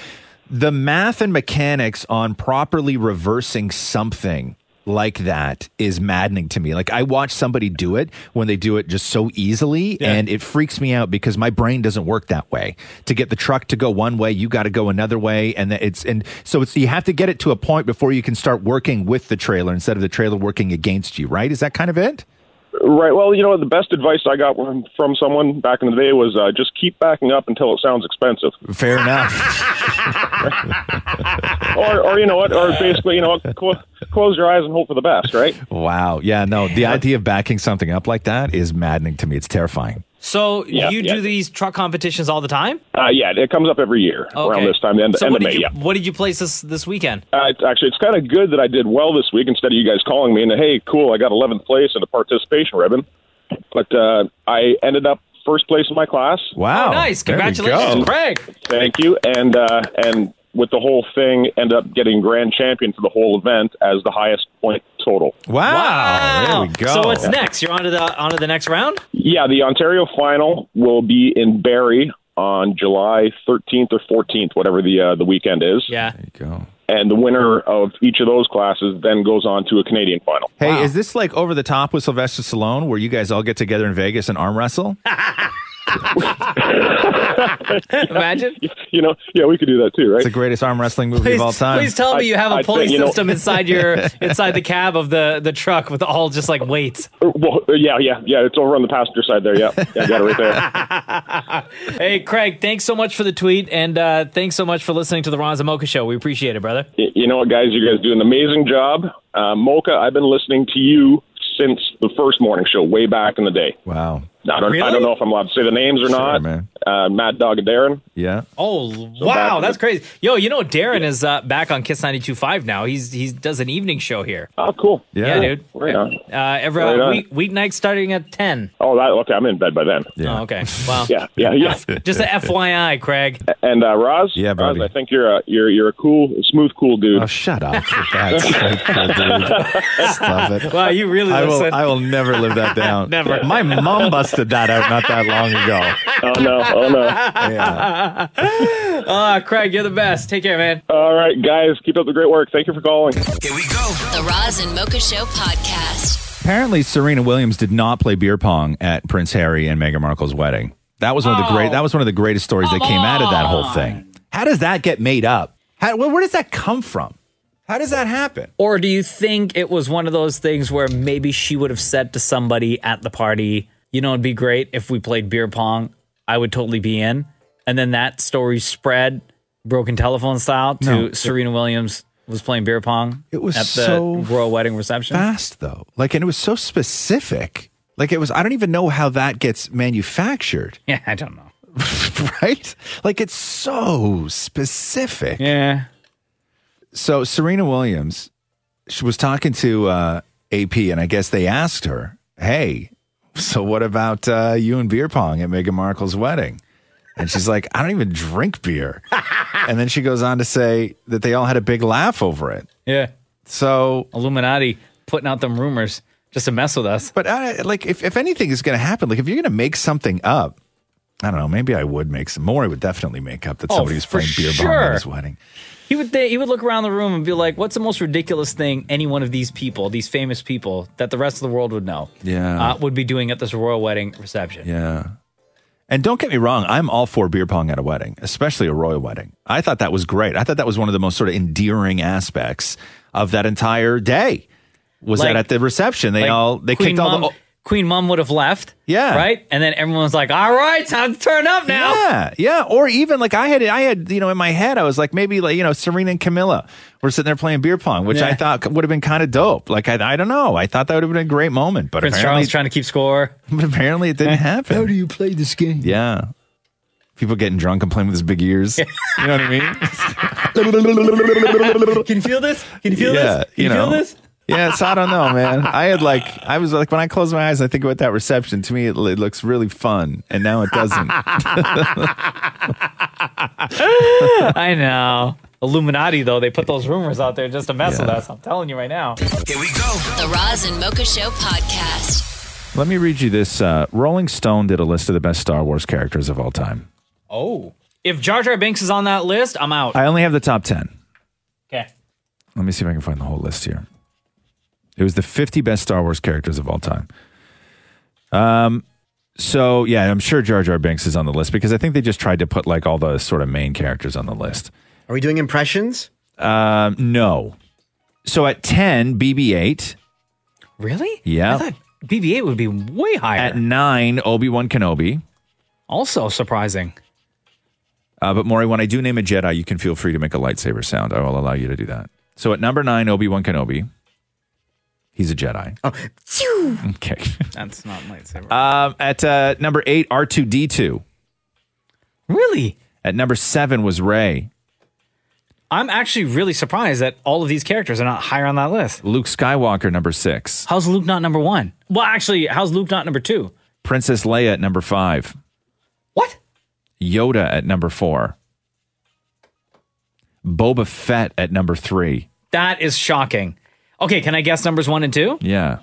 S6: the math and mechanics on properly reversing something like that is maddening to me. Like I watch somebody do it when they do it just so easily and it freaks me out because my brain doesn't work that way. To get the truck to go one way, you got to go another way and that it's and so it's you have to get it to a point before you can start working with the trailer instead of the trailer working against you, right? Is that kind of it?
S16: Right. Well, you know, the best advice I got from from someone back in the day was uh, just keep backing up until it sounds expensive.
S6: Fair enough.
S16: [LAUGHS] or, or you know what? Or basically, you know, what, clo- close your eyes and hope for the best, right?
S6: Wow. Yeah, no. The idea of backing something up like that is maddening to me. It's terrifying.
S3: So
S16: Yeah,
S3: you
S16: yeah.
S3: do these truck competitions all the time?
S16: Uh, yeah, it comes up every year around
S3: Okay.
S16: this time, the end,
S3: so
S16: end of
S3: what did
S16: May.
S3: you
S16: yeah.
S3: what did you place this this weekend?
S16: Uh, it's actually, it's kind of good that I did well this week instead of you guys calling me and hey, cool, I got 11th place and a participation ribbon. But uh, I ended up first place in my class.
S6: Wow!
S3: Oh, nice. There we Congratulations, go. Craig.
S16: Thank you, and uh, and with the whole thing, end up getting grand champion for the whole event as the highest point total.
S6: Wow!
S3: There we
S16: go.
S3: So what's next? You're on to the on to the next round?
S16: Yeah, the Ontario final will be in Barrie on July 13th or 14th, whatever the uh, the weekend is.
S3: Yeah. There
S6: you go.
S16: And the winner of each of those classes then goes on to a Canadian final. [LAUGHS]
S6: Hey, is this like over the top with Sylvester Stallone where you guys all get together in Vegas and arm wrestle?
S3: Imagine.
S16: You know, yeah, we could do that too, right? It's
S6: the greatest arm wrestling movie of all time.
S3: Please tell me you have a
S16: I- I
S3: pulley
S16: think, you know-
S3: system inside your inside the cab of the the truck with all just like weights.
S16: [LAUGHS] Well, yeah, yeah, yeah. It's over on the passenger side there. Yeah, yeah I got it right there.
S3: [LAUGHS] Hey Craig, thanks so much for the tweet and uh thanks so much for listening to the Ron Zamoka show. We appreciate it, brother.
S16: Y- You know what, guys? You guys do an amazing job. Uh, Mocha, I've been listening to you since the first morning show, way back in the day.
S6: Wow.
S16: I don't, I
S3: Really?
S16: don't know if I'm allowed to say the names or not. Uh, Mad Dog and Darren.
S6: Yeah.
S3: Oh wow, that's crazy. Yo, you know Darren is uh, back on Kiss 92.5 now. He's he does an evening show here.
S16: Oh, cool.
S3: Yeah, dude.
S16: Right
S6: [LAUGHS]
S16: on.
S3: Uh, every
S16: Right
S3: uh,
S16: on.
S3: week, weeknight starting at ten.
S16: Oh, that, okay. I'm in bed by then.
S6: Yeah.
S3: Oh, okay. Well,
S16: [LAUGHS] yeah, yeah,
S6: [LAUGHS]
S16: yeah.
S3: Just a FYI, Craig.
S16: And uh, Roz, yeah, Roz, I think you're a you're you're a cool, smooth, cool dude. Oh,
S6: shut up!
S3: Stop
S6: it.
S3: Wow, you really
S6: I will,
S3: listen.
S6: I will never live that down.
S3: [LAUGHS] Never.
S6: My mom busted that out not that long ago.
S16: [LAUGHS] Oh, no. Oh, no.
S3: [LAUGHS] Ah, Craig, you're the best. Take care, man.
S16: All right, guys, keep up the great work. Thank you for calling.
S7: The Roz and Mocha Show podcast.
S6: Apparently, Serena Williams did not play beer pong at Prince Harry and Meghan Markle's wedding. That was one of the great. That was one of the greatest stories that came out of that whole thing. How does that get made up? How, where, where does that come from? How does that happen?
S3: Or do you think it was one of those things where maybe she would have said to somebody at the party, you know, it'd be great if we played beer pong. I would totally be in. And then that story spread, broken telephone style, to
S6: No.
S3: Serena Williams was playing beer pong.
S6: It was
S3: at the
S6: so
S3: royal wedding reception.
S6: Fast though, like, and it was so specific. Like, it was. I don't even know how that gets manufactured.
S3: [LAUGHS] Yeah, I don't know.
S6: right? Like it's so specific.
S3: Yeah.
S6: So Serena Williams, she was talking to uh, AP, and I guess they asked her, "Hey, so what about uh, you and beer pong at Meghan Markle's wedding?" And she's like, "I don't even drink beer."
S3: [LAUGHS]
S6: and then she goes on to say that they all had a big laugh over it.
S3: Yeah.
S6: So
S3: Illuminati putting out them rumors just to mess with us.
S6: But I, like, if, if anything is going to happen, like if you're going to make something up, I don't know. Maybe I would make some. Maury would definitely make up that
S3: Oh,
S6: somebody was
S3: for
S6: playing beer pong at his
S3: sure.
S6: wedding.
S3: He would th- he would look around the room and be like, "What's the most ridiculous thing any one of these people, these famous people, that the rest of the world would know,
S6: Yeah.
S3: uh, would be doing at this royal wedding reception?"
S6: Yeah. And don't get me wrong, I'm all for beer pong at a wedding, especially a royal wedding. I thought that was great. I thought that was one of the most sort of endearing aspects of that entire day. Was
S3: Like-
S6: that at the reception? They
S3: Like,
S6: all they
S3: Queen
S6: kicked
S3: Mom,
S6: all the
S3: Queen Mom would have left.
S6: Yeah.
S3: right. And then everyone was like, "All right, time to turn up now."
S6: Yeah, yeah. Or even like I had, I had, you know, in my head, I was like, maybe like you know, Serena and Camilla were sitting there playing beer pong, which I
S3: Yeah.
S6: thought would have been kind of dope. Like I, I don't know, I thought that would have been a great moment, but
S3: Prince
S6: apparently,
S3: Charles trying to
S6: [LAUGHS]
S3: keep score. [LAUGHS]
S6: but apparently, it didn't happen. How do
S1: you play this game?
S6: yeah, people getting drunk and playing with his big ears. you know what I mean?
S3: Can you feel this? Can you feel
S6: yeah,
S3: this? Can you,
S6: know.
S3: feel this?
S6: Yeah, so I don't know, man. I had like, I was like, when I close my eyes, I think about that reception. To me, it, it looks really fun, and now it doesn't. [LAUGHS]
S3: I know. Illuminati though, they put those rumors out there just to mess with us. I'm telling you right now.
S7: The Roz and Mocha Show podcast.
S6: Let me read you this. Uh, Rolling Stone did a list of the best Star Wars characters of all time.
S3: Oh, if Jar Jar Binks is on that list, I'm out.
S6: I only have the top 10.
S3: Okay.
S6: Let me see if I can find the whole list here. It was the 50 best Star Wars characters of all time. Um, so yeah, I'm sure Jar Jar Binks is on the list because I think they just tried to put like all the sort of main characters on the list.
S5: Are we doing impressions?
S6: Um, no. So at 10, BB-8.
S3: Really?
S6: Yeah.
S3: I thought BB-8 would be way higher.
S6: At nine, Obi Wan Kenobi.
S3: Also surprising.
S6: Uh, but Maury, when I do name a Jedi, you can feel free to make a lightsaber sound. I will allow you to do that. So at number nine, Obi Wan Kenobi. He's a Jedi. Oh. [LAUGHS] Okay.
S3: That's not lightsaber.
S6: Um, at uh, number eight, R two D two.
S3: Really?
S6: At number seven was Ray.
S3: I'm actually really surprised that all of these characters are not higher on that list.
S6: Luke Skywalker number six.
S3: How's Luke not number one? Well, actually, how's Luke not number two?
S6: Princess Leia at number five.
S3: What?
S6: Yoda at number four. Boba Fett at number three.
S3: That is shocking. Okay, can I guess numbers one and two?
S6: Yeah.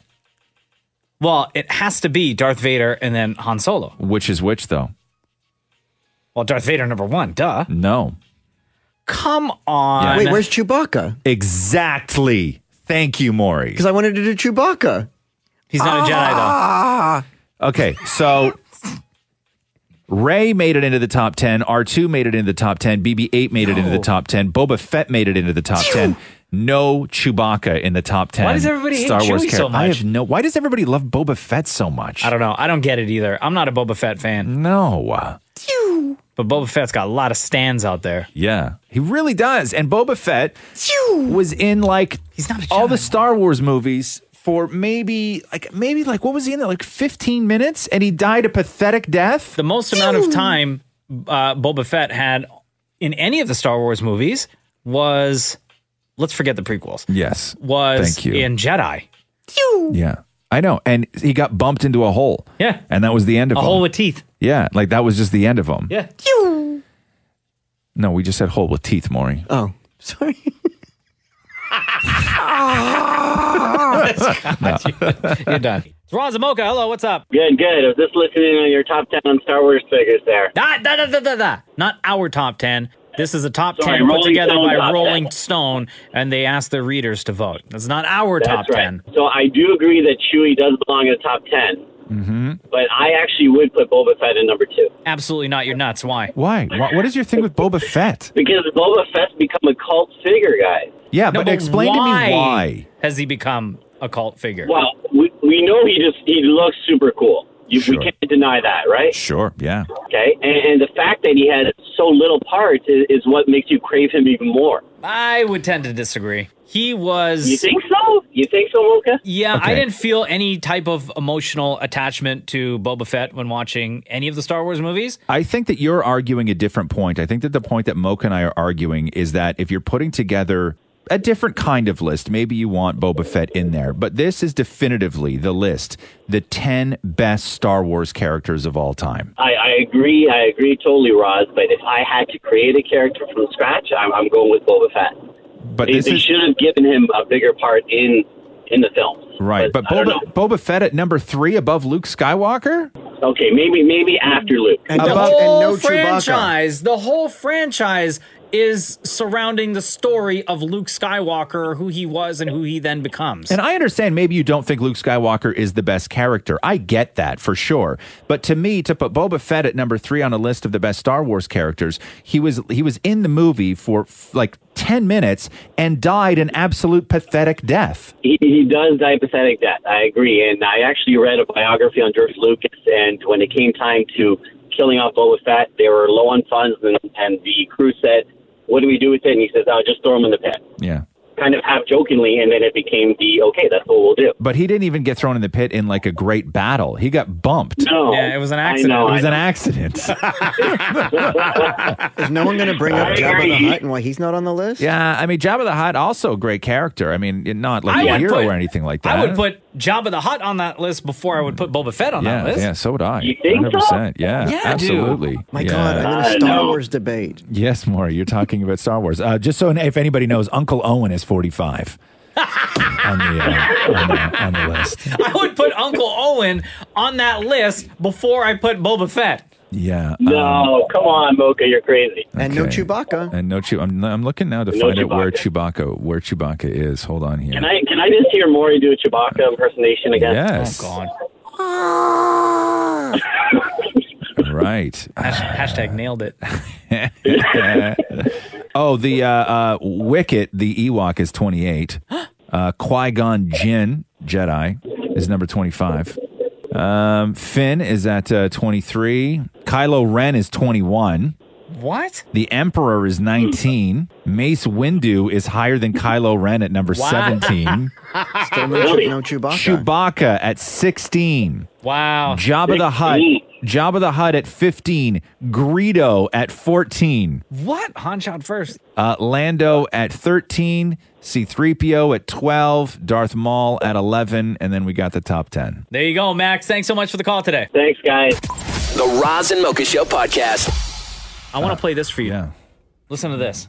S3: Well, it has to be Darth Vader and then Han Solo.
S6: Which is which though?
S3: Well, Darth Vader number one, duh.
S6: No.
S3: Come on.
S5: Wait, where's Chewbacca?
S6: Exactly. Thank you, Maury.
S5: Because I wanted to do Chewbacca.
S3: He's not a Jedi though.
S5: Ah.
S6: Okay, so Ray made it into the top 10. R2 made it into the top 10. BB 8 made it into the top 10. Boba Fett made it into the top 10. No Chewbacca in the top 10.
S3: Why does everybody hate Chewie so
S6: character- I
S3: much?
S6: have no. Why does everybody love Boba Fett so much?
S3: I don't know. I don't get it either. I'm not a Boba Fett fan.
S6: No.
S3: But Boba Fett's got a lot of stands out there.
S6: Yeah, he really does. And Boba Fett was in like all the Star Wars movies for maybe like maybe like what was he in there like 15 minutes and he died a pathetic death.
S3: The most amount of time uh, Boba Fett had in any of the Star Wars movies was, let's forget the prequels,
S6: Yes.
S3: was
S6: Thank you.
S3: in Jedi.
S6: Yeah. I know. And he got bumped into a hole.
S3: Yeah.
S6: And that was the end of
S3: A
S6: him.
S3: hole with teeth.
S6: Yeah, like that was just the end of him.
S3: Yeah. [LAUGHS]
S6: No, we just said hole with teeth, Maury.
S5: Oh, sorry.
S3: [LAUGHS] [LAUGHS] You're done. It's Roz and Mocha. Hello, what's up?
S1: Good, good. I was just listening to your top 10 on Star Wars figures there.
S3: Da, da, da, da, da, da. Not our top 10. This is a top
S1: Sorry,
S3: 10 put
S1: Rolling
S3: together
S1: Stone
S3: by
S1: top 10.
S3: Rolling Stone, and they asked their readers to vote. That's not our top
S1: That's right.
S3: 10.
S1: So I do agree that Chewie does belong in the top 10,
S6: Mm-hmm.
S1: but I actually would put Boba Fett in number two.
S3: Absolutely not. You're nuts. Why?
S6: Why? Wha- What is your thing with Boba Fett?
S1: Because Boba Fett's become a cult figure, guys.
S6: Yeah,
S3: No,
S6: but explain to me why.
S3: has he become a cult figure?
S1: Well, we, we know he just he looks super cool. You,
S6: Sure.
S1: We can't deny that, right?
S6: Sure. Yeah.
S1: Okay, and, and the fact that he has so little parts is, is what makes you crave him even more.
S3: I would tend to disagree. He was.
S1: You think so? You think so, Mocha?
S3: Yeah, I
S1: Okay.
S3: didn't feel any type of emotional attachment to Boba Fett when watching any of the Star Wars movies.
S6: I think that you're arguing a different point. I think that the point that Moke and I are arguing is that if you're putting together a different kind of list, maybe you want Boba Fett in there, but this is definitively the list the 10 best Star Wars characters of all time.
S1: I, I agree. I agree totally, Roz. But if I had to create a character from scratch, I'm, I'm going with Boba Fett.
S6: But
S1: they,
S6: this
S1: they
S6: is-
S1: should have given him a bigger part in in the film.
S6: Right. But Boba, Boba Fett at number three above Luke Skywalker?
S1: Okay, maybe maybe after Luke.
S6: And
S3: the
S6: Above-
S3: whole
S6: and no Chewbacca.
S3: franchise, the whole franchise is surrounding the story of Luke Skywalker, who he was and who he then becomes.
S6: And I understand maybe you don't think Luke Skywalker is the best character. I get that for sure. But to me, to put Boba Fett at number three on a list of the best Star Wars characters, he was he was in the movie for f- like ten minutes and died an absolute pathetic death.
S1: He, he does die a pathetic death. I agree. And I actually read a biography on George Lucas, and when it came time to killing off Boba Fett, they were low on funds, and, and the crew said, "What do we do with it?" And he says, "I'll just throw him in the pit."
S6: Yeah.
S1: Kind of half jokingly, and then it became the okay. That's what we'll do.
S6: But he didn't even get thrown in the pit in like a great battle. He got bumped.
S1: No. Yeah, it was an I accident. know,
S6: it was
S1: I
S6: an
S1: know.
S3: [LAUGHS]
S5: [LAUGHS]
S6: accident.
S5: Is no one going to bring up Jabba the Hutt and why [LAUGHS] he's not on the list?
S6: yeah, I mean Jabba the Hutt also a great character. I mean, not like
S3: I
S6: a
S3: would
S6: hero
S3: put-
S6: or anything like that.
S3: I would put Jabba the Hutt on that list before I would put Boba Fett on
S6: yeah,
S3: that list.
S6: yeah, so would I.
S3: You think so?
S6: 100%. Yeah,
S3: Yeah, dude.
S6: absolutely.
S5: Oh My
S6: Yeah.
S5: God, I'm in a Star Wars debate.
S6: Yes, Maury, you're talking about Star Wars. Uh, just so if anybody knows, Uncle Owen is 45 on, the, uh, on, the,
S3: [LAUGHS]
S6: on the list.
S3: I would put Uncle Owen on that list before I put Boba Fett.
S6: Yeah. um,
S1: No, come on, Mocha, you're crazy.
S5: And no Chewbacca.
S6: And no Chew. I'm, I'm looking now to
S1: No
S6: find out where Chewbacca where Chewbacca is. Hold on here.
S1: Can I can I just hear Maury do a Chewbacca impersonation again?
S6: Yes. Oh, right.
S3: Hashtag
S6: [LAUGHS]
S3: nailed it.
S6: oh, the uh, uh, Wicket, the Ewok is
S3: [GASPS]
S6: 28. Uh, Qui Gon Jinn, Jedi, is number 25. Um, Finn is at uh, 23. Kylo Ren is 21.
S3: What?
S6: The Emperor is 19. Mace Windu is higher than Kylo Ren at number
S5: Wow.
S6: 17.
S5: Still no, Chew- no Chewbacca.
S6: Chewbacca at 16.
S3: Wow.
S6: Jabba the Hutt. Jabba the Hutt at 15. Greedo at 14.
S3: What? Han shot first.
S6: Uh, Lando at 13. C3PO at 12. Darth Maul at 11. And then we got the top 10.
S3: There you go, Max. Thanks so much for the call today.
S1: Thanks, guys.
S11: The Roz and Mocha Show podcast.
S3: I want to play this for you. Listen to this.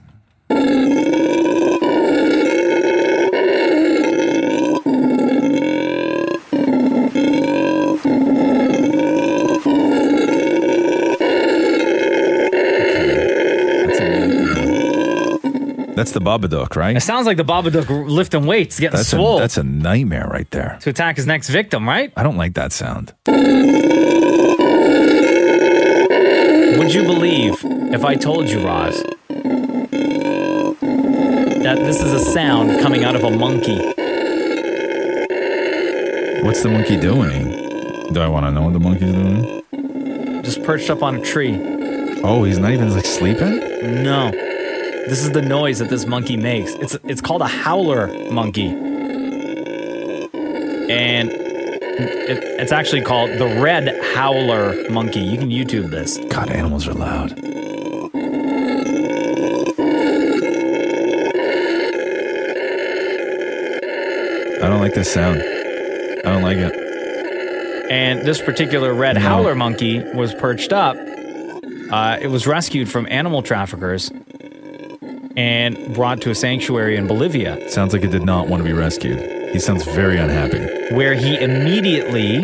S6: That's the Babadook, right?
S3: It sounds like the Babadook lifting weights, getting
S6: That's a,
S3: swole
S6: that's a nightmare right there.
S3: to attack his next victim, right?
S6: I don't like that sound.
S3: Would you believe if I told you, Roz, that this is a sound coming out of a monkey?
S6: What's the monkey doing? Do I want to know what the monkey's doing?
S3: Just perched up on a tree.
S6: Oh, he's not even like sleeping?
S3: No. This is the noise that this monkey makes. It's it's called a howler monkey. And it, it's actually called the red howler monkey. You can YouTube this.
S6: God, animals are loud. I don't like this sound. I don't like it.
S3: And this particular red howler monkey was perched up. Uh, it was rescued from animal traffickers and brought to a sanctuary in Bolivia,
S6: Sounds like it did not want to be rescued. He sounds very unhappy.
S3: where he immediately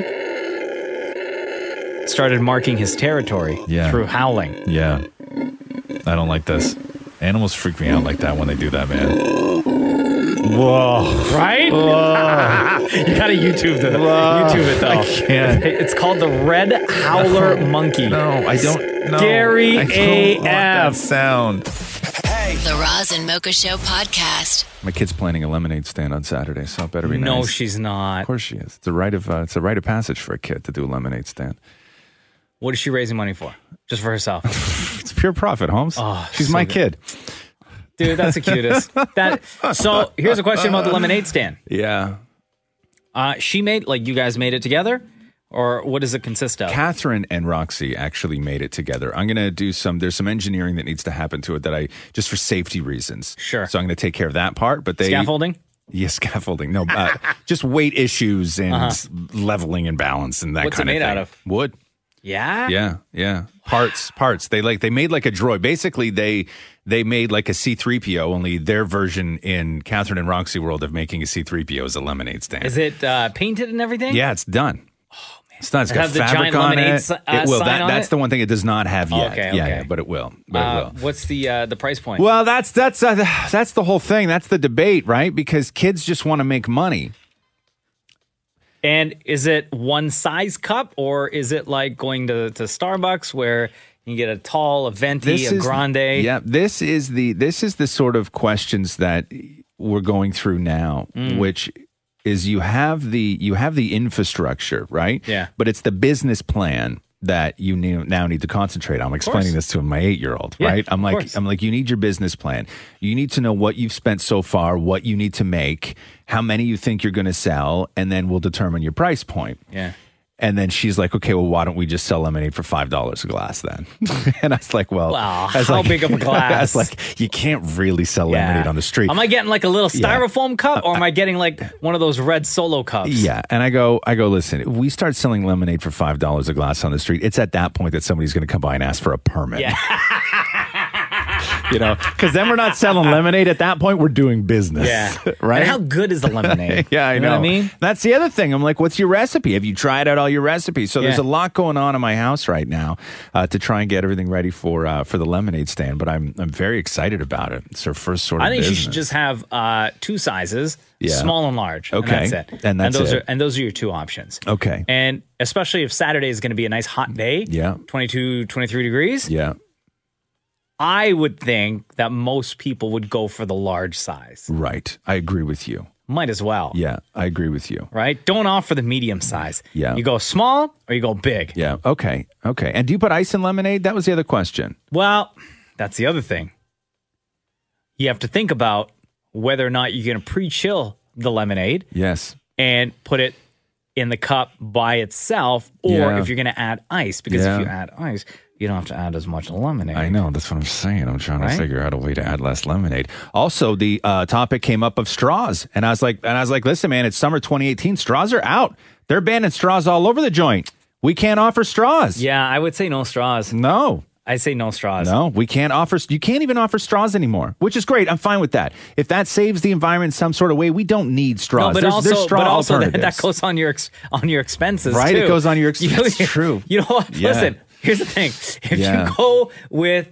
S3: started marking his territory
S6: Yeah.
S3: through howling.
S6: Yeah. I don't like this. Animals freak me out like that when they do that, man. Whoa.
S3: Right? [LAUGHS] you gotta YouTube the YouTube it though.
S6: I can't.
S3: It's called the
S6: [LAUGHS]
S3: Red Howler Monkey. No,
S6: I don't. No,
S3: Scary
S6: I don't
S3: AF.
S6: want that sound.
S7: The Roz and Mocha Show podcast.
S6: My kid's planning a lemonade stand on Saturday, so it better be
S3: No,
S6: nice.
S3: she's not.
S6: Of course she is. It's a rite of uh, it's a rite of passage for a kid to do a lemonade stand.
S3: What is she raising money for? Just for herself.
S6: [LAUGHS] It's pure profit, Holmes.
S3: Oh,
S6: she's
S3: so
S6: my
S3: good.
S6: kid.
S3: Dude, that's the cutest. that so here's a question about the lemonade stand.
S6: Yeah.
S3: Uh, she made like you guys made it together, or what does it consist of?
S6: Catherine and Roxy actually made it together. I'm going to do some, there's some engineering that needs to happen to it that I, just for safety reasons. Sure. So I'm going to take care of that part, but they.
S3: Scaffolding?
S6: Yeah, scaffolding. No, uh,
S3: [LAUGHS]
S6: just weight issues and
S3: Uh-huh.
S6: leveling and balance and that
S3: What's it
S6: kind of
S3: made
S6: thing.
S3: out of?
S6: Wood.
S1: Ah.
S3: Yeah.
S6: Yeah, yeah. Parts, parts. They like they made like a droid. Basically, they they made like a C3PO, only their version in Catherine and Roxy world of making a C3PO is a lemonade stand.
S3: Is it uh, painted and everything?
S6: Yeah, it's done. It's done. It's
S3: Does it
S6: got
S3: have the
S6: fabric
S3: giant
S6: on
S3: lemonade
S6: it.
S3: si- uh,
S6: it will.
S3: sign
S6: That,
S3: on
S6: that's
S3: it?
S6: the one thing it does not have yet.
S3: Oh, Okay,
S6: yeah,
S3: okay.
S6: yeah, but it will. But it
S3: Uh,
S6: will.
S3: what's the uh, the price point?
S6: Well, that's that's uh, that's the whole thing. That's the debate, right? Because kids just want to make money.
S3: And is it one size cup, or is it like going to, to Starbucks where you get a tall, a venti, a grande?
S6: Yeah, this is the this is the sort of questions that we're going through now,
S3: Mm.
S6: which is you have the you have the infrastructure, right?
S3: Yeah.
S6: But it's the business plan that you ne- now need to concentrate on. I'm explaining this to my eight year old,
S25: Yeah,
S6: right? I'm
S25: of
S6: like
S25: course.
S6: I'm like you need your business plan. You need to know what you've spent so far, what you need to make, how many you think you're going to sell, and then we'll determine your price point.
S3: Yeah.
S6: And then she's like, okay, well, why don't we just sell lemonade for five dollars a glass then? [LAUGHS] and I was like, well,
S3: Wow,
S6: I was
S3: how
S6: like-
S3: big of
S6: [LAUGHS]
S3: a
S6: I was
S3: glass?
S6: like, you can't really sell lemonade on the street.
S3: Am I getting like a little
S6: Yeah.
S3: styrofoam cup, or am I getting like one of those red solo cups?
S6: yeah, and I go, I go. Listen, if we start selling lemonade for five dollars a [LAUGHS] glass on the street, it's at that point that somebody's going to come by and ask for a permit.
S3: Yeah.
S6: you know, because then we're not selling lemonade at that point. We're doing business. [LAUGHS]
S3: Yeah.
S6: right.
S3: And how good is the lemonade?
S6: [LAUGHS] yeah, I
S3: You know what I mean?
S6: That's the other thing. I'm like, what's your recipe? Have you tried out all your recipes? So there's
S3: Yeah.
S6: a lot going on in my house right now uh, to try and get everything ready for uh, for the lemonade stand. But I'm I'm very excited about it. It's our first sort of.
S3: I think you
S6: business.
S3: should just have uh, two sizes,
S6: Yeah.
S3: small and large.
S6: Okay.
S3: and that's it.
S6: And that's
S3: those
S6: it.
S3: are and those are your two options.
S6: Okay.
S3: And especially if Saturday is going to be a nice hot day,
S6: Yeah.
S3: 22, 23 degrees.
S6: Yeah.
S3: I would think that most people would go for the large size.
S6: Right. I agree with you.
S3: Might as well.
S6: Yeah, I agree with you.
S3: Right? Don't offer the medium size.
S6: Yeah.
S3: You go small or you go big.
S6: Yeah. Okay. Okay. And do you put ice in lemonade? That was the other question.
S3: Well, that's the other thing. You have to think about whether or not you're going to pre chill the lemonade
S6: Yes.
S3: and put it in the cup by itself, or
S6: Yeah.
S3: if you're going to add ice, because
S6: Yeah.
S3: if you add ice, you don't have to add as much lemonade.
S6: I know. That's what I'm saying. I'm trying
S3: Right?
S6: to figure out a way to add less lemonade. Also, the uh, topic came up of straws, and I was like, and I was like, listen, man, it's summer 2018. Straws are out. They're banning straws all over the joint. We can't offer straws.
S3: Yeah, I would say no straws.
S6: No.
S3: I say no straws.
S6: No, we can't offer. You can't even offer straws anymore, which is great. I'm fine with that. If that saves the environment in some sort of way, we don't need straws.
S3: No, but
S6: there's,
S3: also,
S6: there's straw
S3: but also that,
S6: alternatives.
S3: [LAUGHS] that goes on your ex, on your expenses,
S6: Right, it
S3: too.
S6: goes on your ex-
S3: [LAUGHS] You-
S6: that's true.
S3: You know what? [LAUGHS]
S6: Yeah.
S3: Listen, here's the thing: if
S6: Yeah.
S3: you go with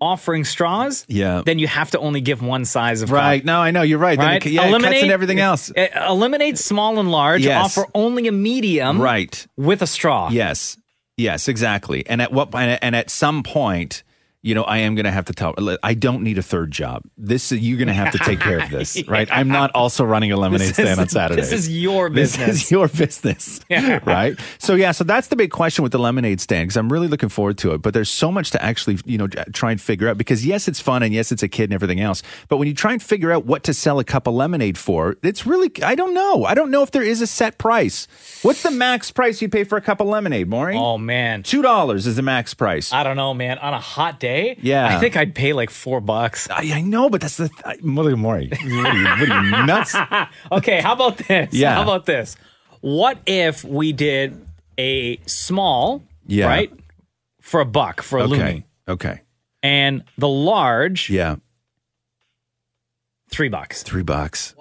S3: offering straws,
S6: Yeah.
S3: then you have to only give one size of
S6: Right.
S3: cup,
S6: No, I know. You're right. Then it
S3: Right,
S6: ca- yeah, it cuts
S3: eliminate
S6: into everything else.
S3: eh, Eliminate small and large.
S6: Yes.
S3: Offer only a medium.
S6: Right.
S3: With a straw.
S6: Yes. Yes, exactly. And at what and and at some point, you know, I am going to have to tell I don't need a third job. This you're going to have to take care of this,
S3: [LAUGHS]
S6: right? I'm not also running a lemonade
S3: This is-
S6: stand on Saturday.
S3: this is your
S6: This
S3: business.
S6: is your business.
S3: [LAUGHS] Yeah.
S6: right? So yeah, so that's the big question with the lemonade stand because I'm really looking forward to it. But there's so much to actually you know try and figure out because yes, it's fun and yes, it's a kid and everything else. But when you try and figure out what to sell a cup of lemonade for, it's really I don't know. I don't know if there is a set price. What's the max price you pay for a cup of lemonade, Maury?
S3: Oh man,
S6: two dollars is the max price.
S3: I don't know, man. On a hot day,
S6: Yeah.
S3: I think I'd pay like four bucks.
S6: I, I know, but that's the th- I- Maury. Maury, what are you, what
S3: [LAUGHS]
S6: are you nuts?
S3: okay, how about this?
S6: Yeah.
S3: How about this? What if we did a small,
S6: [LAUGHS] Yeah.
S3: right, for a buck for a
S6: okay.
S3: loony,
S6: Okay.
S3: and the large,
S6: yeah,
S3: three bucks.
S6: Three bucks.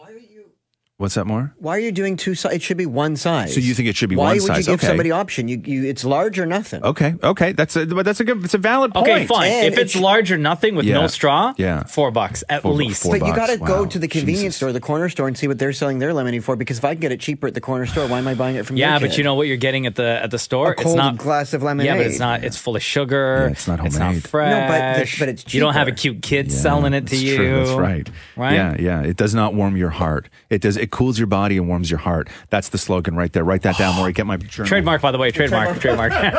S6: What's that, Maury?
S5: Why are you doing two sides? It should be one size.
S6: So you think it should be
S5: Why
S6: one
S5: would
S6: size?
S5: you give
S6: Okay.
S5: somebody option? You, you, it's large or nothing.
S6: Okay. Okay. That's a but that's a good. It's a valid point.
S3: Okay, fine. if it's large or nothing with no
S6: Yeah.
S3: straw,
S6: Yeah.
S3: four bucks at
S6: Four bu-
S3: least.
S6: four
S5: but you got
S6: bucks.
S5: to go
S6: Wow.
S5: to the convenience store, the corner store, and see what they're selling their lemonade for. Because if I can get it cheaper at the corner store, why am I buying it from?
S3: Yeah,
S5: your
S3: but
S5: kid?
S3: you know what you're getting at the at the store.
S5: A cold
S3: it's not
S5: glass of
S3: Yeah, but
S5: lemonade.
S3: it's not. It's full of sugar. it's not It's not
S6: homemade.
S3: fresh.
S5: No, but the- but it's
S3: You don't have a
S5: cheaper.
S3: cute kid selling it to
S6: That's
S3: you.
S6: True. That's right.
S3: Right.
S6: Yeah. Yeah. It does not warm your heart. It does. It cools your body and warms your heart. That's the slogan right there. Write that down, Maury. Get my journal.
S3: Trademark, by the way. Trademark.
S5: [LAUGHS]
S3: trademark.
S7: Here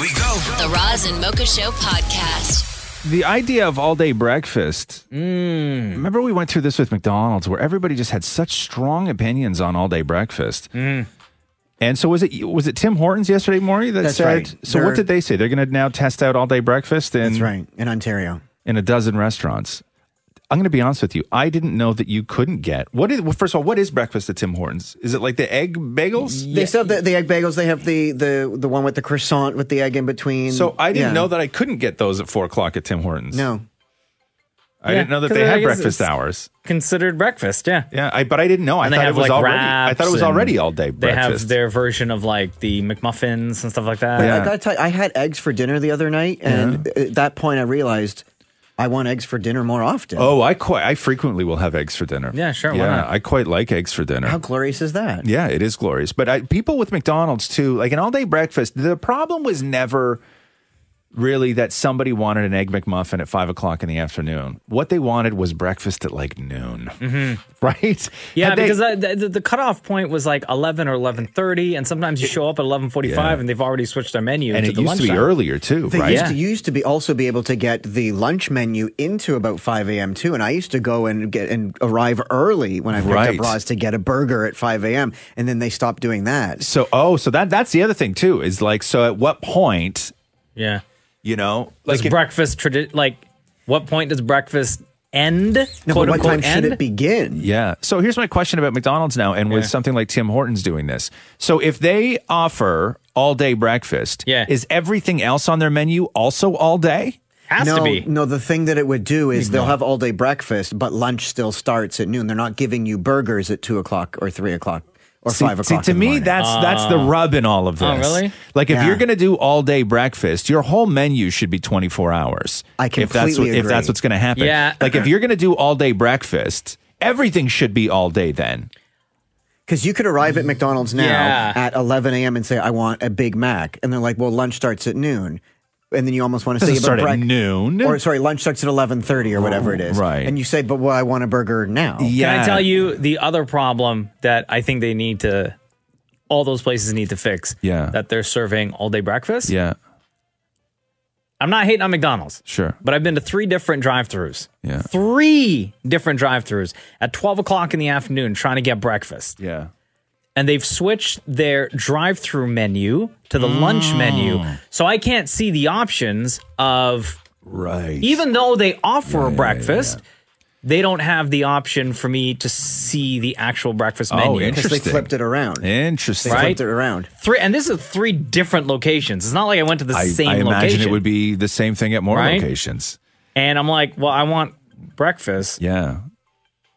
S7: we go. The Roz and Mocha Show podcast.
S6: The idea of all day breakfast. Remember, we went through this with McDonald's, where everybody just had such strong opinions on all day breakfast. And so was it was it Tim Hortons yesterday, Maury? That
S5: That's
S6: said.
S5: right.
S6: So
S5: They're-
S6: what did they say? They're going to now test out all day breakfast in
S5: That's right. In Ontario.
S6: in a dozen restaurants. I'm going to be honest with you. I didn't know that you couldn't get what is. Well, first of all, what is breakfast at Tim Hortons? Is it like the egg bagels?
S5: They still have the, the egg bagels. They have the, the the one with the croissant with the egg in between.
S6: So I didn't
S5: Yeah.
S6: know that I couldn't get those at four o'clock at Tim Hortons.
S5: No.
S6: I
S3: Yeah,
S6: didn't know that
S3: 'cause
S6: they
S3: I
S6: had
S3: guess
S6: breakfast
S3: it's-
S6: hours.
S3: Considered breakfast. Yeah.
S6: Yeah, I, but I didn't know. I
S3: And they
S6: thought it
S3: have,
S6: was
S3: like,
S6: already. I thought it was
S3: wraps
S6: already
S3: and
S6: all day
S3: They
S6: breakfast.
S3: have their version of like the McMuffins and stuff like that.
S5: But I gotta tell you, I had eggs for dinner the other night, and at that point, I realized I want eggs for dinner more often.
S6: oh, I quite. I frequently will have eggs for dinner.
S5: Yeah, sure, why
S6: Yeah,
S5: not?
S6: I quite like eggs for dinner.
S5: How glorious is that?
S6: Yeah, it is glorious. But I, people with McDonald's too, like an all day breakfast, the problem was never really that somebody wanted an egg McMuffin at five o'clock in the afternoon. What they wanted was breakfast at like noon, [LAUGHS] Mm-hmm. right?
S3: Yeah,
S6: Had they-
S3: because the, the, the cutoff point was like eleven or eleven thirty, and sometimes you show up at eleven forty-five,
S6: Yeah.
S3: and they've already switched their menu.
S6: and
S3: to
S6: it
S3: the
S6: used to be
S3: lunchtime.
S6: earlier too,
S5: They
S6: right?
S5: used to you used to be also be able to get the lunch menu into about five a.m. too, and I used to go and get and arrive early when I picked
S6: Right.
S5: up Roz to get a burger at five a.m. and then they stopped doing that.
S6: So oh, so that that's the other thing too is like so at what point?
S3: Yeah,
S6: you know,
S3: like breakfast tradi- Like, what point does breakfast end?
S6: but
S3: quote
S6: what
S3: unquote,
S6: time should
S3: end?
S6: it
S5: begin?
S6: Yeah. So here's my question about McDonald's now, and with
S3: Yeah.
S6: something like Tim Hortons doing this. So if they offer all day breakfast,
S3: Yeah.
S6: is everything else on their menu also all day?
S3: Has
S5: no,
S3: to be.
S5: No, the thing that it would do is they'll have all day breakfast, but lunch still starts at noon. They're not giving you burgers at two o'clock or three o'clock or
S6: See-
S5: five
S6: see,
S5: o'clock.
S6: to
S5: in the
S6: me,
S5: morning.
S6: that's that's the rub in all of this.
S5: Oh, really?
S6: Like if
S5: Yeah.
S6: you're going to do all day breakfast, your whole menu should be 24 hours.
S5: I
S6: if that's what,
S5: completely
S6: if that's
S5: agree.
S6: what's going to happen.
S5: Yeah.
S6: Like if you're going to do all day breakfast, everything should be all day then.
S5: Because you could arrive at McDonald's now
S6: Yeah.
S5: at 11 a.m. and say, I want a Big Mac. And they're like, well, lunch starts at noon. And then you almost want to say,
S6: Doesn't
S5: but
S6: start at noon.
S5: Or sorry, lunch starts at 11.30 or whatever it is.
S6: Right.
S5: And you say, but well, I want a burger now.
S6: Oh.
S3: Can I tell you the other problem that I think they need to, all those places need to fix?
S6: Yeah.
S3: That they're serving all day breakfast?
S6: Yeah.
S3: I'm not hating on McDonald's.
S6: Sure.
S3: But I've been to three different drive throughs.
S6: Yeah.
S3: Three different drive throughs at 12 o'clock in the afternoon trying to get breakfast.
S6: Yeah.
S3: And they've switched their drive through menu to the
S6: Mm.
S3: lunch menu. So I can't see the options of.
S6: Right.
S3: Even though they offer a breakfast. They don't have the option for me to see the actual breakfast menu.
S6: Oh, interesting.
S5: Because they flipped it around.
S6: Interesting.
S5: They flipped it around.
S3: Three, and this is three different locations. It's not like I went to the
S6: I,
S3: same
S6: I imagine
S3: location.
S6: it would be the same thing at more
S3: Right?
S6: locations.
S3: And I'm like, well, I want breakfast.
S6: Yeah.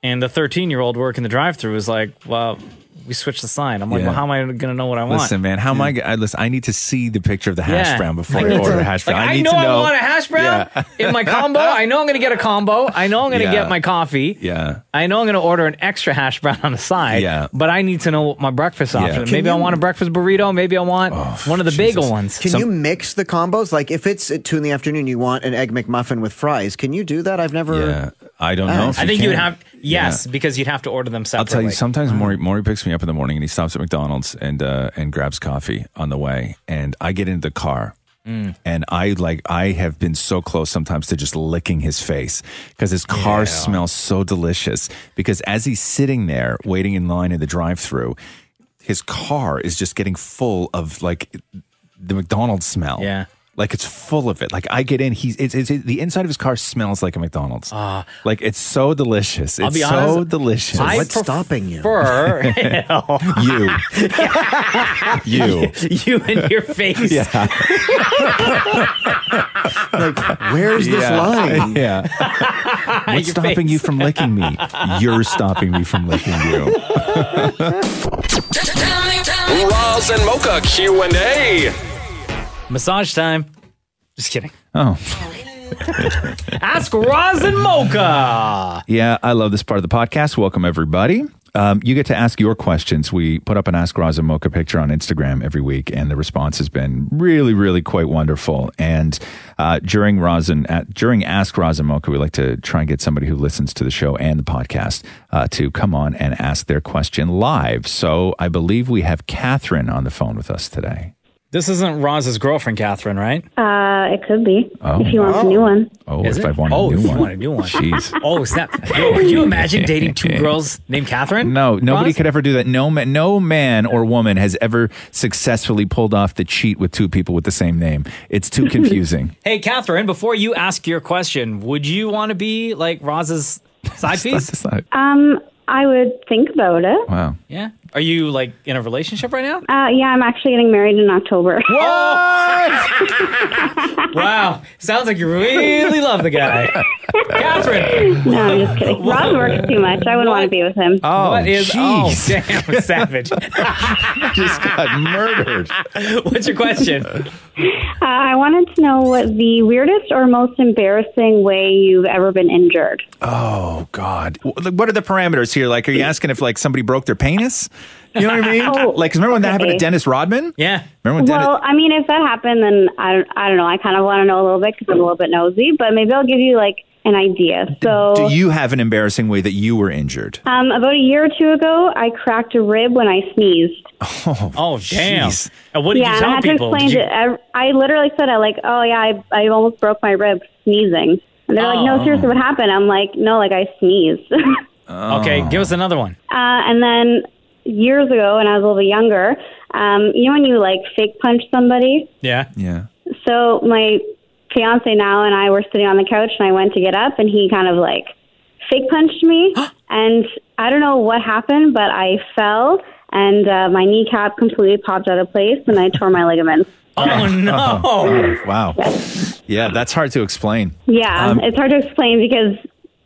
S3: And the 13 year old working the drive through is like, well, we switched the sign. I'm like,
S6: Yeah.
S3: well, how am I going to know what I want?
S6: Listen, man, how am I? g- I listen. I need to see the picture of the hash
S3: Yeah.
S6: brown before
S3: I
S6: I,
S3: need
S6: order
S3: to-
S6: a hash brown.
S3: Like,
S6: I need
S3: know,
S6: to know
S3: I want a hash brown
S6: Yeah.
S3: in my combo. I know I'm going to get a combo. I know I'm going to
S6: Yeah.
S3: get my coffee.
S6: Yeah.
S3: I know I'm going to order an extra hash brown on the side.
S6: Yeah.
S3: But I need to know what my breakfast
S6: Yeah. Oh,
S3: option. is.
S6: Can
S3: Maybe I
S6: you-
S3: want a breakfast burrito. Maybe I want one of the bagel ones.
S5: Can you mix the combos? Like if it's at 2 in the afternoon, you want an Egg McMuffin with fries. Can you do that? I've never...
S6: I don't know. if
S3: I think
S6: can.
S3: you would have yes, because you'd have to order them
S6: I'll
S3: separately.
S6: tell you. Sometimes
S3: uh-huh.
S6: Maury, Maury picks me up in the morning and he stops at McDonald's and uh, and grabs coffee on the way, and I get into the car.
S2: Mm.
S6: And I like I have been so close sometimes to just licking his face because his car smells so delicious. Because as he's sitting there waiting in line in the drive-through, his car is just getting full of like the McDonald's smell.
S3: Yeah.
S6: Like it's full of it. Like I get in, he's it's, it's, the inside of his car smells like a McDonald's.
S3: Ah.
S6: like it's so delicious. It's
S3: I'll be
S6: so
S3: honest,
S6: delicious.
S3: I What's pref-
S5: stopping you?
S6: [LAUGHS]
S3: prefer- [LAUGHS]
S6: you,
S3: [LAUGHS]
S6: you,
S3: you and your face.
S1: [LAUGHS]
S6: Yeah.
S5: like, where's this
S6: Yeah.
S5: line? [LAUGHS]
S6: [LAUGHS] Yeah. What's
S5: Your
S6: stopping
S5: face.
S6: you from licking me? You're stopping me from
S5: [LAUGHS]
S6: licking you.
S11: Roz and Mocha Q&A.
S3: Massage time. Just kidding.
S6: Oh.
S3: [LAUGHS] Ask Roz and Mocha.
S6: Yeah, I love this part of the podcast. Welcome, everybody. Um, you get to ask your questions. We put up an Ask Roz and Mocha picture on Instagram every week, and the response has been really, really quite wonderful. And uh, during Roz and, at, during Ask Roz and Mocha, we like to try and get somebody who listens to the show and the podcast uh, to come on and ask their question live. So I believe we have Catherine on the phone with us today.
S3: This isn't Roz's girlfriend, Catherine, right?
S25: Uh, it could be
S6: Oh.
S25: if you want a new one.
S6: Oh,
S3: Is
S6: if
S3: it?
S6: I want
S3: Oh,
S6: a new
S3: if you
S6: one.
S3: want a new one.
S6: Jeez.
S3: [LAUGHS] Oh, snap. Yo, Can you imagine
S6: [LAUGHS]
S3: dating two girls named Catherine?
S6: No, nobody
S3: Roz?
S6: could ever do that. No man, no man or woman has ever successfully pulled off the cheat with two people with the same name. It's
S3: [LAUGHS]
S6: too confusing.
S3: Hey, Catherine, before you ask your question, would you want to be like Roz's
S6: [LAUGHS]
S3: side piece?
S25: Um, I would think about it.
S6: wow.
S3: Yeah. Are you like in a relationship right now?
S25: Uh, yeah, I'm actually getting married in October. [LAUGHS]
S3: Oh. [LAUGHS] wow. Sounds like you really love the guy.
S6: [LAUGHS]
S3: Catherine.
S25: No, I'm just kidding. Rob works too much. I wouldn't want to be with him.
S3: what is oh
S6: [LAUGHS]
S3: damn savage?
S6: Just got murdered.
S3: What's your question?
S25: Uh, I wanted to know what the weirdest or most embarrassing way you've ever been injured.
S6: Oh God. W- What are the parameters here? Like, are you asking if like somebody broke their penis? You know what I
S3: [LAUGHS]
S6: mean? like, 'cause remember when that happened to
S25: okay.
S6: Dennis Rodman?
S3: Oh, Yeah.
S6: Remember when Dennis?
S25: Well, I mean, if that happened, then I don't, I don't know. I kind of want to know a little bit because I'm a little bit nosy, but maybe I'll give you like an idea. So,
S6: Do you have an embarrassing way that you were injured?
S25: um, about a year or two ago, I cracked a rib when I sneezed.
S3: Oh damn. And what did
S25: yeah, and
S3: you
S25: I
S3: tell
S25: had
S3: people?
S25: to explain
S3: Did you-
S25: to. I, I literally said, "I like, oh yeah, I, I almost broke my rib sneezing." And they're like,
S3: Oh.
S25: "No, seriously, what happened?" I'm like, "No, like I sneezed." [LAUGHS] uh,
S3: Okay, give us another one.
S25: and then years ago, when I was a little bit younger, um, you know when you like fake punch somebody.
S3: Yeah.
S6: Yeah.
S25: So my fiance now and I were sitting on the couch, and I went to get up, and he kind of like fake punched
S3: [GASPS]
S25: me, and I don't know what happened,
S3: [LAUGHS]
S25: but I fell. And uh, my kneecap completely popped out of place, and I tore my ligaments.
S3: Oh no!
S6: [LAUGHS]
S3: [LAUGHS]
S6: wow. Yeah, that's hard to explain.
S25: Yeah,
S6: Um,
S25: it's hard to explain because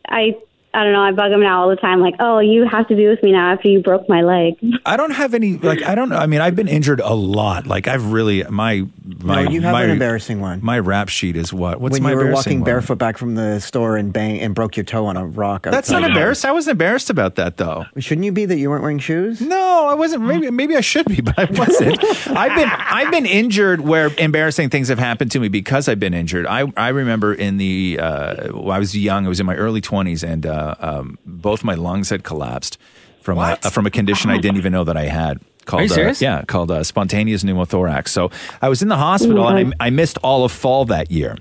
S25: I I don't know. I bug him now all the time. Like, oh, you have to be with me now after you broke my leg.
S6: I don't have any like I don't know. I mean, I've been injured a lot. Like I've really my my
S5: you have
S6: my,
S5: an embarrassing one.
S6: My rap sheet is what? What's
S5: when
S6: my
S5: you were
S6: embarrassing
S5: walking
S6: one?
S5: barefoot back from the store and bang and broke your toe on a rock.
S6: That's not embarrassed. I wasn't embarrassed about that though.
S5: Shouldn't you be that you weren't wearing shoes?
S6: No, I wasn't. Maybe maybe I should be, [LAUGHS] but I wasn't. I've
S3: [LAUGHS]
S6: been I've been injured where embarrassing things have happened to me because I've been injured. I I remember in the uh, when I was young, I was in my early twenties, and uh, um, both my lungs had collapsed from a, from a condition I didn't even know that I had. Called,
S3: Are you
S6: uh,
S3: serious?
S6: yeah, called uh, spontaneous pneumothorax. So I was in the hospital, and I, I missed all of fall that
S3: [GASPS]
S6: year.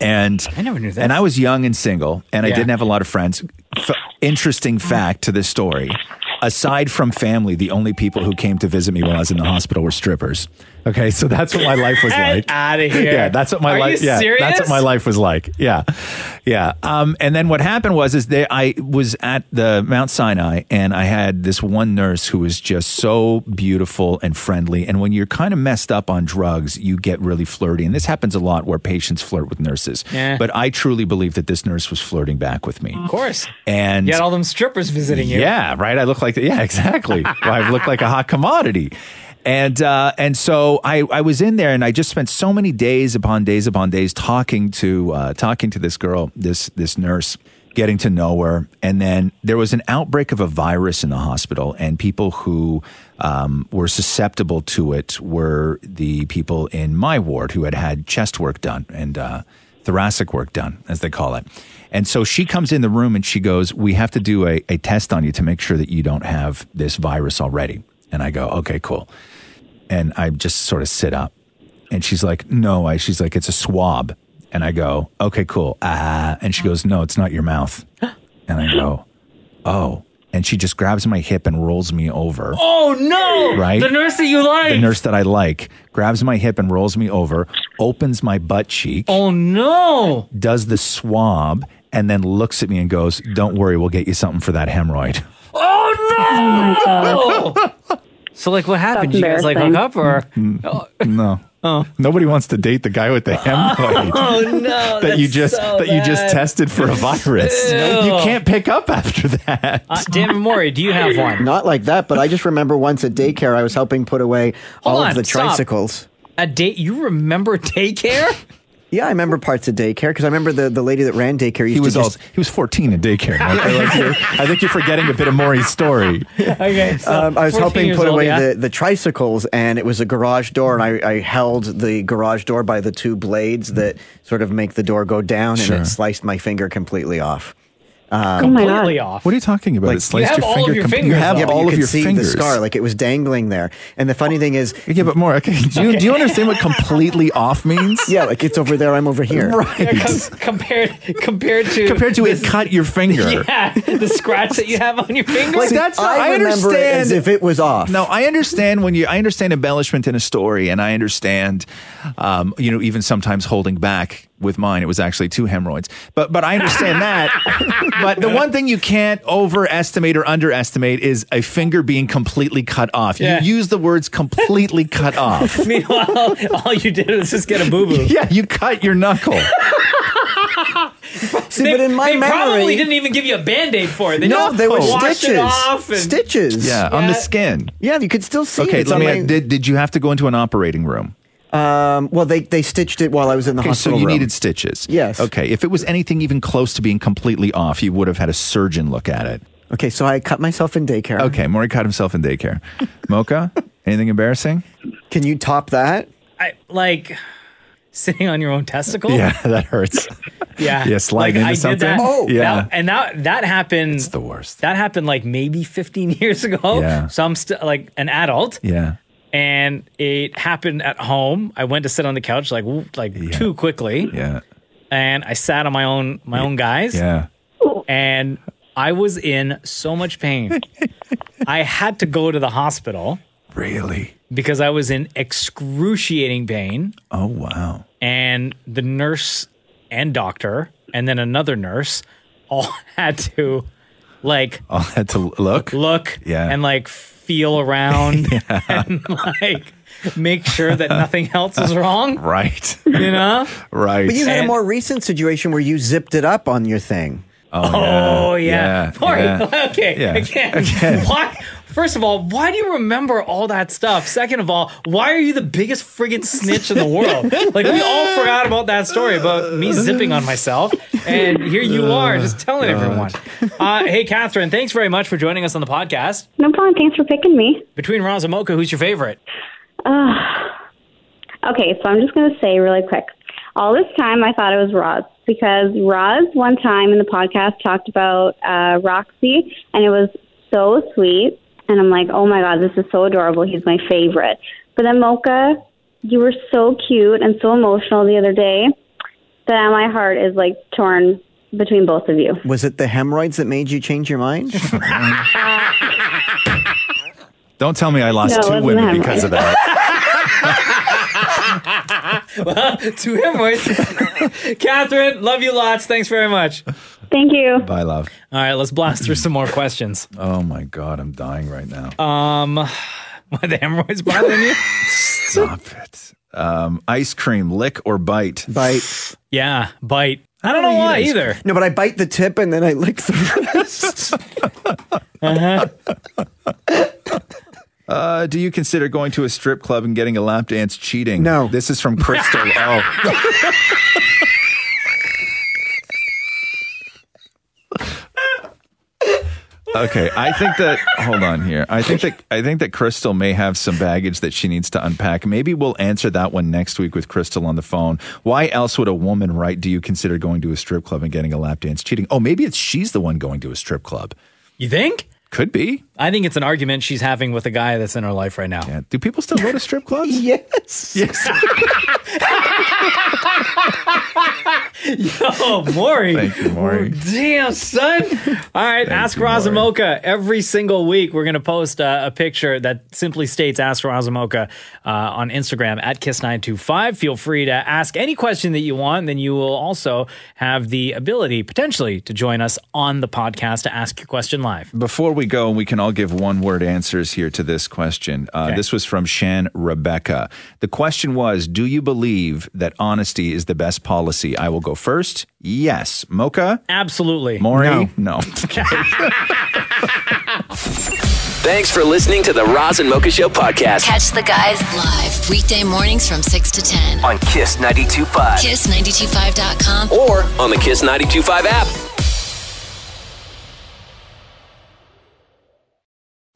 S6: And I never knew that. And I was young and single, and I
S3: Yeah.
S6: didn't have a lot of friends. F- interesting fact to this story: aside from family, the only people who came to visit me while I was in the hospital were strippers. Okay, so that's what my life was like.
S3: Out of here!
S6: Yeah, that's what my
S3: Are
S6: life.
S3: You
S6: yeah,
S3: serious?
S6: that's what my life was like. Yeah, yeah. Um, and then what happened was is they, I was at the Mount Sinai, and I had this one nurse who was just so beautiful and friendly. And when you're kind of messed up on drugs, you get really flirty, and this happens a lot where patients flirt with nurses.
S3: Yeah.
S6: But I truly believe that this nurse was flirting back with me.
S3: Of course.
S6: And
S3: You got all them strippers visiting you.
S6: yeah, right. I look like yeah, exactly. Well, I look like a hot commodity. And uh, and so I, I was in there and I just spent so many days upon days upon days talking to uh, talking to this girl, this this nurse, getting to know her. And then there was an outbreak of a virus in the hospital, and people who um, were susceptible to it were the people in my ward who had had chest work done and uh, thoracic work done, as they call it. And so she comes in the room and she goes, We have to do a, a test on you to make sure that you don't have this virus already. And I go, Okay, cool. And I just sort of sit up. And she's like, No, I, she's like, It's a swab. And I go, Okay, cool. Ah. And she goes, No, it's not your mouth. And I go, Oh. And she just grabs my hip and rolls me over.
S3: Oh no!
S6: Right?
S3: The nurse that you like.
S6: The nurse that I like grabs my hip and rolls me over, opens my butt cheek.
S3: Oh no!
S6: Does the swab and then looks at me and goes, "Don't worry, we'll get you something for that hemorrhoid."
S3: Oh no! so like, what happened? Did you guys like hook up or?
S6: Mm, No. Oh. Nobody wants to date the guy with the hemorrhoid.
S3: [LAUGHS] Oh,
S6: [LAUGHS]
S3: no,
S6: that you
S3: that's
S6: just
S3: so
S6: that you just
S3: bad.
S6: tested for a
S3: [LAUGHS]
S6: virus.
S3: Ew.
S6: You can't pick up after that.
S3: Uh, Dan Mori, do you have one?
S5: Not like that, but I just remember once at daycare I was helping put away all
S3: Hold on,
S5: of the
S3: stop.
S5: tricycles.
S3: A date? You remember
S6: [LAUGHS]
S3: daycare?
S5: Yeah, I remember parts of daycare because I remember the, the lady that ran daycare. Used
S6: He was
S5: to
S6: all,
S5: just,
S6: he was fourteen in daycare. okay? Like, you're- I think you're forgetting a bit of
S5: [LAUGHS]
S6: Maury's story.
S3: okay. so
S5: um, I was
S3: 14
S5: helping
S3: years
S5: put
S3: old,
S5: away
S3: yeah?
S5: the, the tricycles, and it was a garage door, and I, I held the garage door by the two blades that sort of make the door go down,
S6: Mm-hmm. Sure.
S5: and it sliced my finger completely off. Um,
S6: Oh my Completely God. off. What are you talking about? It sliced You have your all of finger your completely- you fingers have
S5: yeah, but
S6: all
S5: you
S6: of
S5: could
S6: your
S5: see
S6: fingers.
S5: The scar, like it was dangling there. And the funny thing is,
S6: yeah, but more. Okay, do you, do you understand what [LAUGHS] completely off means?
S5: Yeah, like it's over there, I'm over
S6: [LAUGHS]
S5: here.
S3: Yeah, com- [LAUGHS] compared compared to
S5: Compared to it
S6: cut your finger.
S3: [LAUGHS] Yeah, the scratch that you have on your finger.
S6: Like that's not, I,
S5: remember
S6: understand
S5: it as if it was off.
S6: No, I understand when you. I understand embellishment in a story, and I understand, um, you know, even sometimes holding back. With mine, it was actually two hemorrhoids. But but I understand that.
S5: [LAUGHS]
S6: but the one thing you can't overestimate or underestimate is a finger being completely cut off.
S3: Yeah.
S6: You use the words completely
S5: [LAUGHS]
S6: cut off.
S3: [LAUGHS] Meanwhile, all you did was just get a boo boo.
S6: Yeah, you cut your knuckle.
S5: See, but in my
S3: they probably
S5: memory-
S3: didn't even give you a band aid for it. They
S5: no,
S3: just
S5: they were
S3: washed
S5: stitches.
S3: It off and,
S5: Stitches.
S6: Yeah, on the skin.
S5: Yeah, you could still see.
S6: okay,
S5: it. It's
S6: let
S5: on
S6: me.
S5: my-
S6: did did you have to go into an operating room?
S5: Um, well, they they stitched it while I was in the
S6: Okay, so
S5: hospital.
S6: you
S5: room.
S6: needed stitches.
S5: Yes.
S6: Okay, if it was anything even close to being completely off, you would have had a surgeon look at it.
S5: Okay, so I cut myself in daycare.
S6: Okay, Maury cut himself in daycare.
S5: [LAUGHS]
S6: Mocha, anything embarrassing?
S5: Can you top that?
S3: I, like sitting on your own testicle.
S6: Yeah, [LAUGHS] that hurts.
S3: [LAUGHS] Yeah.
S6: Yeah, sliding into
S3: I
S6: something.
S3: Did that.
S6: Oh. Yeah.
S3: That- and that that happened. It's the
S6: worst.
S3: That happened like maybe 15 [LAUGHS] years ago.
S6: Yeah.
S3: So I'm still like an adult.
S6: Yeah.
S3: And it happened at home. I went to sit on the couch like whoop, like too quickly.
S6: Yeah.
S3: And I sat on my own my own guys.
S6: Yeah.
S3: And I was in so
S6: [LAUGHS]
S3: much pain. I had to go to the hospital
S6: Really?
S3: because I was in excruciating pain
S6: Oh wow.
S3: and the nurse and doctor and then another nurse all [LAUGHS] had to like
S6: I'll have to look.
S3: look
S6: Yeah.
S3: and like feel around and like make sure that nothing else is wrong.
S6: Right.
S3: You know?
S6: Right.
S5: But you had a
S3: And-
S5: more recent situation where you zipped it up on your thing.
S3: Oh, yeah.
S5: yeah,
S3: Corey,
S5: yeah.
S3: okay.
S5: Yeah.
S3: Again. Why? First of all, why do you remember all that stuff? Second of all, why are you the biggest friggin' snitch in the world? Like, we all forgot about that story about me zipping on myself. And here you are just telling everyone. Uh, hey, Catherine, thanks very much for joining us on the podcast.
S25: No problem. Thanks for picking me.
S3: Between Roz and Mocha, who's your favorite?
S25: Uh, okay, so I'm just going to say really quick. All this time, I thought it was Roz because Roz one time in the podcast talked about uh, Roxy, and it was so sweet. And I'm like, oh my god, this is so adorable. He's my favorite. But then Mocha, you were so cute and so emotional the other day that my heart is like torn between both of you.
S5: Was it the hemorrhoids that made you change your mind?
S6: Don't tell me I lost
S5: No, it
S6: two
S5: wasn't
S6: women
S5: hemorrhoids.
S6: because of that.
S3: well, [LAUGHS] to him, right? [LAUGHS] Catherine, love you lots. Thanks very much.
S25: Thank you.
S6: Bye, love.
S3: All right, let's blast through some more questions.
S6: Oh my god, I'm dying right now.
S3: Um, [SIGHS] why the hemorrhoids bothering you?
S6: [LAUGHS] Stop it. Um, ice cream, lick or bite?
S5: Bite.
S3: Yeah, bite. [LAUGHS] I don't know why either.
S5: No, but I bite the tip and then I lick the
S3: [LAUGHS]
S5: rest.
S3: uh-huh.
S6: [LAUGHS] Uh, do you consider going to a strip club and getting a lap dance cheating? No. This is from Crystal. oh. Okay, I think that hold on here. I think that I think that Crystal may have some baggage that she needs to unpack. Maybe we'll answer that one next week with Crystal on the phone. Why else would a woman write do you consider going to a strip club and getting a lap dance cheating? Oh, maybe it's she's the one going to a strip club.
S3: You think?
S6: Could be.
S3: I think it's an argument she's having with a guy that's in her life right now.
S6: Do people still go to strip clubs?
S3: [LAUGHS]
S5: yes.
S6: Yes.
S3: Yo, Maury. Thank
S6: you, Maury.
S3: Damn, son. All right, Ask Roz and Mocha. Every single week, we're going to post uh, a picture that simply states Ask Roz and Mocha uh, on Instagram at Kiss925. Feel free to ask any question that you want. Then you will also have the ability, potentially, to join us on the podcast to ask your question live.
S6: Before we go, we can all give one word answers here to this question. Uh, This was from Shan Rebecca. The question was Do you believe that honesty is the best policy? I will go first. Yes. Mocha?
S3: Absolutely.
S6: Maury? No. [LAUGHS]
S1: Thanks for listening to the Roz and Mocha Show podcast
S7: Catch the guys live weekday mornings from 6 to 10.
S1: on Kiss 92.5
S7: Kiss925.com
S1: or on the Kiss 92.5 app.